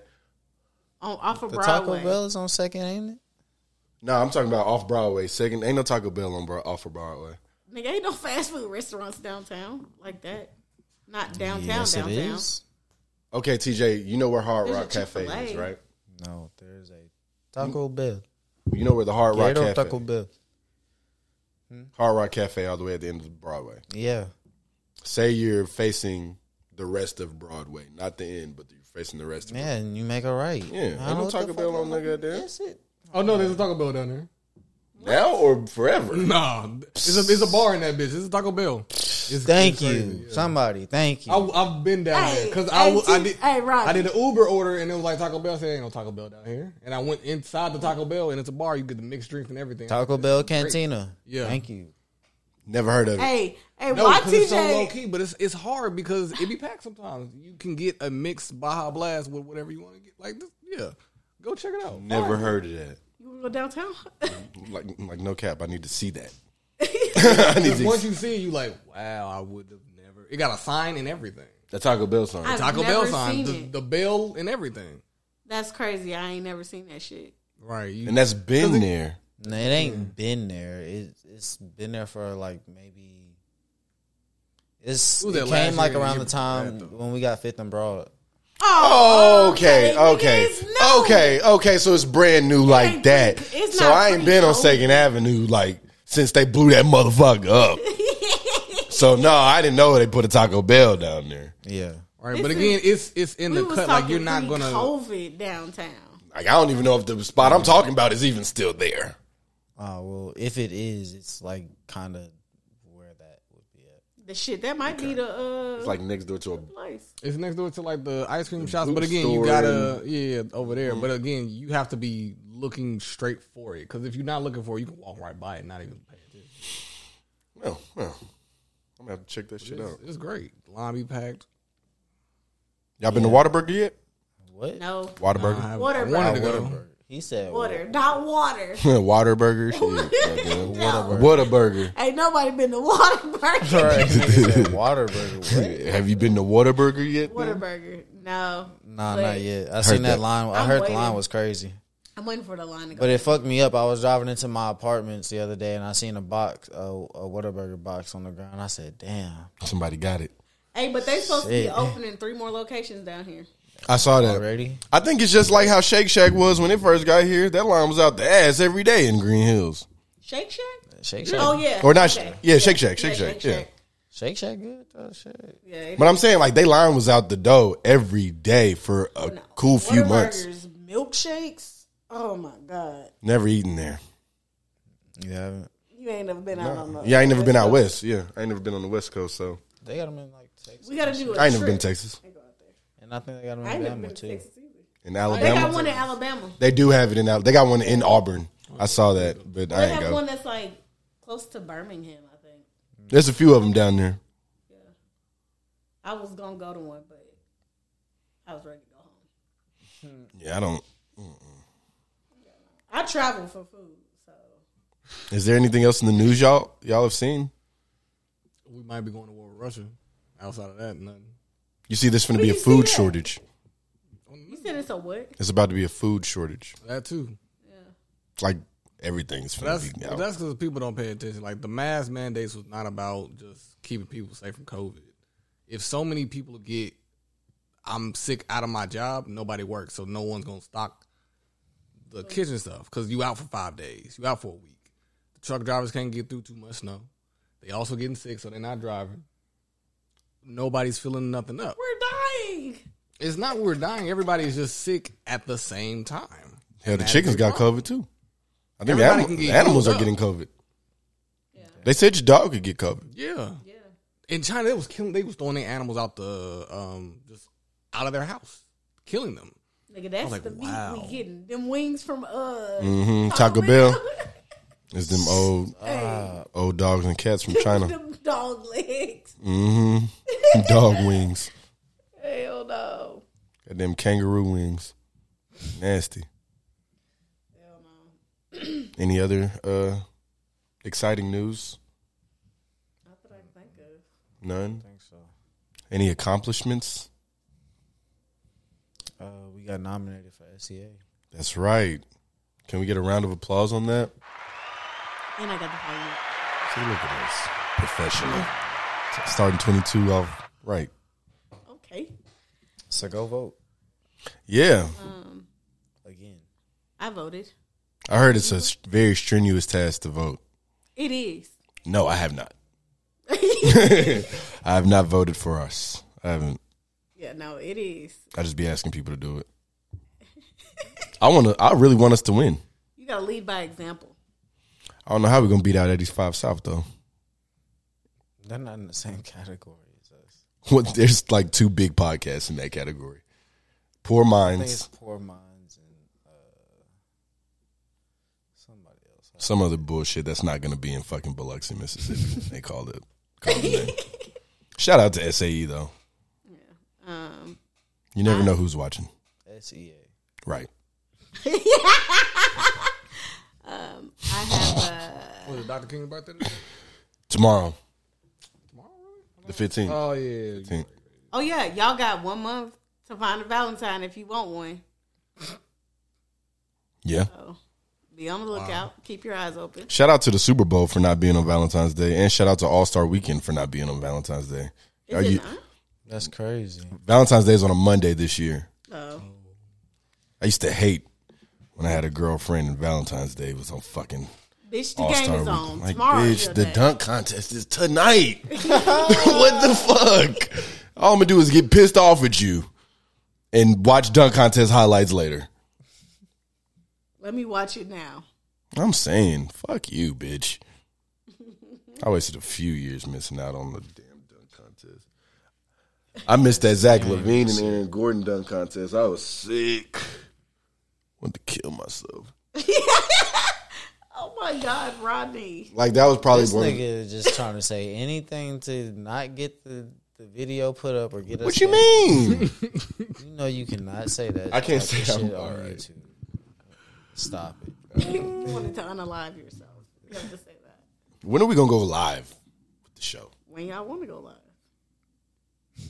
S8: on off of
S7: The
S8: Broadway.
S7: Taco Bell is on Second, ain't it?
S9: No, I'm talking about off Broadway. Second, ain't no Taco Bell on Bro- off of Broadway.
S8: Nigga, ain't no fast food restaurants downtown like that. Not downtown.
S7: yes,
S8: downtown.
S7: it is.
S9: Okay, TJ, you know where Hard
S8: There's a
S9: Rock Cafe
S8: Chick-fil-A.
S9: is, right?
S7: No, there's a Taco Bell.
S9: You know where the Hard Rock
S7: Gator
S9: Cafe,
S7: Taco Bell.
S9: Hard Rock Cafe, all the way at the end of Broadway.
S7: Yeah.
S9: Say you're facing the rest of Broadway, not the end, but you're facing the rest. of
S7: Yeah, and you make it right.
S9: Yeah, ain't
S7: I don't know
S9: no
S7: what the
S9: Taco
S7: fuck
S9: Bell
S7: I'm-
S9: on that goddamn.
S7: That's it.
S4: Oh no, there's a Taco Bell down there.
S9: Now or forever?
S4: Nah, it's a it's a bar in that bitch. It's a Taco Bell. It's,
S7: Thank
S4: it's
S7: you,
S4: crazy, yeah.
S7: somebody. Thank you.
S4: I, have been down there
S8: Hey,
S4: because I, w-
S8: hey,
S4: I
S8: T-
S4: did
S8: hey, Robbie.
S4: I did an Uber order and it was like Taco Bell. I said ain't no Taco Bell down here, and I went inside the Taco Bell and it's a bar. You get the mixed drinks and everything.
S7: Taco Bell Cantina.
S4: Yeah.
S7: Thank you.
S9: Never heard of it.
S8: Hey, hey,
S4: No,
S8: why
S4: because it's so low
S8: TJ?
S4: key, but it's it's hard because it be packed sometimes. You can get a mixed Baja Blast with whatever you want to get. Like this, yeah. Go check it out.
S9: Never heard of that.
S8: you wanna go downtown?
S9: Like, like no cap. I need to see that. I need to
S4: Once you see it, you like, wow, I would have never. It got a sign and everything.
S9: the Taco Bell song.
S8: I've
S4: Taco
S8: never
S4: Bell sign,
S8: seen
S4: the,
S8: it.
S4: the bell and everything.
S8: That's crazy. I ain't never seen that shit.
S4: Right. You,
S9: and that's been there.
S7: No, it ain't been there. It, it's been there for like maybe. It's,
S4: It was
S7: it
S4: that last
S7: came like
S4: year,
S7: around
S4: year
S7: the time
S4: before that,
S7: when we got Fifth and Broad.
S8: Oh,
S9: Okay,
S8: nigga,
S9: okay,
S8: it's no.
S9: okay, okay. So it's brand new like
S8: ain't
S9: that.
S8: pre- it's
S9: So
S8: not
S9: I ain't been on
S8: pre-COVID.
S9: Second Avenue like since they blew that motherfucker up. so no, I didn't know they put a Taco Bell down there.
S7: Yeah.
S4: right. But
S8: This
S4: again, it's it's in
S8: We
S4: the
S8: was
S4: cut.
S8: talking
S4: Like you're not gonna.
S8: COVID downtown.
S9: Like I don't even know if the spot I'm talking about is even still there.
S7: Oh, well, if it is, it's like kind of where that would be at.
S8: The shit that might be the uh
S9: It's like next door to a.
S8: place.
S4: It's next door to like the ice cream shops,
S9: boot
S4: but again,
S9: store Mm-hmm.
S4: you gotta yeah yeah, over there. But again, you have to be looking straight for it because if you're not looking for it, you can walk right by it, and not even pay attention.
S9: Well, well, I'm gonna have to check that shit out.
S4: It's, it's great. Line be packed.
S9: Y'all been to Waterburger yet?
S7: What?
S8: No
S9: Waterburger,
S4: I, I
S8: Waterburger.
S4: wanted to go.
S7: Whataburger. He said
S8: water, not water.
S9: Waterburger,
S8: No.
S9: Waterburger.
S8: Ain't nobody been to Waterburger.
S7: Right, nigga said Waterburger. What?
S9: Have you been to Waterburger yet?
S8: Waterburger. No.
S7: Nah,
S8: But
S7: not yet. I seen that
S9: that.
S7: line. I
S8: I'm
S7: heard the
S8: waiting.
S7: line was crazy.
S8: I'm I'm waiting for the line to go.
S7: But it fucked me up. I was driving into my apartments the other day and I seen a box, a, a Whataburger box on the ground. I said, "Damn!"
S10: Somebody got it.
S8: hey, but they supposed to
S7: Shit.
S8: be opening three more locations down here.
S10: I saw that.
S7: Already?
S9: I think it's just like how Shake Shack was when it first got here. That line was out the ass every day in Green Hills.
S8: Shake Shack?
S7: Shake Shack,
S8: Oh yeah.
S9: Or not-
S8: Okay.
S9: yeah, Shake Shack, Shake Shack, yeah.
S7: Shake Shack, good. Oh, shit.
S8: Yeah. yeah.
S9: But I'm saying like they line was out the dough every day for a
S8: No.
S9: cool few
S8: Whataburgers,
S9: months.
S8: Milkshakes. Oh my god.
S9: Never eaten there.
S7: You haven't?
S8: You ain't never been out on the
S9: Yeah, I ain't never been out west. Yeah, I ain't never been on the west coast, so
S7: They got them in like Texas,
S8: We gotta do it.
S9: I ain't never been to Texas
S7: and I think they got them in
S8: I ain't never
S7: Alabama
S8: been to
S7: too.
S8: Texas either.
S9: in
S8: They got
S9: Alabama.
S8: one in Alabama.
S9: They do have it in Al- They got one in Auburn. I saw that, but I
S8: They
S9: ain't
S8: have
S9: go.
S8: one that's like close to Birmingham, I think.
S9: There's a few of them down there.
S8: I was gonna go to one, but I was ready to go home.
S9: Yeah, I don't.
S8: I travel for food, so
S9: Is there anything else in the news y'all y'all have seen?
S4: We might be going to war with Russia. Outside of that, nothing.
S9: You see, there's going to be a
S8: you see
S9: food
S8: that?
S9: shortage.
S8: you said it's a what?
S9: It's about to be a food shortage.
S4: That too.
S9: Like everything's going
S4: That's
S9: to be out.
S4: that's because people don't pay attention. Like the mask mandates was not about just keeping people safe from COVID. If so many people get, I'm sick out of my job, nobody works, so no one's gonna stock the kitchen stuff because you out for five days, you out for a week. The truck drivers can't get through too much snow. They also getting sick, so they're not driving. Nobody's filling nothing up.
S8: We're dying.
S4: It's not we're dying. Everybody's just sick at the same time.
S9: Hell, the chickens got COVID too. I think the,
S4: Everybody
S9: anim-
S4: can get
S9: the animals are
S4: used up.
S9: getting COVID. They said your dog could get COVID.
S4: Yeah.
S8: Yeah.
S4: in China, they was killing. They was throwing their animals out the um just out of their house, killing them.
S8: Nigga, that's
S4: like,
S8: the meat
S4: wow.
S8: we getting. Them wings from uh
S9: Mhm, Taco Bell. It's them old uh, old dogs and cats from China.
S8: them dog legs.
S9: dog wings.
S8: Hell no.
S9: Goddamn kangaroo wings. Nasty.
S8: Hell no.
S9: Any other uh exciting news?
S8: Not that I can think of.
S9: None. think so. Any accomplishments?
S7: Uh, we got nominated for SCA.
S9: That's right. Can we get a round of applause on that?
S8: And I got the final.
S9: See, look at us. Professional. Starting 22 off right.
S8: Okay.
S7: So go vote
S9: Yeah.
S7: again.
S8: I voted.
S9: I heard it's a s- very strenuous task to vote.
S8: It is.
S9: No, I have not. I have not voted for us. I haven't.
S8: Yeah, no, it is.
S9: I just be asking people to do it. I want to. I really want us to win.
S8: You gotta lead by example.
S9: I don't know how we're gonna beat out Eddie's Five South though.
S7: They're not in the same category as us.
S9: What? There's like two big podcasts in that category. Poor
S7: I think it's
S9: Minds,
S7: Poor Minds and uh, somebody else.
S9: some other bullshit that's not gonna be in fucking Biloxi, Mississippi. they called it. Called it that. Shout out to SAE though.
S8: Um
S9: You never know who's watching,
S7: SEA.
S9: right?
S8: I have uh
S4: Was it Dr. King about that?
S9: Tomorrow, the fifteenth.
S4: oh yeah,
S8: Oh yeah, y'all got one month to find a Valentine if you want one.
S9: yeah.
S8: Be on the lookout. Keep your eyes open.
S9: Shout out to the Super Bowl for not being on Valentine's Day, and shout out to All Star Weekend for not being on Valentine's Day. Are
S8: Is it
S9: you-
S8: not?
S7: That's crazy.
S9: Valentine's Day is on a Monday this year.
S8: Oh.
S9: I used to hate when I had a girlfriend and Valentine's Day was on fucking
S8: Bitch, the
S9: All
S8: game
S9: Star
S8: is on.
S9: Weekend. Like,
S8: Tomorrow is
S9: bitch,
S8: your
S9: the
S8: day.
S9: dunk contest is tonight. what the fuck? All I'm gonna do is get pissed off at you and watch dunk contest highlights later.
S8: Let me watch it now.
S9: I'm saying, fuck you, bitch. I wasted a few years missing out on the damn dunk contest. I missed that Zach Levine and Aaron Gordon dunk contest. I was sick. Wanted to kill myself.
S8: Oh my God, Rodney.
S9: Like that was probably
S7: This
S9: one.
S7: nigga is just trying to say anything to not get the, the video put up or get us.
S9: what you
S7: that.
S9: mean?
S7: You know you cannot say that.
S9: I can't
S7: type of
S9: say I'm-
S7: shit on
S9: alright.
S7: YouTube. Stop it.
S8: You wanted to unalive yourself. You have to say that.
S9: when are we gonna go live with the show?
S8: When y'all want to go live.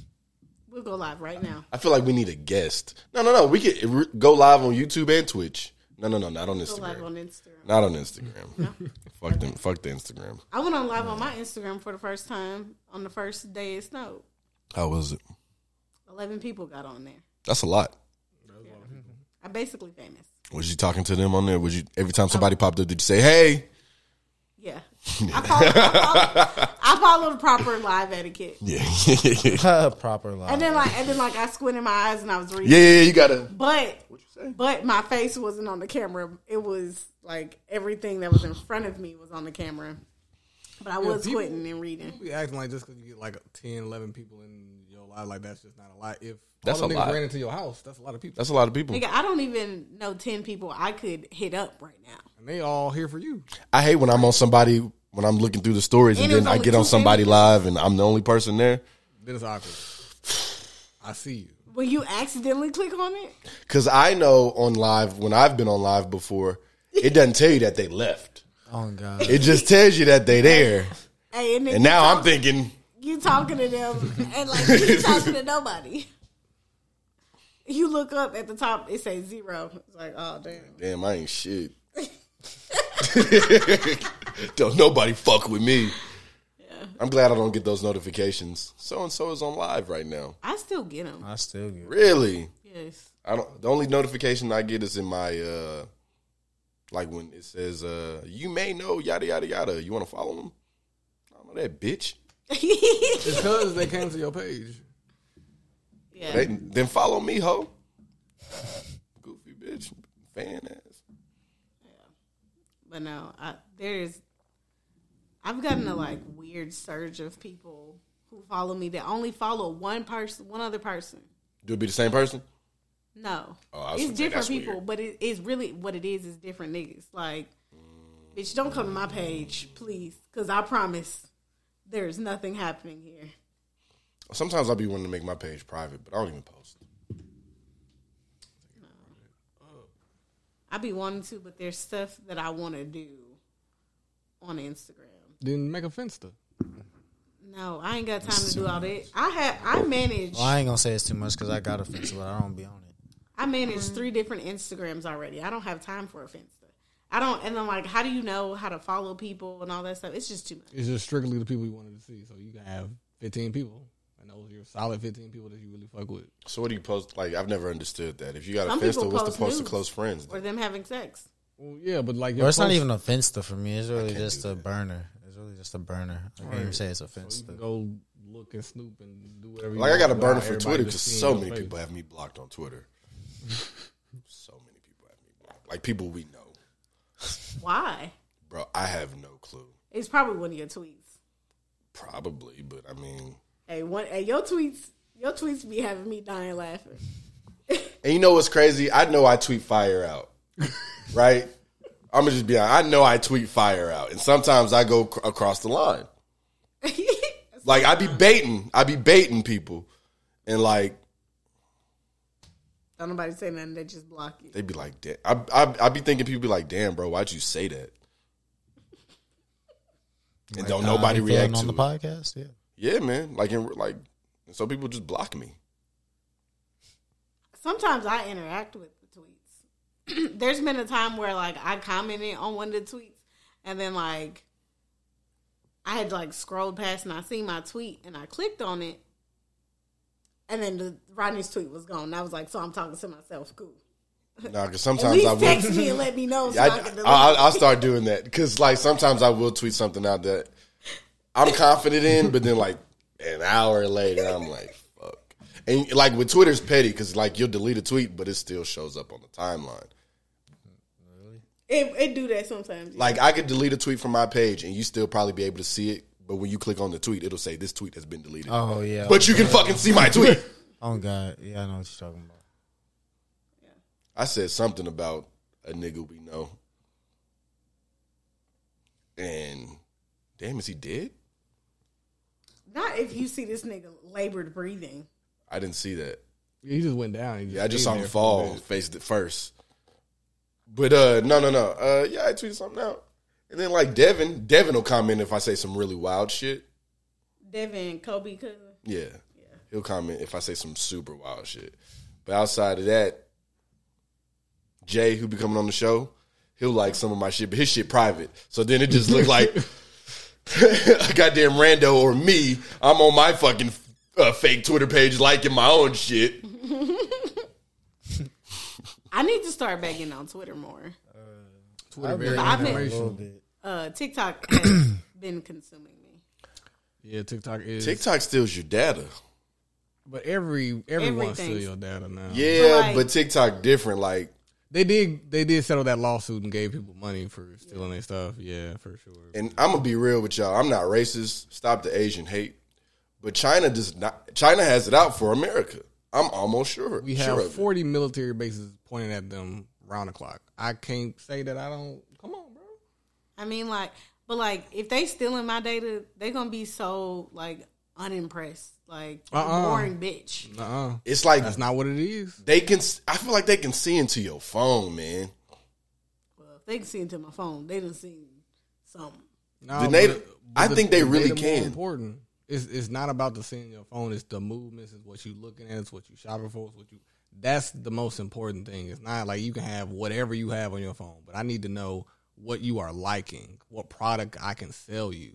S8: We'll go live right now.
S9: I feel like we need a guest. No, no, no. We could re- go live on YouTube and Twitch. No, no, no, not on
S8: Go live on
S9: Instagram.
S8: Instagram.
S9: Not on Instagram. fuck them. Fuck the Instagram.
S8: I went on live on my Instagram for the first time on the first day it snowed.
S9: How was it?
S8: Eleven people got on there.
S9: That's a lot.
S8: I'm basically famous.
S9: Was you talking to them on there? Was you every time somebody popped up? Did you say, "Hey"?
S8: Yeah, I follow, I, follow, I follow the proper live etiquette.
S9: Yeah, yeah, yeah,
S7: Proper
S8: And
S7: life.
S8: then like, and then like, I squinted my eyes and I was reading.
S9: yeah. You gotta.
S8: But but my face wasn't on the camera. It was like everything that was in front of me was on the camera. But I was
S4: people-
S8: squinting and reading.
S4: be acting like just because you get like 10, 11 people in your life, like that's just not a lot. If
S9: That's
S4: all the
S9: a
S4: niggas
S9: lot.
S4: ran into your house, that's a lot of people,
S9: That's a lot of people.
S8: Nigga, I don't even know ten people I could hit up right now.
S4: and they all here for you.
S9: I hate when I'm on somebody when I'm looking through the stories and,
S8: And it
S9: then
S8: was
S9: I
S8: only
S9: get on
S8: two
S9: somebody
S8: pages.
S9: live and I'm the only person there.
S4: Then it's awkward. I see you.
S8: When you accidentally click on it,
S9: Cause I know on live when I've been on live before, it doesn't tell you that they left.
S7: Oh God.
S9: It just tells you that they there.
S8: hey, and, then
S9: And
S8: you
S9: now I'm
S8: talk-
S9: thinking,
S8: you talking to them and like you ain't talking to nobody. You look up at the top, it says zero. It's like, oh damn.
S9: damn, I ain't shit. don't nobody fuck with me. I'm glad I don't get those notifications. So and so is on live right now.
S8: I still get
S9: Uh.
S8: them.
S7: I still get.
S9: Really?
S8: Yes.
S9: I don't. The only notification I get is in my uh, like when it says uh, you may know yada yada yada. You want to follow them? I don't know that bitch.
S4: It's because they came to your page.
S8: yeah.
S9: They, then follow me, ho. Goofy bitch, fan ass.
S8: But no, I, there's. I've gotten a like weird surge of people who follow me that only follow one person, one other person.
S9: Do it be the same person?
S8: No,
S9: Oh, I was
S8: it's
S9: gonna say,
S8: different
S9: that's
S8: people,
S9: weird.
S8: but it is really what it is. Is different niggas. Like, bitch, don't come to my page, please, because I promise there's nothing happening here.
S9: Sometimes I'll be wanting to make my page private, but I don't even post.
S8: I be wanting to, but there's stuff that I want to do on Instagram.
S4: Then make a finster.
S8: No, I ain't got time to do all that. I had I manage.
S7: Well, I ain't gonna say it's too much because I got offensive. but I don't be on it.
S8: I manage three different Instagrams already. I don't have time for a Finsta. I don't, and I'm like, how do you know how to follow people and all that stuff? It's just too much.
S4: It's just strictly the people you wanted to see. So you can have fifteen people, and those are your solid fifteen people that you really fuck with.
S9: So what do you post? Like I've never understood that. If you got
S8: Some
S9: a Finsta,
S8: people
S9: what's
S8: post
S9: the post to
S8: nudes.
S9: close friends?
S8: Or them having sex.
S4: Well, yeah, but like,
S7: Or
S4: your
S7: it's not
S4: post-
S7: even offensive for me. It's really just a burner. It's really just a burner. I can't even say it's offensive.
S4: go look and snoop and do whatever. you
S9: Like I got a
S4: want
S9: burner
S4: without
S9: for
S4: everybody
S9: Twitter because
S4: just seeing
S9: so
S4: your
S9: many
S4: face.
S9: people have me blocked on Twitter. so many people have me blocked. Like people we know,
S8: Why?
S9: bro. I have no clue.
S8: It's probably one of your tweets.
S9: Probably, but I mean,
S8: Hey, one. Hey, your tweets. Your tweets be having me dying laughing.
S9: and you know what's crazy? I know I tweet fire out, right? I'm gonna just be honest. I know I tweet fire out, and sometimes I go cr- across the line. Like I be baiting, I be baiting people, and like
S8: Don't nobody say nothing. They just block you.
S9: they be like, "Damn," I, I I be thinking people be like, "Damn, bro, why'd you say that?" And don't
S7: How
S9: nobody
S7: you feeling
S9: react
S7: on
S9: to
S7: the
S9: it.
S7: podcast. Yeah.
S9: Yeah, man. Like, in, like, so people just block me.
S8: Sometimes I interact with the tweets. There's been a time where like I commented on one of the tweets, and then like I had like scrolled past and I seen my tweet and I clicked on it, and then the Rodney's tweet was gone. And I was like, so I'm talking to myself. Cool.
S9: Nah, because
S8: At
S9: sometimes I
S8: least
S9: will.
S8: text me and let me know. So
S9: I,
S8: I, can delete
S9: I,
S8: it.
S9: I'll start doing that because, like, sometimes I will tweet something out that I'm confident in, but then like an hour later, I'm like, fuck. And like with Twitter's petty because like you'll delete a tweet, but it still shows up on the timeline.
S8: It, it do that sometimes. yeah.
S9: Like I could delete a tweet from my page, and you still probably be able to see it. But when you click on the tweet, it'll say this tweet has been deleted.
S7: Oh yeah.
S9: but you can fucking see my tweet.
S7: oh God. Yeah, I know what you're talking about.
S9: I said something about a nigga we know. And damn, is he dead?
S8: Not if you see this nigga labored breathing.
S9: I didn't see that.
S4: Yeah, he just went down. He
S9: Yeah, I just
S4: stayed
S9: saw him
S4: there.
S9: fall face it first. But uh no no no. Uh yeah, I tweeted something out. And then like Devin, Devin will comment if I say some really wild shit.
S8: Devin, Kobe, cousin.
S9: Yeah. He'll comment if I say some super wild shit. But outside of that, Jay, who be coming on the show, he'll like some of my shit, but his shit private. So then it just looked like a goddamn rando or me. I'm on my fucking uh, fake Twitter page liking my own shit.
S8: I need to start back in on Twitter more.
S4: Twitter very
S8: I've been-
S4: information.
S8: Uh, TikTok has been consuming me.
S4: Yeah, TikTok is.
S9: TikTok steals your data.
S4: But every everyone steal
S8: Everything's-
S4: your data now.
S9: Yeah,
S8: Right.
S9: but TikTok different. Like
S4: They did they did settle that lawsuit and gave people money for stealing their stuff. Yeah, for sure.
S9: and I'm gonna be real with y'all. I'm not racist. Stop the Asian hate. But China does not. China has it out for America. I'm almost sure.
S4: We
S9: sure
S4: have
S9: of it.
S4: 40 military bases pointing at them round the clock. I can't say that I don't. Come on, bro.
S8: I mean, like, but like, if they stealing my data, they gonna be so like unimpressed, like you
S4: Uh-uh.
S8: boring bitch.
S4: Uh-uh.
S9: It's like
S4: That's not what it is.
S9: they can. I feel like they can see into your phone, man.
S8: Well, if they can see into my phone, they done seen something.
S4: No,
S9: The native- I think they
S4: the
S9: really
S4: data more
S9: can.
S4: Important. It's it's not about the seeing your phone. It's the movements. It's what you looking at. It's what you shopping for. It's what you. That's the most important thing. It's not like you can have whatever you have on your phone, but I need to know what you are liking, what product I can sell you,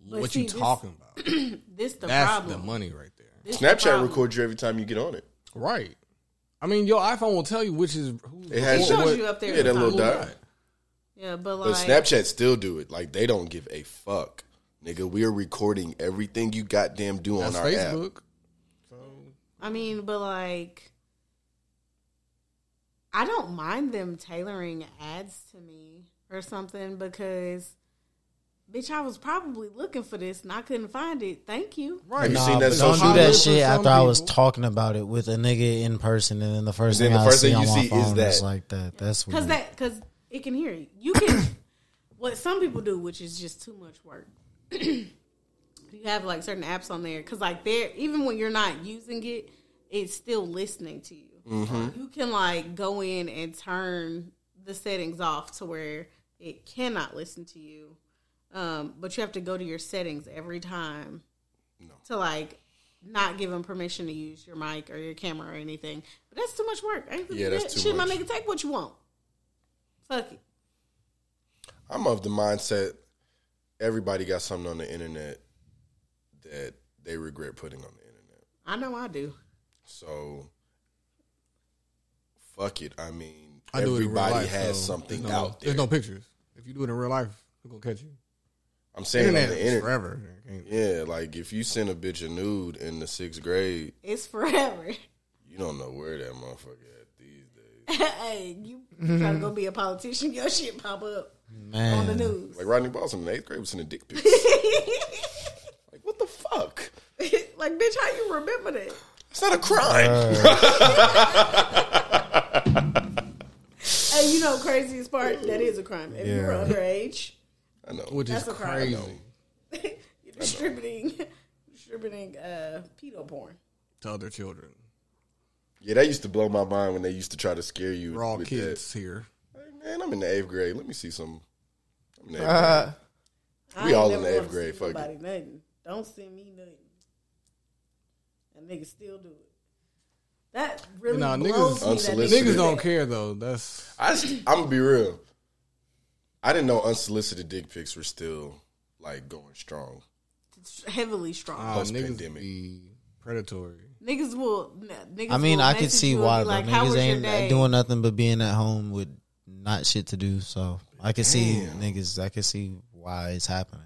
S8: But
S4: what
S8: see,
S4: you
S8: this-
S4: talking about.
S8: This the
S4: That's
S8: problem.
S4: the money right there.
S8: This the
S9: Snapchat
S8: problem.
S9: records you every time you get on it.
S4: Right. I mean, your iPhone will tell you which is who.
S9: It has
S8: It
S9: your-
S8: shows you up there
S9: Yeah, that
S8: every
S9: little
S4: time.
S9: dot.
S8: Yeah, but like,
S9: But Snapchat still do it. Like they don't give a fuck, nigga. We are recording everything you goddamn do on
S4: That's
S9: our app.
S4: Facebook.
S8: I mean, but like, I don't mind them tailoring ads to me or something because, bitch, I was probably looking for this and I couldn't find it. Thank you.
S4: Right.
S9: Have you
S7: Nah,
S9: seen that
S7: but don't
S9: social
S7: do
S9: media?
S7: that
S4: For
S7: shit
S4: some
S7: after I was
S4: people.
S7: talking about it with a nigga in person, and then the first
S9: And then
S7: thing
S9: the
S7: I
S9: first
S7: see
S9: thing
S7: on
S9: you
S7: my
S9: see is
S7: phone is,
S9: that.
S7: like that. That's weird.
S8: Because that because it can hear you. You can what some people do, which is just too much work. you have like certain apps on there because like there even when you're not using it, it's still listening to you. You can like go in and turn the settings off to where it cannot listen to you, um, but you have to go to your settings every time to like. Not give them permission to use your mic or your camera or anything, but that's too much work. I ain't
S9: Yeah, that's too
S8: Shit, my
S9: much.
S8: nigga, take what you want. Fuck it.
S9: I'm of the mindset everybody got something on the internet that they regret putting on the internet.
S8: I know I do.
S9: So fuck it. I mean,
S4: I do it in real
S9: everybody
S4: life,
S9: has
S4: so
S9: something
S4: there's no-
S9: out there.
S4: There's no pictures. If you do it in real life, we're gonna catch you.
S9: I'm saying on
S4: Internet
S9: the
S4: is
S9: internet.
S4: forever. Can't-
S9: Yeah, like if you send a bitch a nude in the sixth grade,
S8: It's forever.
S9: you don't know where that motherfucker at these days.
S8: hey, you try to go be a politician, your shit pop up on the news.
S9: Like Rodney Boston in the eighth grade was sending dick pics. like what the fuck?
S8: like, bitch, how you remember that?
S9: It's not a crime.
S8: Hey, you know, craziest part, that is a crime. If you're
S7: Yeah.
S8: underage,
S9: I know.
S4: Which is
S8: That's a crime.
S4: crazy
S8: you're distributing distributing uh, pedo porn.
S4: to other children.
S9: yeah, that used to blow my mind when they used to try to scare you
S4: We're all
S9: with
S4: kids here.
S9: that. Like, man, I'm in the eighth grade. Let me see some. I'm in the eighth grade.
S8: I
S9: We
S8: ain't
S9: all in
S8: never
S9: the eighth
S8: wanna
S9: grade,
S8: see
S9: fuck it.
S8: nobody nothing. Don't send me nothing. That nigga still do it. That really
S4: Nah, niggas
S8: blows me.
S4: is
S8: That
S9: unsolicited.
S4: Niggas
S9: Listen.
S4: don't care though. That's
S9: I st- I'm gonna be real. I didn't know unsolicited dick pics were still like going strong.
S8: niggas heavily strong.
S4: uh,
S9: Plus
S4: niggas
S9: pandemic.
S4: be predatory.
S8: Niggas will. n- Niggas
S7: I mean,
S8: will
S7: I could
S8: message
S7: see
S8: you and
S7: why
S8: be
S7: though.
S8: Like, how was
S7: niggas
S8: your
S7: ain't uh,
S8: day?
S7: doing nothing but being at home with not shit to do. So I could see niggas. I could see why it's happening.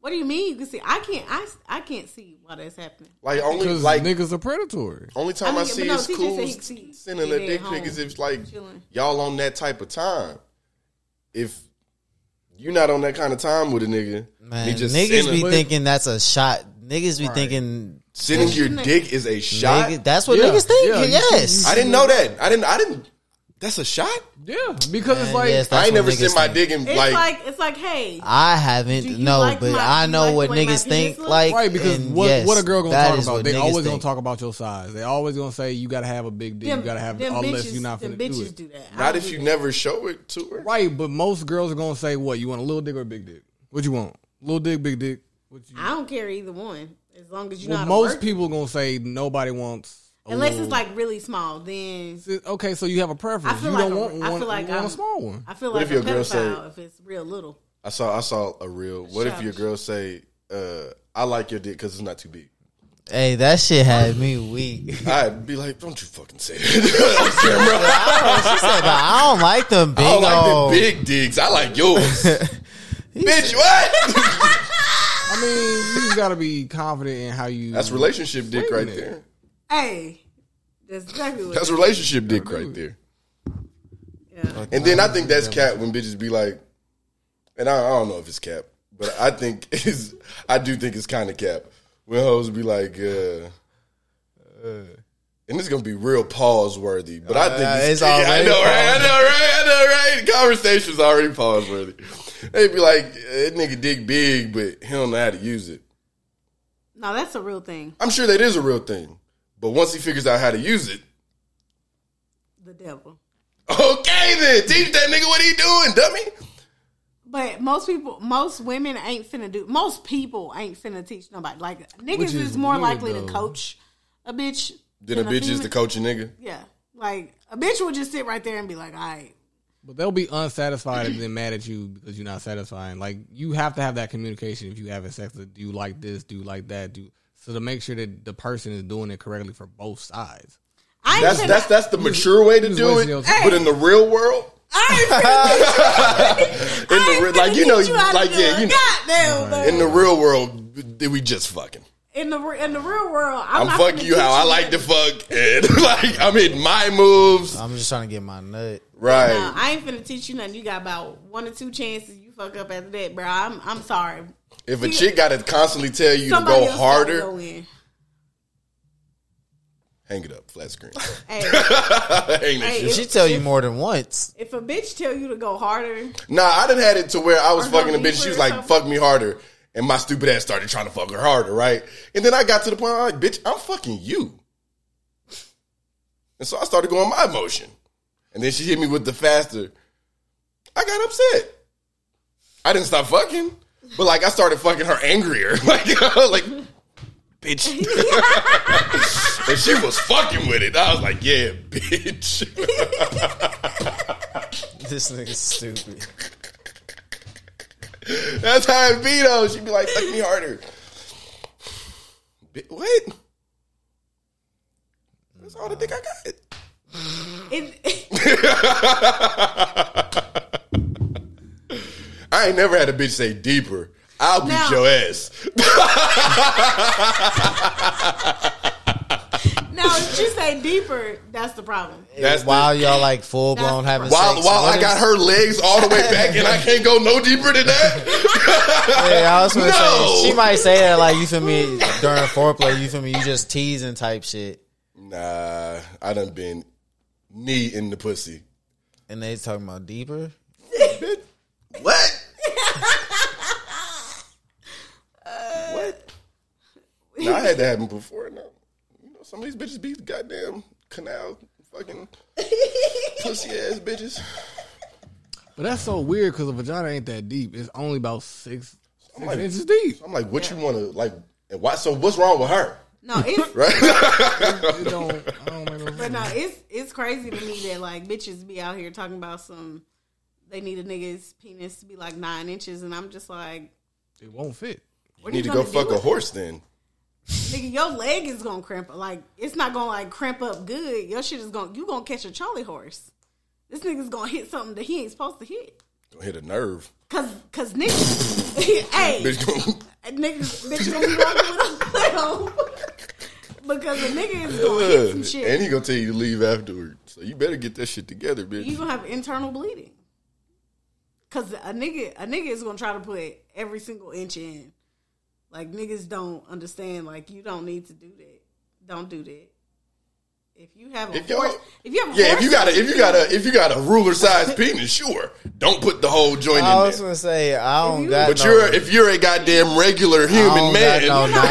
S8: What do you mean? You can see? I can't. I, I can't see why that's happening.
S9: Like only
S4: Because
S9: like
S4: niggas are predatory.
S9: only time I,
S8: I mean,
S9: see
S8: but no,
S9: it's
S8: TJ
S9: cool
S8: said he see-
S9: sending
S8: he
S9: a
S8: did
S9: dick
S8: home,
S9: pic is if like
S8: chilling.
S9: y'all on that type of time. If you're not on that kind of time with a nigga,
S7: Man,
S9: he just
S7: niggas be
S9: sending,
S7: thinking that's a shot. Niggas be thinking
S9: sending your dick is a shot.
S7: nigga- that's what
S4: Yeah,
S7: niggas think.
S4: yeah, you
S7: yes.
S9: I didn't know that. I didn't. I didn't. That's a shot.
S4: Yeah, because it's
S7: Man,
S4: like
S7: yes, That's
S9: I
S7: what
S9: ain't never
S7: niggas
S9: sent my
S7: think.
S9: dick and
S8: It's
S9: like,
S8: like, it's like hey,
S7: I
S8: Do you
S7: haven't no,
S8: like
S7: but
S8: my-
S7: I
S8: you
S7: know
S8: like
S7: what
S8: the way my
S7: niggas think.
S8: penis
S7: Like
S4: right because
S7: and
S4: what
S7: yes,
S4: what a girl gonna
S7: that
S4: talk
S7: is
S4: about?
S7: what
S4: They
S7: niggas
S4: always
S7: think.
S4: gonna talk about your size. They always gonna say you gotta have a big dick.
S8: them,
S4: you gotta have
S8: them
S4: unless
S8: bitches,
S4: you're not
S8: them
S4: finna do
S8: bitches
S4: it.
S8: do that.
S9: not
S8: I
S9: if
S8: do
S9: you
S8: that.
S9: never show it to her.
S4: Right, but most girls are gonna say what you want a little dick or a big dick. What you want? Little dick, big dick. What you?
S8: I don't care either one as long as you know.
S4: Well,
S8: how to
S4: most
S8: work.
S4: people gonna say nobody wants
S8: Unless it's like really small, then
S4: Okay, so you have a
S8: I
S4: preference.
S8: feel
S4: You
S8: like
S4: don't
S8: a-
S4: want one.
S8: I feel like
S4: you want
S8: I'm-
S4: a small one.
S8: I feel
S9: What
S8: like
S9: if
S8: a
S9: your girl say-
S8: pedophile if it's real little.
S9: I saw I saw a real. What if
S8: Shush.
S9: your girl say, uh, "I like your dick because it's not too big"?
S7: Hey, that shit had me weak.
S9: I'd be like, "Don't you fucking say that." Camera.
S7: she said, but I don't like them big
S9: I don't like
S7: old.
S9: the big dicks. I like yours, bitch. What?
S4: I mean, you just gotta be confident in how you.
S9: That's relationship dick right
S4: minute.
S9: there.
S8: Hey, that's exactly what.
S9: That's relationship dick right there.
S8: yeah.
S9: And then I think that's cap when bitches be like, and I, I don't know if it's cap, but I think is I do think it's kind of cap when hoes be like, uh, and it's gonna be real pause worthy. But I think
S7: yeah,
S9: it's,
S7: Uh, it's already
S9: I know, right? I know, right? I know, right? The conversation's already pause worthy. They be like, eh, that nigga dick big, but he don't know how to use it.
S8: No, that's a real thing.
S9: I'm sure that is a real thing, but once he figures out how to use it.
S8: The devil.
S9: Okay then, teach that nigga what he doing, dummy.
S8: But most people, most women ain't finna do. Most people ain't finna teach nobody. Like niggas
S4: Which
S8: is,
S4: is
S8: more
S4: weird,
S8: likely
S4: though.
S8: to coach a bitch.
S9: Then a
S8: than
S9: bitch is the
S8: female.
S9: coaching nigga.
S8: Yeah, like a bitch will just sit right there and be like, "All right,
S4: But they'll be unsatisfied and then mad at you because you're not satisfying. Like you have to have that communication if you having sex. Do you like this? Do you like that? Do so to make sure that the person is doing it correctly for both sides.
S8: I ain't
S9: That's
S8: finna,
S9: that's that's the mature way to
S4: was
S9: do
S4: wasting your
S9: it.
S4: time.
S9: But in the real world,
S8: I
S9: in
S8: ain't finna, I
S9: the
S8: ain't
S9: real,
S8: finna
S9: like you know,
S8: teach how to
S9: like
S8: do
S9: yeah,
S8: it.
S9: you know,
S8: Goddamn, though.
S9: in the real world, did we just fucking?
S8: in the re- in the real world, I'm,
S9: I'm,
S8: not
S9: fucking
S8: finna
S9: you how I
S8: teach
S9: like to fuck, and like I'm hitting my moves,
S7: I'm just trying to get my nut.
S9: right?
S8: No, I ain't finna teach you nothing. You got about one or two chances. You fuck up after that, bro. I'm I'm sorry.
S9: if a chick got to constantly tell you to
S8: Somebody
S9: go
S8: else gotta
S9: harder,
S8: go in.
S9: hang it up, flat screen.
S8: Hey,
S9: hang that
S8: Hey,
S9: shit.
S8: if-
S7: She tell you more than once.
S8: if a bitch tell you to go harder,
S9: Nah, I done had it to where I was
S8: Or go
S9: fucking a bitch.
S8: deeper
S9: She was
S8: or
S9: like,
S8: something.
S9: "Fuck me harder," and my stupid ass started trying to fuck her harder, right? And then I got to the point where I'm like, "Bitch, I'm fucking you," and so I started going my motion, and then she hit me with the faster. I got upset. I didn't stop fucking, but like I started fucking her angrier, like like bitch. and she was fucking with it. I was like, "Yeah, bitch."
S7: This nigga's stupid.
S9: That's how it be though. She'd be like, "Fuck me harder." Bi- What? That's all the dick I got.
S8: it,
S9: I ain't never had a bitch say deeper. I'll beat
S8: No.
S9: your ass.
S8: no, if you say deeper, that's the problem.
S9: That's
S7: while
S9: the,
S7: y'all like full blown
S8: That's
S7: having
S9: while
S7: sex.
S9: while
S7: what
S9: I got
S7: if-
S9: her legs all the way back and I can't go no deeper than that.
S7: Yeah, I was gonna
S9: No.
S7: say she might say that like you feel me during foreplay. You feel me? You just teasing type shit,
S9: Nah, I done been knee in the pussy.
S7: and they talking about deeper.
S9: What?
S8: Uh,
S9: what? No, I had that happen before. No, you know some of these bitches be goddamn canal fucking pussy ass bitches.
S4: But that's so weird because a vagina ain't that deep. It's only about six, six
S9: like-
S4: inches deep.
S9: I'm like, what you want to like? And why? So what's wrong with her?
S8: No, it's
S4: It don't. I don't make no
S8: but
S4: sense.
S8: no, it's it's crazy to me that like bitches be out here talking about some. They need a nigga's penis to be like nine inches, and I'm just like,
S4: It won't fit.
S9: You
S8: what are
S9: need to
S8: gonna
S9: go
S8: do
S9: fuck
S8: with
S9: a horse then.
S8: Nigga, your leg is gonna cramp. Like it's not gonna like cramp up good. Your shit is gonna you gonna catch a Charlie horse. This nigga's gonna hit something that he ain't supposed to hit.
S9: Don't hit a nerve.
S8: Cause cause niggas, hey
S9: Bitch, gonna-
S8: niggas, bitch gonna be walking with a foot on because a nigga is gonna hit some
S9: and
S8: shit.
S9: he gonna tell you to leave afterward. So you better get that shit together, bitch.
S8: You gonna have internal bleeding. Cause a nigga a nigga is gonna try to put every single inch in. Like niggas don't understand. Like you don't need to do that. Don't do that. If you have a
S9: If y'all-
S8: horse, if you have a
S9: yeah, if
S8: horse
S9: you got a
S8: that
S9: if you got a if you got a ruler sized penis, sure. Don't put the whole joint in
S7: I
S9: there.
S7: was gonna say I don't
S8: you-
S7: got.
S9: But
S7: no,
S9: you're if you're a goddamn regular
S7: I
S9: human
S7: don't
S9: man,
S7: got Oh, no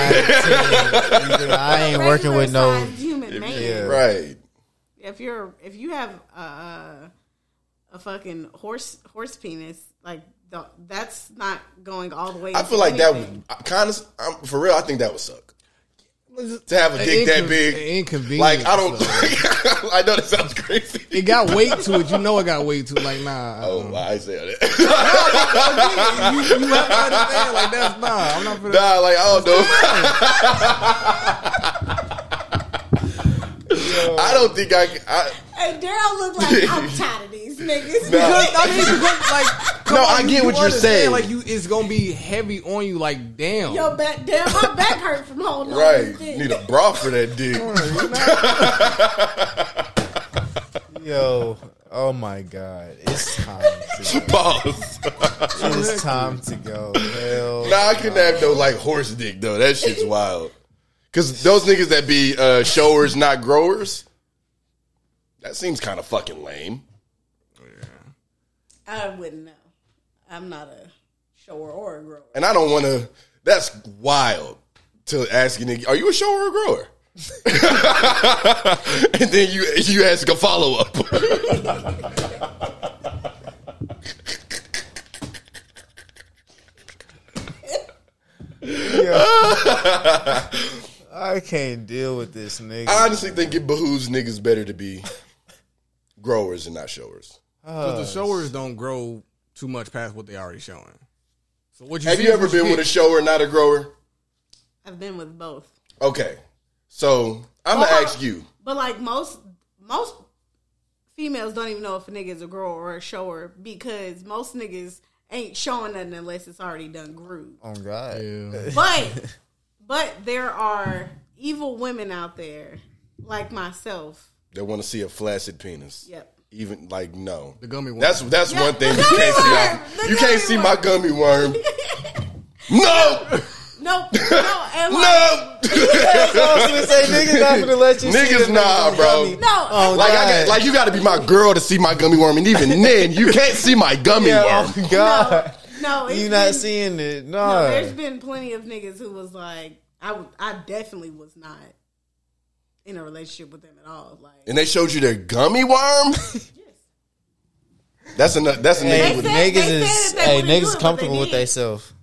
S7: 19. I ain't
S8: regular
S7: working with no.
S8: sized human man.
S9: right?
S8: If you're if you have a, a a fucking horse horse penis, like the, that's not going all the way.
S9: I
S8: into
S9: feel like that
S8: anything.
S9: would kind of for real. I think that would suck. to have a dick that big.
S4: Inconvenient.
S9: Like I don't.
S4: so.
S9: I know that sounds crazy.
S4: It got weight to it. You know it got weight to it. Like nah. I
S9: Oh,
S4: don't.
S9: I said that.
S4: you, you have to understand. Like that's nah. I'm not finna.
S9: nah, like I don't know. I don't think I. can- I
S8: And Daryl looked like I'm tired of these niggas.
S9: No.
S4: I mean, you got, like, come
S9: No,
S4: on,
S9: I
S4: you-
S9: get
S4: you
S9: what you're
S4: understand,
S9: saying.
S4: Like you, it's gonna be heavy on you. Like damn.
S8: Yo, back damn, my back hurt from holding on.
S9: right.
S8: to this
S9: Need
S8: dick.
S9: a bra for that dick.
S7: Yo, oh my god, it's time. To go.
S9: Balls.
S7: It's time to go. Hell,
S9: Nah, I couldn't have no like horse dick though. That shit's wild. Cause those niggas that be uh, showers, not growers. That seems kind of fucking lame.
S8: I wouldn't know. I'm not a shower or a grower.
S9: And I don't want to. That's wild to ask a nigga, are you a shower or a grower? and then you you ask a follow up.
S7: I can't deal with this nigga.
S9: I honestly think it behooves niggas better to be growers and not showers.
S4: 'Cause the showers don't grow too much past what they already showing. So what you
S9: Have
S4: see
S9: you
S4: is
S9: ever
S4: what
S9: been with a
S4: get.
S9: shower and not a grower?
S8: I've been with both,
S9: Okay, so I'm gonna ask you.
S8: but like most most females don't even know if a nigga is a grower or a shower because most niggas ain't showing nothing unless it's already done grew.
S7: oh god,
S8: But but there are evil women out there like myself.
S9: They want to see a flaccid penis.
S8: Yep.
S9: Even like no,
S4: The gummy one.
S9: That's that's
S8: Yeah,
S9: one thing
S8: the
S9: you
S8: gummy
S9: can't see.
S8: worm.
S9: off-
S8: The
S9: you
S8: gummy
S9: can't see my
S8: worm.
S9: gummy worm. no,
S8: Nope. No. And like,
S9: no.
S7: I was gonna say niggas not gonna let you. see
S9: Niggas,
S7: the
S9: nah,
S7: niggas
S9: bro.
S7: gummy.
S8: no. and
S9: Like, I
S7: God.
S9: got, like you got to be my girl to see my gummy worm, and even then, you can't see my gummy
S7: Yeah,
S9: worm.
S7: oh god,
S8: no. it's
S7: you not
S8: been-
S7: seeing it.
S8: No,
S7: Nah.
S8: there's been plenty of niggas who was like, I, w- I definitely was not in a relationship with them at all. Like,
S9: And they showed you their gummy worm. That's enough. That's a
S7: Hey,
S8: They
S9: nigga. with-
S8: said-
S7: niggas
S8: they
S7: is
S8: said that they
S7: hey,
S8: wouldn't do it,
S7: niggas
S8: but
S7: comfortable
S8: they
S7: with
S8: did.
S7: themselves.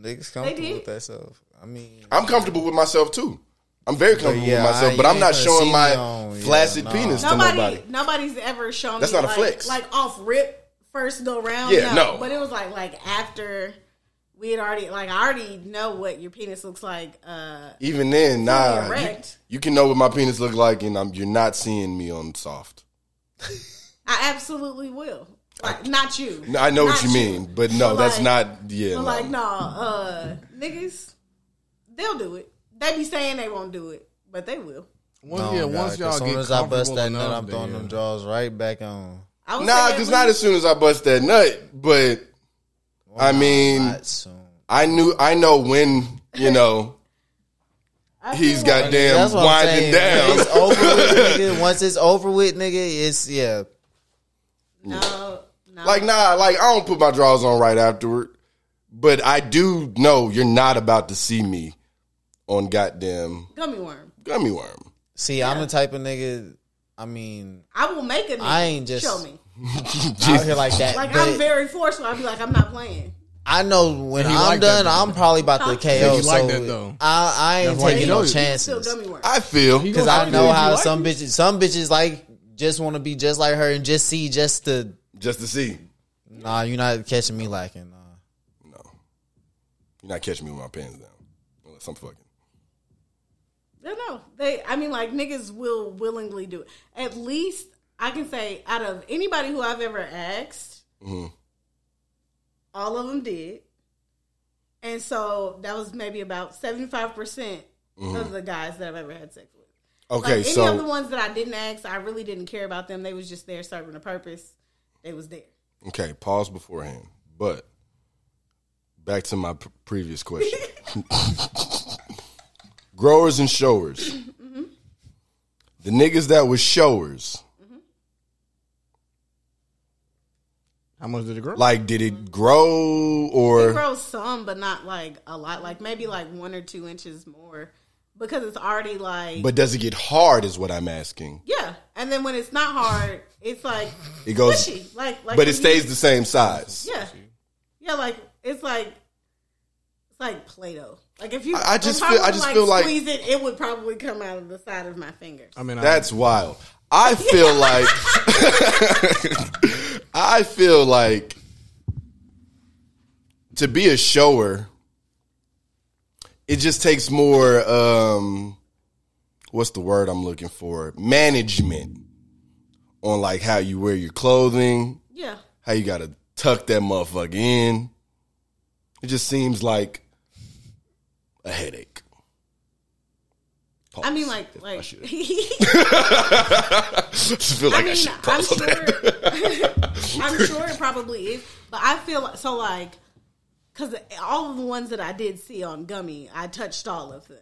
S7: Niggas comfortable
S8: did.
S7: with themselves. I mean,
S9: I'm comfortable with myself too. I'm very comfortable
S7: yeah,
S9: with myself,
S7: I-
S9: but
S7: you
S9: I'm
S7: ain't
S9: not
S7: gonna
S9: showing
S7: see
S9: my
S7: me on- yeah,
S9: flaccid
S7: nah.
S9: penis to nobody.
S8: nobody, nobody's ever shown
S9: That's
S8: me,
S9: not a
S8: like,
S9: flex.
S8: Like off rip first go round.
S9: Yeah, no.
S8: But it was like like after we had already like I already know what your penis looks like. Uh,
S9: Even then, nah. Ah, You,
S8: erect.
S9: you can know what my penis look like, and I'm, you're not seeing me on soft.
S8: I absolutely will. Like, not you.
S9: No, I know
S8: Not
S9: what you mean, but no, that's
S8: like-
S9: not. Yeah,
S8: But
S9: no.
S8: like, no, uh, niggas, they'll do it. They be saying they won't do it, but they will.
S4: Once,
S7: oh,
S4: yeah,
S7: God,
S4: once
S7: 'cause
S4: y'all
S7: soon
S4: get
S7: as I bust that nut,
S4: comfortable
S7: I'm
S4: enough,
S7: throwing
S4: then-
S7: them drawers right back on.
S8: I was
S9: Nah,
S8: saying
S9: because
S8: we-
S9: not as soon as I bust that nut, but I mean,
S7: Not soon.
S9: I knew, I know when you know
S8: I feel
S9: he's
S8: like-
S9: goddamn
S7: That's what
S9: winding
S7: I'm saying. When
S9: down.
S7: It's over with, nigga. Once it's over with, nigga, it's yeah.
S8: No, no.
S9: Like nah, like I don't put my drawers on right afterward, but I do know you're not about to see me on goddamn
S8: gummy worm.
S9: gummy worm.
S7: See, I'm the type of nigga. I mean,
S8: I will make a nigga
S7: I ain't just-
S8: show me.
S7: out here like that.
S8: Like
S7: but
S8: I'm very forceful. I'll be like, I'm not playing.
S7: I know when
S4: he
S7: I'm
S4: like that
S7: done,
S4: though.
S7: I'm probably about to KO.
S4: he like
S7: so
S4: that though.
S7: I, I ain't
S4: That's why he
S7: taking
S4: know
S7: no
S4: you.
S8: Still
S7: chances.
S8: gummy worm.
S9: I feel
S7: Because
S4: gonna
S7: I
S4: like
S7: know
S4: it if
S7: how
S4: you like
S7: some bitches, some bitches like just want to be just like her and just see just to.
S9: just to see.
S7: Nah, you're not catching me lacking. Nah.
S9: No, you're not catching me with my pants down unless I'm fucking.
S8: No, no. They, I mean, like niggas will willingly do it. At least I can say, out of anybody who I've ever asked, all of them did, and so that was maybe about seventy five percent of the guys that I've ever had sex with.
S9: Okay,
S8: like,
S9: so
S8: any of the ones that I didn't ask, I really didn't care about them. They was just there serving a purpose. They was there.
S9: Okay, pause beforehand. But back to my p- previous question. Growers and showers.
S8: Mm-hmm.
S9: The niggas that was showers,
S4: How much did it grow?
S9: like, did it grow or
S8: It grows some, but not like a lot. Like maybe like one or two inches more, because it's already like.
S9: but does it get hard? Is what I'm asking.
S8: Yeah, and then when it's not hard, it's like
S9: It goes,
S8: squishy, like like.
S9: but
S8: when
S9: it stays the same size.
S8: You, yeah, yeah, like it's like it's like Play-Doh. Like if you,
S9: I- I just
S8: if I
S9: feel- I
S8: would,
S9: just feel like-
S8: squeeze it, it would probably come out of the side of my finger.
S4: I mean, I,
S9: That's wild. I feel like I feel like to be a shower, it just takes more um what's the word I'm looking for? Management on like how you wear your clothing,
S8: Yeah,
S9: how you gotta tuck that motherfucker in. It just seems like a headache.
S8: I mean,
S9: Pause,
S8: like,
S9: if I
S8: like.
S9: should.
S8: I
S9: I just feel like I,
S8: mean,
S9: should
S8: I'm
S9: pause on that.
S8: sure. I'm sure it probably is, but I feel like- so like because all of the ones that I did see on Gummy, I touched all of them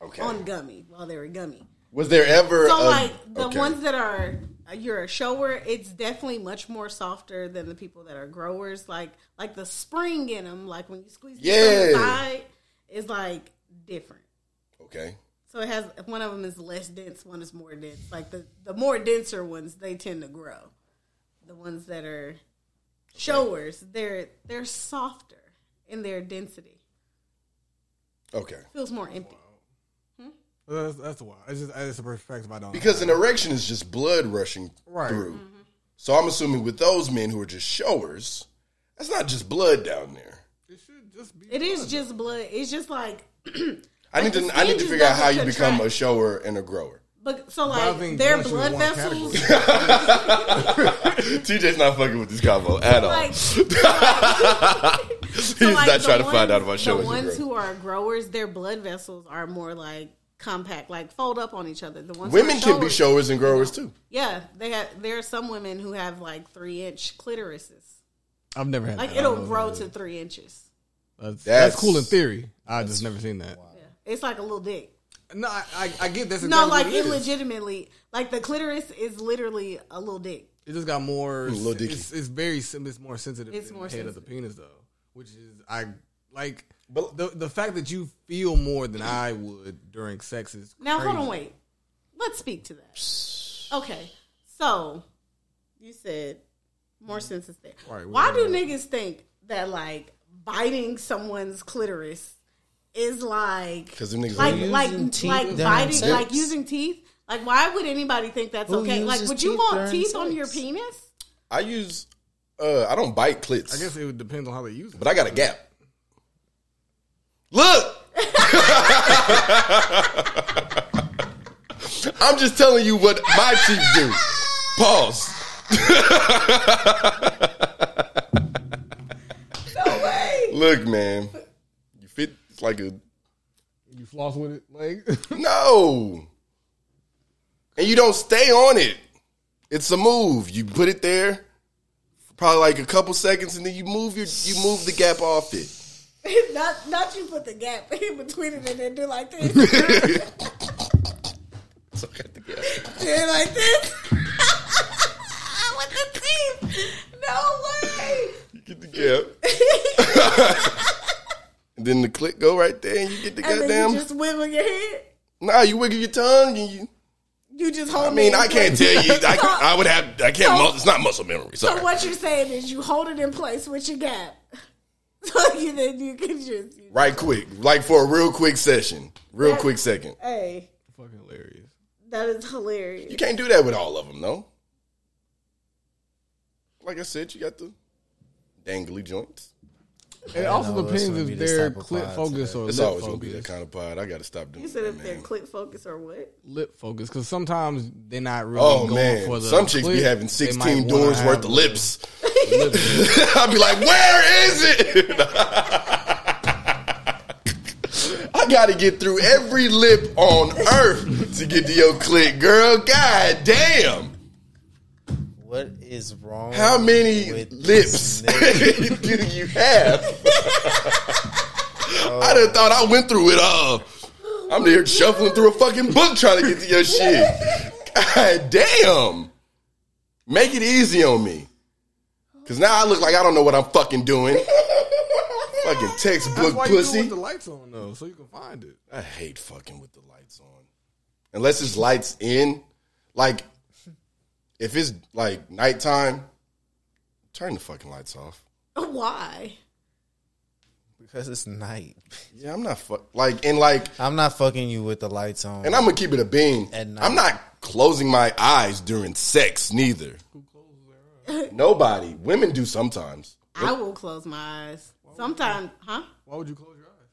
S9: Okay.
S8: on Gummy while they were Gummy.
S9: Was there ever
S8: So
S9: a-
S8: like the
S9: Um, okay.
S8: ones that are you're a shower, it's definitely much more softer than the people that are growers. Like like the spring in them, like when you squeeze it from
S9: Yeah.
S8: the side, is like different.
S9: Okay.
S8: So it has one of them is less dense, one is more dense. Like the the more denser ones, they tend to grow. The ones that are showers, they're they're softer in their density.
S9: Okay.
S8: Feels more empty.
S4: that's, that's why. It's just it's a perspective I don't.
S9: Because an erection is just blood rushing
S4: Right.
S9: through.
S8: Mm-hmm.
S9: So I'm assuming with those men who are just showers, that's not just blood down there.
S4: it should just be.
S8: It is just blood. It's just like
S9: I need
S8: the
S9: to I need to
S8: stages
S9: figure out
S8: of
S9: how
S8: the
S9: you become a
S8: contract-
S9: shower and a grower.
S8: but so
S4: I
S8: like
S4: think
S8: their
S4: one should be
S8: blood
S4: one
S8: vessels
S9: TJ's not fucking with this combo at all.
S8: like
S9: He's
S8: so
S9: not
S8: like, the
S9: trying to
S8: ones-
S9: find out about
S8: The
S9: showers. and
S8: ones
S9: growers.
S8: who are growers, their blood vessels are more like compact, like fold up on each other. The ones who are
S9: Women can be
S8: showers-
S9: showers and growers too.
S8: Yeah, they have. There are some women who have like three inch clitorises.
S4: I've never had.
S8: Like
S4: that.
S8: it'll grow to three inches.
S4: That's,
S9: That's-
S4: that's cool in theory. I just never seen that.
S8: Yeah. It's like a little dick.
S4: No, I, I, I get that's
S8: No,
S4: exactly
S8: like
S4: what
S8: it
S4: it is.
S8: legitimately, like the clitoris is literally a little dick.
S4: It just got more.
S9: little dicky.
S4: it's, it's very. sim- It's more sensitive.
S8: It's
S4: than
S8: more
S4: the head of the penis, though, which is I like.
S9: But-
S4: But the the fact that you feel more than I would during sex is
S8: Now hold on,
S4: crazy.
S8: wait. Let's speak to that. Okay, so you said
S7: Mm-hmm.
S8: more senses there.
S4: Right,
S8: Why
S4: right,
S8: do niggas think that like biting someone's clitoris is like
S9: 'Cause them niggas
S8: like
S9: ain't-
S8: like
S7: Using teeth
S8: like
S7: during
S8: biting
S7: sex?
S8: like using teeth? Like why would anybody think that's
S7: Who
S8: okay? Like
S7: uses
S8: would you
S7: teeth
S8: want
S7: during
S8: teeth on
S7: sex?
S8: your penis?
S9: I use uh I don't bite clits.
S4: I guess it would depend on how they use it.
S9: but I got a gap. Look, I'm just telling you what my teeth do. Pause. Look, man, you fit. It's like a
S4: You floss with it, like
S9: no, and you don't stay on it. It's a move. You put it there, probably like a couple seconds, and then you move your you move the gap off it.
S8: not not you put the gap in between it and then do like this.
S9: So I got the gap.
S8: then like this. With the teeth. No way.
S9: Get the gap. and then the click go right there, and you get the
S8: And then
S9: goddamn.
S8: you just wiggle your head.
S9: nah, you wiggle your tongue, and you.
S8: You just hold
S9: I mean,
S8: it in
S9: I can't
S8: place.
S9: tell you. I, can, I would have. I can't. Mu- it's not muscle memory. Sorry.
S8: So what you're saying is you hold it in place with your gap. So you then you can just you,
S9: Right quick, like for a real quick session, real quick second.
S8: hey,
S4: fucking hilarious.
S8: that is
S9: You
S8: hilarious.
S9: can't do that with all of them, though. Like I said, you got the dangly joints.
S4: It also
S7: know, this
S4: depends
S7: would be
S4: if
S7: this
S4: they're
S7: type of
S4: clit
S7: pod
S4: focused or
S9: It's
S4: lip
S9: always gonna be that
S4: focused.
S9: kind of pod. I gotta stop doing
S8: You said
S9: that,
S8: if they're
S9: man.
S8: clip focus or what?
S4: Lip focused because sometimes they're not really.
S9: Oh
S4: going
S9: man,
S4: for the
S9: some chicks
S4: clit.
S9: be having
S4: They might
S9: sixteen
S4: wanna
S9: doors
S4: have
S9: worth of lips.
S4: the lip.
S9: I'd be like, where is it? I gotta get through every lip on earth to get to your click, girl. God damn.
S7: What is wrong?
S9: How many
S7: with
S9: lips
S7: this nigga?
S9: do you have? I done thought I went through it all. I'm there shuffling through a fucking book trying to get to your shit. God damn. Make it easy on me. Cause now I look like I don't know what I'm fucking doing. fucking textbook
S4: That's why you do it
S9: pussy.
S4: with the lights on though, so you can find it.
S9: I hate fucking with the lights on. Unless it's lights in. Like, if it's like nighttime, turn the fucking lights off.
S8: Why?
S7: because it's night.
S9: Yeah, I'm not fuck like and like
S7: I'm not fucking you with the lights on.
S9: and I'm gonna keep it a bean.
S7: At night.
S9: I'm not closing my eyes during sex neither. Nobody. Women do sometimes.
S8: I will close my eyes. Sometimes, huh?
S4: Why would you close your eyes?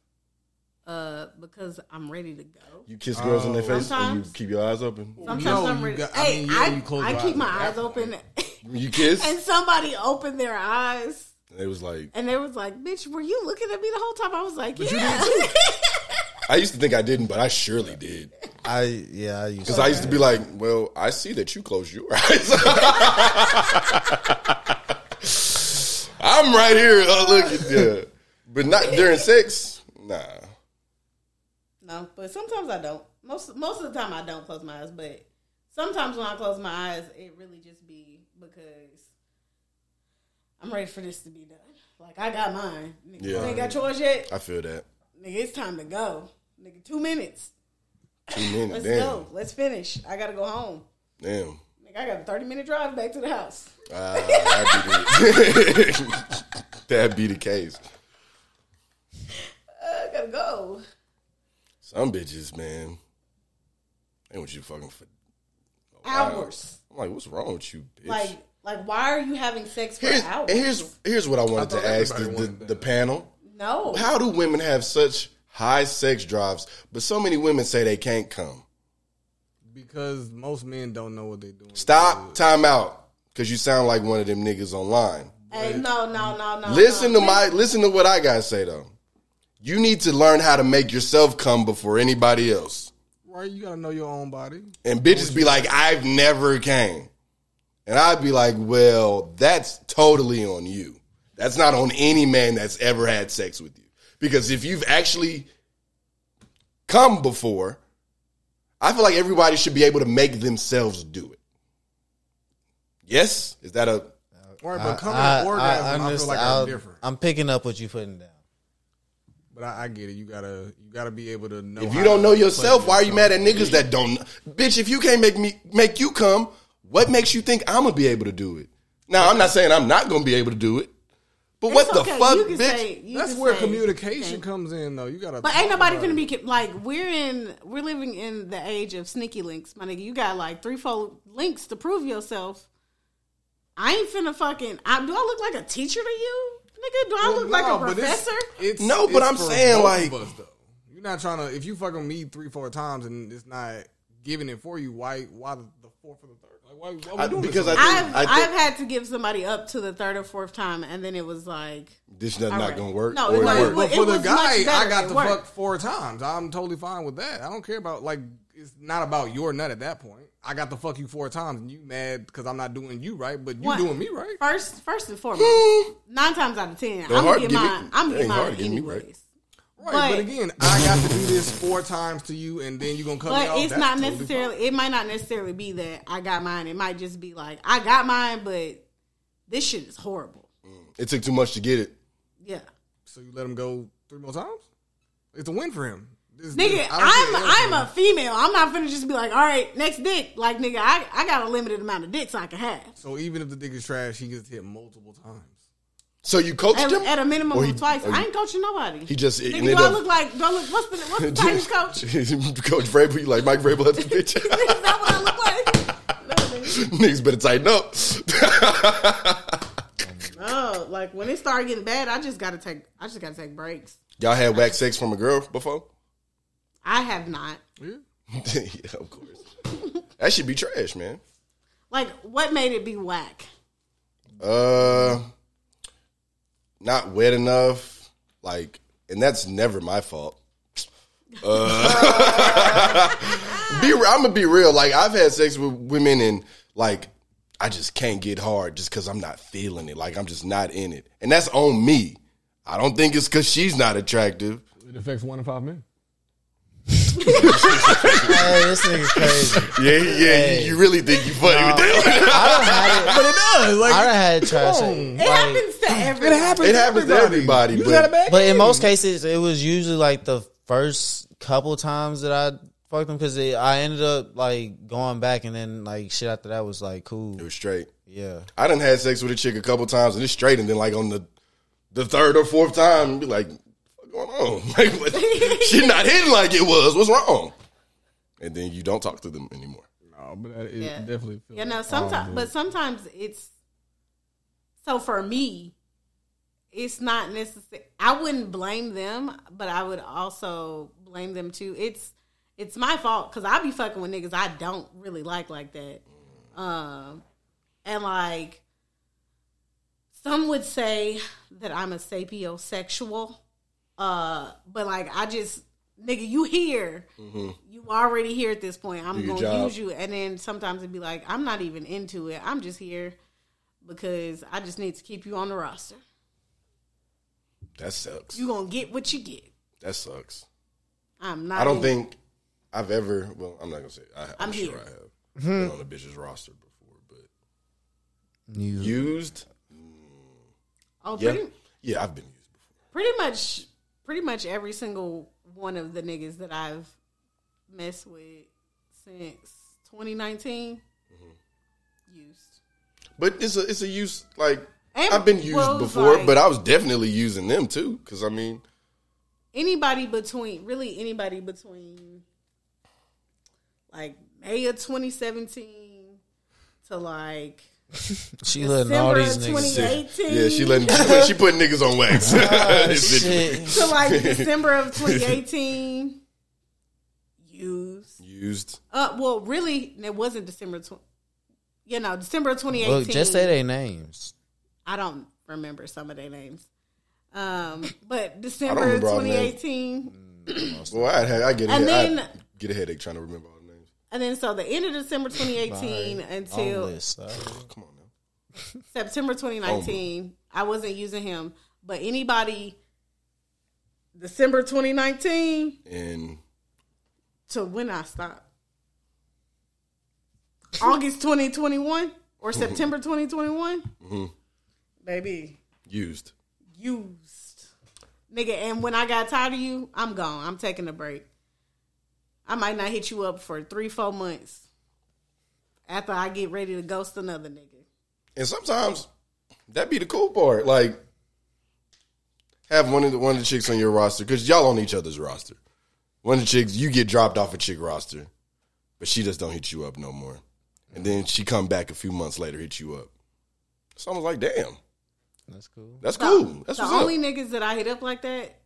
S8: Uh, because I'm ready to go.
S9: You kiss girls on their face and you
S8: Sometimes.
S9: keep your eyys open.
S8: Sometimes
S4: No,
S8: I'm
S4: you
S8: ready.
S4: got- I
S8: hey,
S4: mean, yeah,
S8: I,
S4: you close
S8: I,
S4: your
S8: keep my
S4: eyes.
S8: eyes open,
S9: You kiss.
S8: and
S9: And
S8: somebody opened their eyes,
S9: it was like
S8: and they was like, "Bitch, were you looking at me the whole time?" I was like,
S4: you
S8: "Yeah."
S9: I used to think I didn't, but I surely did.
S7: I yeah, I used
S9: Because I used to be like, well, I see that you close your eyes. I'm right here. Oh, look at yeah. But not during sex. Nah.
S8: no, but sometimes I don't. Most most of the time I don't close my eyes, but sometimes when I close my eyes, it really just be because I'm ready for this to be done. Like I got mine. Nigga, You
S9: Yeah.
S8: ain't got yours yet.
S9: I feel that.
S8: Nigga, it's time to go. Nigga, two minutes.
S9: Two minutes.
S8: Let's
S9: damn.
S8: go. Let's finish. I gotta go home.
S9: Damn.
S8: Nigga, I got a thirty minute drive back to the house.
S9: Uh, that'd, be the, that'd be the case.
S8: I gotta go.
S9: Some bitches, man. They want you fucking for
S8: Hours.
S9: I'm like, what's wrong with you, bitch?
S8: Like like why are you having sex for
S9: here's, and
S8: hours?
S9: here's here's what I wanted
S4: I
S9: to
S4: thought
S9: ask the,
S4: everybody
S9: the,
S4: wanted
S9: the
S4: that.
S9: panel.
S8: no.
S9: How do women have such high sex drives, but so many women say they can't come?
S4: Because most men don't know what they're doing.
S9: Stop, time out, because you sound like one of them niggas online.
S8: Hey, no, no, no, no.
S9: Listen
S8: no.
S9: to my listen to what I gotta say though. You need to learn how to make yourself come before anybody else.
S4: Right? You gotta know your own body.
S9: And bitches be like, I've never came. And I'd be like, well, that's totally on you. That's not on any man that's ever had sex with you. Because if you've actually come before, I feel like everybody should be able to make themselves do it. Yes? Is that a.
S4: Right,
S7: I,
S4: but coming
S7: I,
S4: to orgasm, I, feel like
S7: i
S4: I'm different.
S7: am picking up what you're putting down.
S4: But I, I get it. You gotta you gotta be able to know.
S9: If
S4: how
S9: you don't
S4: to
S9: know
S4: play
S9: yourself, why are you
S4: yourself.
S9: mad at niggas that don't? Bitch, if you can't make me make you come, what makes you think I'm gonna be able to do it? Now I'm not saying I'm not gonna be able to do it, but what
S8: It's
S9: the
S8: okay.
S9: fuck,
S8: You can
S9: bitch?
S8: say- you
S4: That's
S8: can
S4: where
S8: say-
S4: communication
S8: Okay.
S4: comes in, though. You gotta.
S8: But ain't
S4: talk
S8: nobody
S4: about
S8: finna
S4: it.
S8: be ki- like we're in we're living in the age of sneaky links, my nigga. You got like three, four links to prove yourself. I ain't finna fucking. I, do I look like a teacher to you, nigga? Do I look
S4: No,
S8: like a
S4: but it's-
S8: professor?
S4: It's,
S9: No, but
S4: it's
S9: I'm
S4: for
S9: saying,
S4: both of
S9: like-
S4: us, though. you're not trying to. If you fucking me three, four times and it's not giving it for you, why? Why the, the fourth or the third? Like, why? why we
S9: I-
S4: doing this
S9: because
S4: like
S9: I think-
S8: I've
S9: think-
S8: I've had to give somebody up to the third or fourth time, and then it was like
S9: This shit's
S8: all
S9: not
S8: right.
S9: gonna work.
S8: No, it
S9: or it
S8: was-
S9: worked.
S8: was-
S4: But for the
S8: much
S4: guy,
S8: better.
S4: I got
S8: It
S4: the
S8: worked.
S4: fuck four times. I'm totally fine with that. I don't care about like it's not about your nut at that point. I got the fuck you four times, and you mad because I'm not doing you right, but you
S8: What?
S4: doing me right.
S8: first, first and foremost, nine times out of ten, I'm
S9: hard
S8: gonna
S9: to
S8: get
S9: get me-
S8: mine. I'm
S9: it
S8: gonna get
S9: ain't hard
S8: mine
S9: to get me
S8: anyways.
S9: right.
S4: Right,
S8: But-
S4: but, again, I got to do this four times to you, and then you gonna cut me
S8: But
S4: off.
S8: it's
S4: That's
S8: not
S4: totally
S8: necessarily. It might not necessarily be that I got mine. It might just be like I got mine, but this shit is horrible.
S9: It took too much to get it.
S8: Yeah,
S4: So you let him go three more times? It's a win for him. This-
S8: nigga,
S4: this- I don't
S8: I'm
S4: care
S8: I'm
S4: anything.
S8: a female. I'm not gonna just be like, all right, next dick. Like nigga, I I got a limited amount of dicks I can have.
S4: So even if the dick is trash, he gets hit multiple times.
S9: So you coached
S8: At,
S9: him
S8: at a minimum
S9: Or
S8: of
S9: he-
S8: twice.
S9: or
S8: I ain't coaching nobody.
S9: He just
S8: nigga, do
S9: ended
S8: I
S9: up-
S8: look like? Do I look? What's the what's the Titans coach? Is
S9: coach Vrabel, you like Mike Vrabel at the bitch.
S8: that what I look like? No, nigga.
S9: Niggas better tighten up.
S8: No, like when it started getting bad, I just gotta take I just gotta take breaks.
S9: Y'all had whack sex from a girl before?
S8: I have not.
S9: yeah, of course. That should be trash, man.
S8: Like, what made it be whack?
S9: Uh, not wet enough. Like, and that's never my fault. Uh, be, I'm gonna be real. Like, I've had sex with women, and like, I just can't get hard just because I'm not feeling it. Like, I'm just not in it, and that's on me. I don't think it's because she's not attractive.
S4: It affects one in five men.
S7: hey, this nigga's crazy.
S9: Yeah, yeah. you- You, really think you funny with that?
S7: I done had it.
S4: But it does. Like
S7: I done had trash.
S4: on.
S8: It happens to everyone.
S4: it happens.
S9: It happens to everybody,
S4: You
S9: but-
S4: got a bad
S7: But in
S4: game.
S7: most cases, it was usually like the first couple times that I fucked them because I ended up like going back and then like shit after that was like cool.
S9: It was straight.
S7: Yeah.
S9: I done had sex with a chick a couple times and it's straight, and then like on the the third or fourth time, be like, going on? Like, what? she not hitting like it was. What's wrong? And then you don't talk to them anymore.
S4: No, but that is
S8: Yeah.
S4: definitely. feels
S8: You know,
S4: odd,
S8: sometimes,
S4: dude.
S8: but sometimes it's so for me, it's not necessary. I wouldn't blame them, but I would also blame them too. It's it's my fault because I be fucking with niggas I don't really like like that, um, and like some would say that I'm a sapiosexual, uh, but like I just nigga, you here, you already here at this point. I'm
S9: Mm-hmm. your
S8: gonna
S9: job.
S8: use you, and then sometimes it'd be like I'm not even into it. I'm just here because I just need to keep you on the roster.
S9: That sucks.
S8: You gonna get what you get.
S9: That sucks.
S8: I'm not.
S9: I don't
S8: in-
S9: think I've ever. Well, I'm not gonna say. I, I'm,
S8: I'm
S9: sure
S8: here.
S9: I have been on a bitch's roster before, but
S7: You,
S9: used.
S8: Oh,
S9: Yeah,
S8: pretty,
S9: yeah, I've been used before.
S8: pretty much, pretty much every single one of the niggas that I've messed with since 2019
S9: Mm-hmm.
S8: used.
S9: But it's a it's a use like
S8: And
S9: I've been used
S8: well,
S9: before,
S8: like-
S9: but I was definitely using them too. Because I mean,
S8: Anybody between, really, anybody between like May of 2017 to like
S7: she letting all
S8: December of
S7: these niggas.
S8: 2018.
S9: yeah, she letting she put, she put niggas on wax.
S8: Oh,
S7: Shit.
S8: to like December of 2018 used.
S9: Used
S8: Uh, well, really, it wasn't December. Tw- you know, December of 2018.
S7: Look, just say their names.
S8: I don't remember some of their names. Um, but December of
S9: remember all the names.
S8: 2018,
S9: well, I had I get a,
S8: And
S9: head-
S8: then-
S9: I get a headache trying to remember all the names.
S8: and then so the end of December 2018
S7: On
S8: until
S7: list. uh,
S9: Come on now,
S8: September
S9: Oh,
S8: 2019, I wasn't using him. But anybody, December 2019
S9: and
S8: to when I stopped, August 2021 or
S9: Mm-hmm.
S8: September 2021, baby.
S9: used.
S8: used. Nigga, and when I got tired of you, I'm gone. I'm taking a break. I might not hit you up for three, four months after I get ready to ghost another nigga.
S9: And sometimes that be the cool part. Like have one of the one of the chicks on your roster because y'all on each other's roster. One of the chicks you get dropped off a chick roster, but she just don't hit you up no more. And then she come back a few months later, hit you up. So I was like, damn,
S7: That's cool.
S9: that's
S8: The-
S9: cool. That's
S8: the
S9: what's
S8: only
S9: up.
S8: niggas that I hit up like that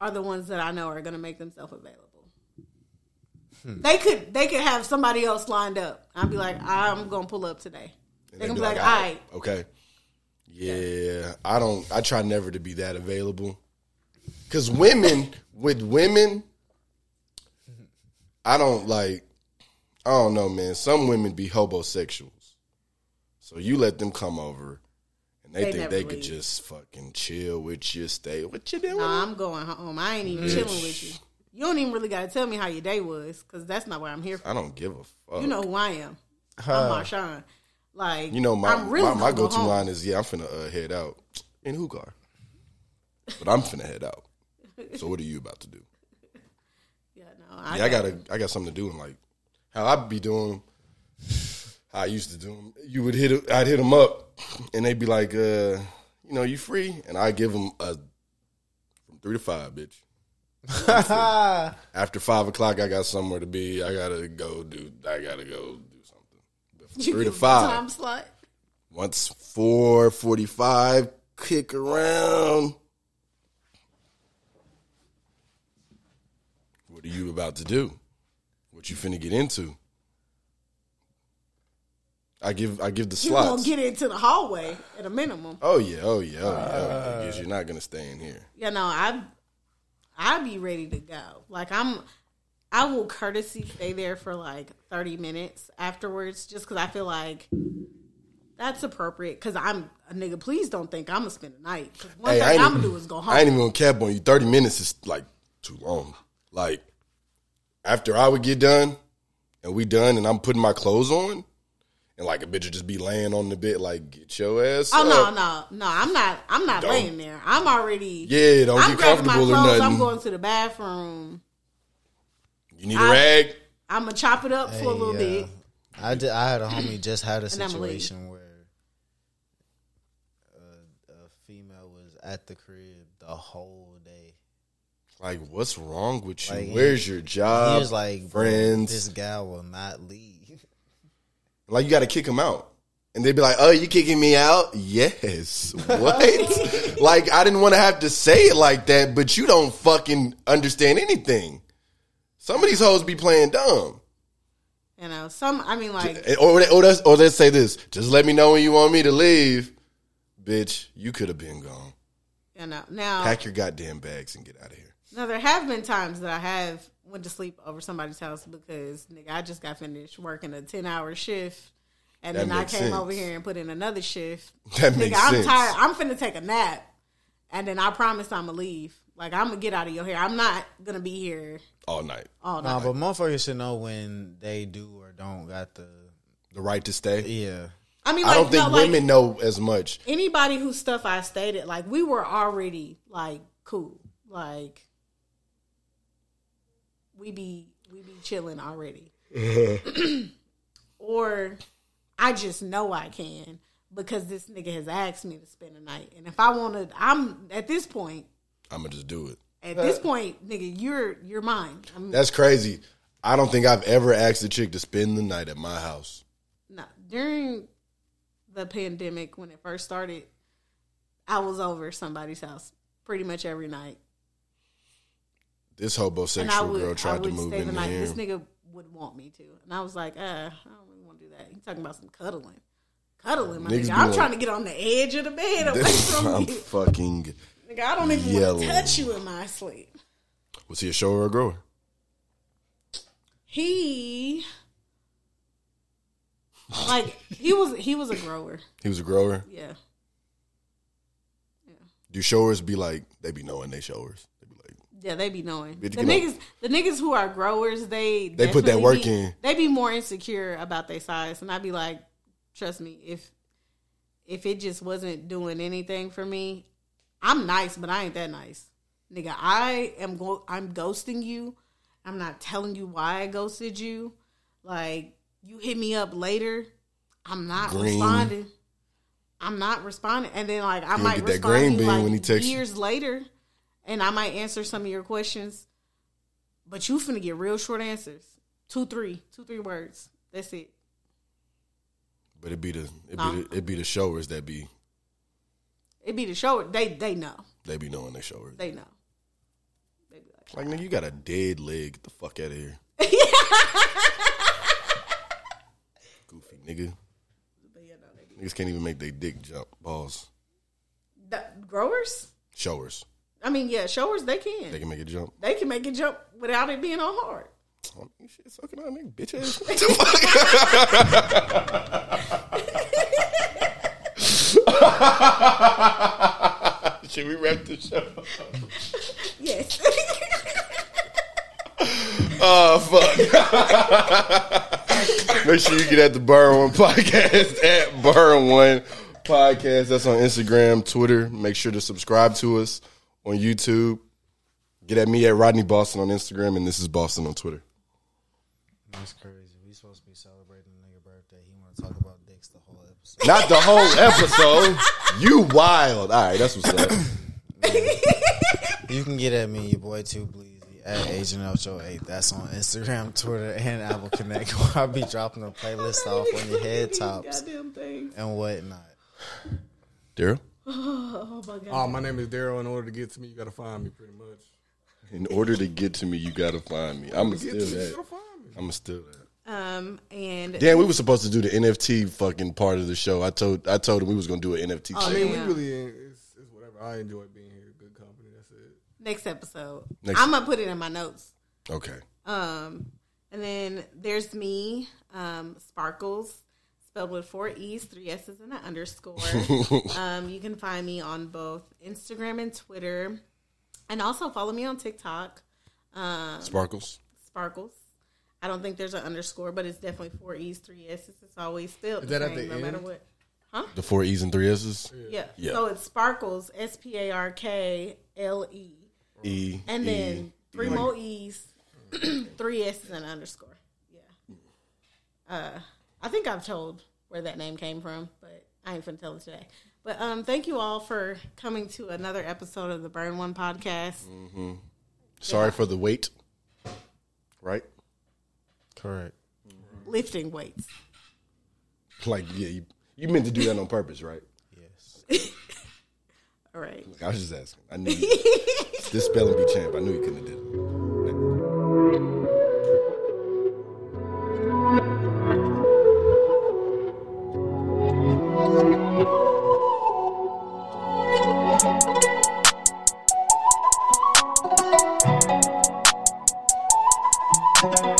S8: are the ones that I know are gonna make themselves available.
S9: Hmm.
S8: They could they could have somebody else lined up. I'd be like, I'm gonna pull up today.
S9: And
S8: They
S9: they
S8: gonna be like,
S9: "All
S8: all right,
S9: okay, yeah. I don't. I try never to be that available because women with women, I don't like. I don't know, man. Some women be hobosexuals, so you let them come over, and they,
S8: They
S9: think
S8: never
S9: they could
S8: leave.
S9: just fucking chill with you, stay. What you doing?
S8: Nah, I'm going home. I ain't even chilling with you. You don't even really got to tell me how your day was because that's not what I'm here for.
S9: I don't give a fuck.
S8: You know who I am. I'm Marshawn. Like
S9: You know, my
S8: I'm really
S9: my, my
S8: gonna
S9: go to
S8: home.
S9: line is yeah, I'm finna uh, head out in Hugar, but I'm finna head out. So what are you about to do?
S8: Yeah, no, I,
S9: Yeah, I gotta I got something to do. And like how I'd be doing, how I used to do them. You would hit I'd hit them up, and they'd be like, uh, you know, you free, and I give them a from three to five, bitch. After five o'clock, I got somewhere to be. I gotta go do. I gotta go do something. But from
S8: You
S9: three to
S8: give
S9: five,
S8: Time slot.
S9: once four forty five kick around. What are you about to do? What you finna get into? I give I give the
S8: You
S9: slots.
S8: gonna get into the hallway at a minimum.
S9: oh yeah, oh yeah, oh yeah. oh,
S8: Uh,
S9: yeah, 'cause you're not gonna stay in here.
S8: You know, I I be ready to go. Like I'm, I will courtesy stay there for like thirty minutes afterwards, just because I feel like. That's appropriate because I'm a nigga. Please don't think I'm gonna spend the night. 'Cause One
S9: Hey, I
S8: thing
S9: ain't,
S8: I'm gonna do is go home.
S9: I ain't even gonna cap on you. Thirty minutes is like too long. Like after I would get done and we done and I'm putting my clothes on and like a bitch would just be laying on the bed like get your ass.
S8: Oh
S9: up.
S8: no, no, no! I'm not. I'm not
S9: Don't.
S8: laying there. I'm already.
S9: Yeah, don't
S8: I'm
S9: get
S8: grabbing my
S9: comfortable or
S8: clothes.
S9: nothing.
S8: I'm going to the bathroom.
S9: You need a rag.
S8: I'm gonna chop it up for a little
S7: Yeah.
S8: bit.
S7: I did. I had a homie just had a
S8: And I'ma leave.
S7: situation where a, a female was at the crib the whole day.
S9: Like, what's wrong with you?
S7: Like, yeah.
S9: Where's your job?
S7: he was like, bro,
S9: Uh, friends.
S7: this guy will not leave.
S9: Like you got to kick them out. And they'd be like, "Oh, you kicking me out?" Yes. What? like I didn't want to have to say it like that, but you don't fucking understand anything. Some of these hoes be playing dumb,
S8: You know, some. I mean, like
S9: And- or they, or they, or they say this: "Just let me know when you want me to leave." Bitch, you could have been gone.
S8: you know. Now,
S9: Pack your goddamn bags and get out of here.
S8: now there have been times that I have went to sleep over somebody's house because nigga, I just got finished working a ten hour shift, and
S9: That
S8: then I
S9: makes
S8: came
S9: sense.
S8: over here and put in another shift.
S9: That
S8: Nigga,
S9: makes
S8: I'm
S9: sense.
S8: tired. I'm finna take a nap, and then I promise I'm gonna leave. Like I'm gonna get out of your hair. I'm not gonna be here
S9: All night,
S8: all night.
S7: Nah, but motherfuckers should know when they do or don't got the
S9: the right to stay.
S7: yeah.
S8: I mean, like,
S9: I don't think
S8: no, like,
S9: women know as much.
S8: anybody whose stuff I stated, like we were already like cool, like we be we be chilling already. or I just know I can because this nigga has asked me to spend a night, and if I want to, I'm at this point.
S9: I'm gonna just do it.
S8: At this point, nigga, you're you're mine. I'm,
S9: That's crazy. I don't think I've ever asked a chick to spend the night at my house.
S8: no, during the pandemic when it first started, I was over somebody's house pretty much every night.
S9: This homosexual girl tried to
S8: would
S9: move
S8: stay the
S9: in
S8: night.
S9: here.
S8: This nigga would want me to, and I was like, uh, I don't really want to do that. He talking about some cuddling, cuddling. My
S9: Niggas
S8: nigga.
S9: be
S8: I'm
S9: like-
S8: trying to get on the edge of the bed away from
S9: I'm
S8: you.
S9: fucking.
S8: Nigga, I don't even want
S9: yelling.
S8: to touch you in my sleep.
S9: Was he a shower or a grower?
S8: He, like, he was he was a grower.
S9: He was a grower.
S8: Yeah,
S9: Do showers be like they be knowing they showers? They be like,
S8: yeah, they be knowing the
S9: Bitch, get
S8: niggas. The niggas who are growers, they
S9: They put that
S8: definitely
S9: work
S8: be-
S9: in.
S8: They be more insecure about their size, and I'd be like, trust me, if if it just wasn't doing anything for me, I'm nice, but I ain't that nice, nigga. I am go- I'm ghosting you. I'm not telling you why I ghosted you. Like you hit me up later. I'm not
S9: Green.
S8: responding. I'm not responding, and then like I
S9: gonna
S8: might
S9: get that
S8: respond
S9: green
S8: to you,
S9: bean
S8: like,
S9: when he texts you.
S8: years later, and I might answer some of your questions. But you finna get real short answers. Two, three, two, three words. That's it.
S9: but it be the it
S8: Nah.
S9: be the, it be the showers that be
S8: It be the show. They they know.
S9: they be knowing they showers.
S8: They know. They be like,
S9: Like nigga, you got a dead leg. Get the fuck out of here. Goofy nigga.
S8: but you know, they be-
S9: Niggas can't even make their dick jump. Balls.
S8: the growers.
S9: Showers.
S8: I mean, yeah, showers. They
S9: They
S8: can.
S9: can make it jump.
S8: They can make it jump without it being on hard.
S9: I mean, shit, sucking on nigga, bitch ass. Should we wrap the show?
S8: Yes.
S9: Oh fuck! Make sure you get at the Burn One Podcast at Burn One Podcast. That's on Instagram, Twitter. Make sure to subscribe to us on YouTube. Get at me at Rodney Boston on Instagram, and this is Boston on Twitter.
S7: That's crazy. We supposed to be celebrating the nigga birthday. He want to talk about dicks the whole episode.
S9: Not the whole episode. You wild. All right, that's what's up.
S7: You can get at me, your boy Too Bleezy at Agent Ocho Eight. That's on Instagram, Twitter, and Apple Connect. Where I'll be dropping a playlist off on your head tops
S8: Goddamn thing.
S7: and whatnot.
S9: Daryl.
S4: Uh, my name is Daryl. In order to get to me, you gotta find me, pretty much.
S9: In order to get to me, you gotta find me. I'ma steal that. I'ma steal that.
S8: Um, and
S9: Damn, we were supposed to do the NFT fucking part of the show. I told I told him we was gonna do an NFT.
S8: Oh,
S9: segment.
S4: I mean,
S8: Yeah.
S4: we really ain't- it's, it's whatever. I enjoy being here, good company. That's it.
S8: next episode,
S9: Next-
S8: I'm gonna put it in my notes.
S9: Okay.
S8: Um, and then there's me, um, Sparkles, spelled with four E's, three S's, and an underscore. um, you can find me on both Instagram and Twitter. And also follow me on TikTok, Oh.
S9: Sparkles.
S8: Sparkles. I don't think there's an underscore, but it's definitely four E's, three S's. It's always spelled
S4: Is
S8: the
S4: that at
S8: same,
S4: the
S8: no
S4: end?
S8: matter what.
S9: The four E's and three S's.
S8: Yeah.
S9: Yeah.
S8: So it's Sparkles, S P A R K L E.
S9: E.
S8: And then
S9: E.
S8: three more E's, three S's, and an underscore. Yeah. Uh, I think I've told where that name came from, but I ain't finna tell it today. But um, thank you all for coming to another episode of the Burn One podcast.
S9: Sorry for the wait. Right?
S7: Correct.
S8: Lifting weights.
S9: Like, yeah, you, you meant to do that on purpose, right?
S7: Yes.
S8: All right.
S9: I was just asking. I knew you, this spelling be champ. I knew you couldn't have did it.
S5: Thank you.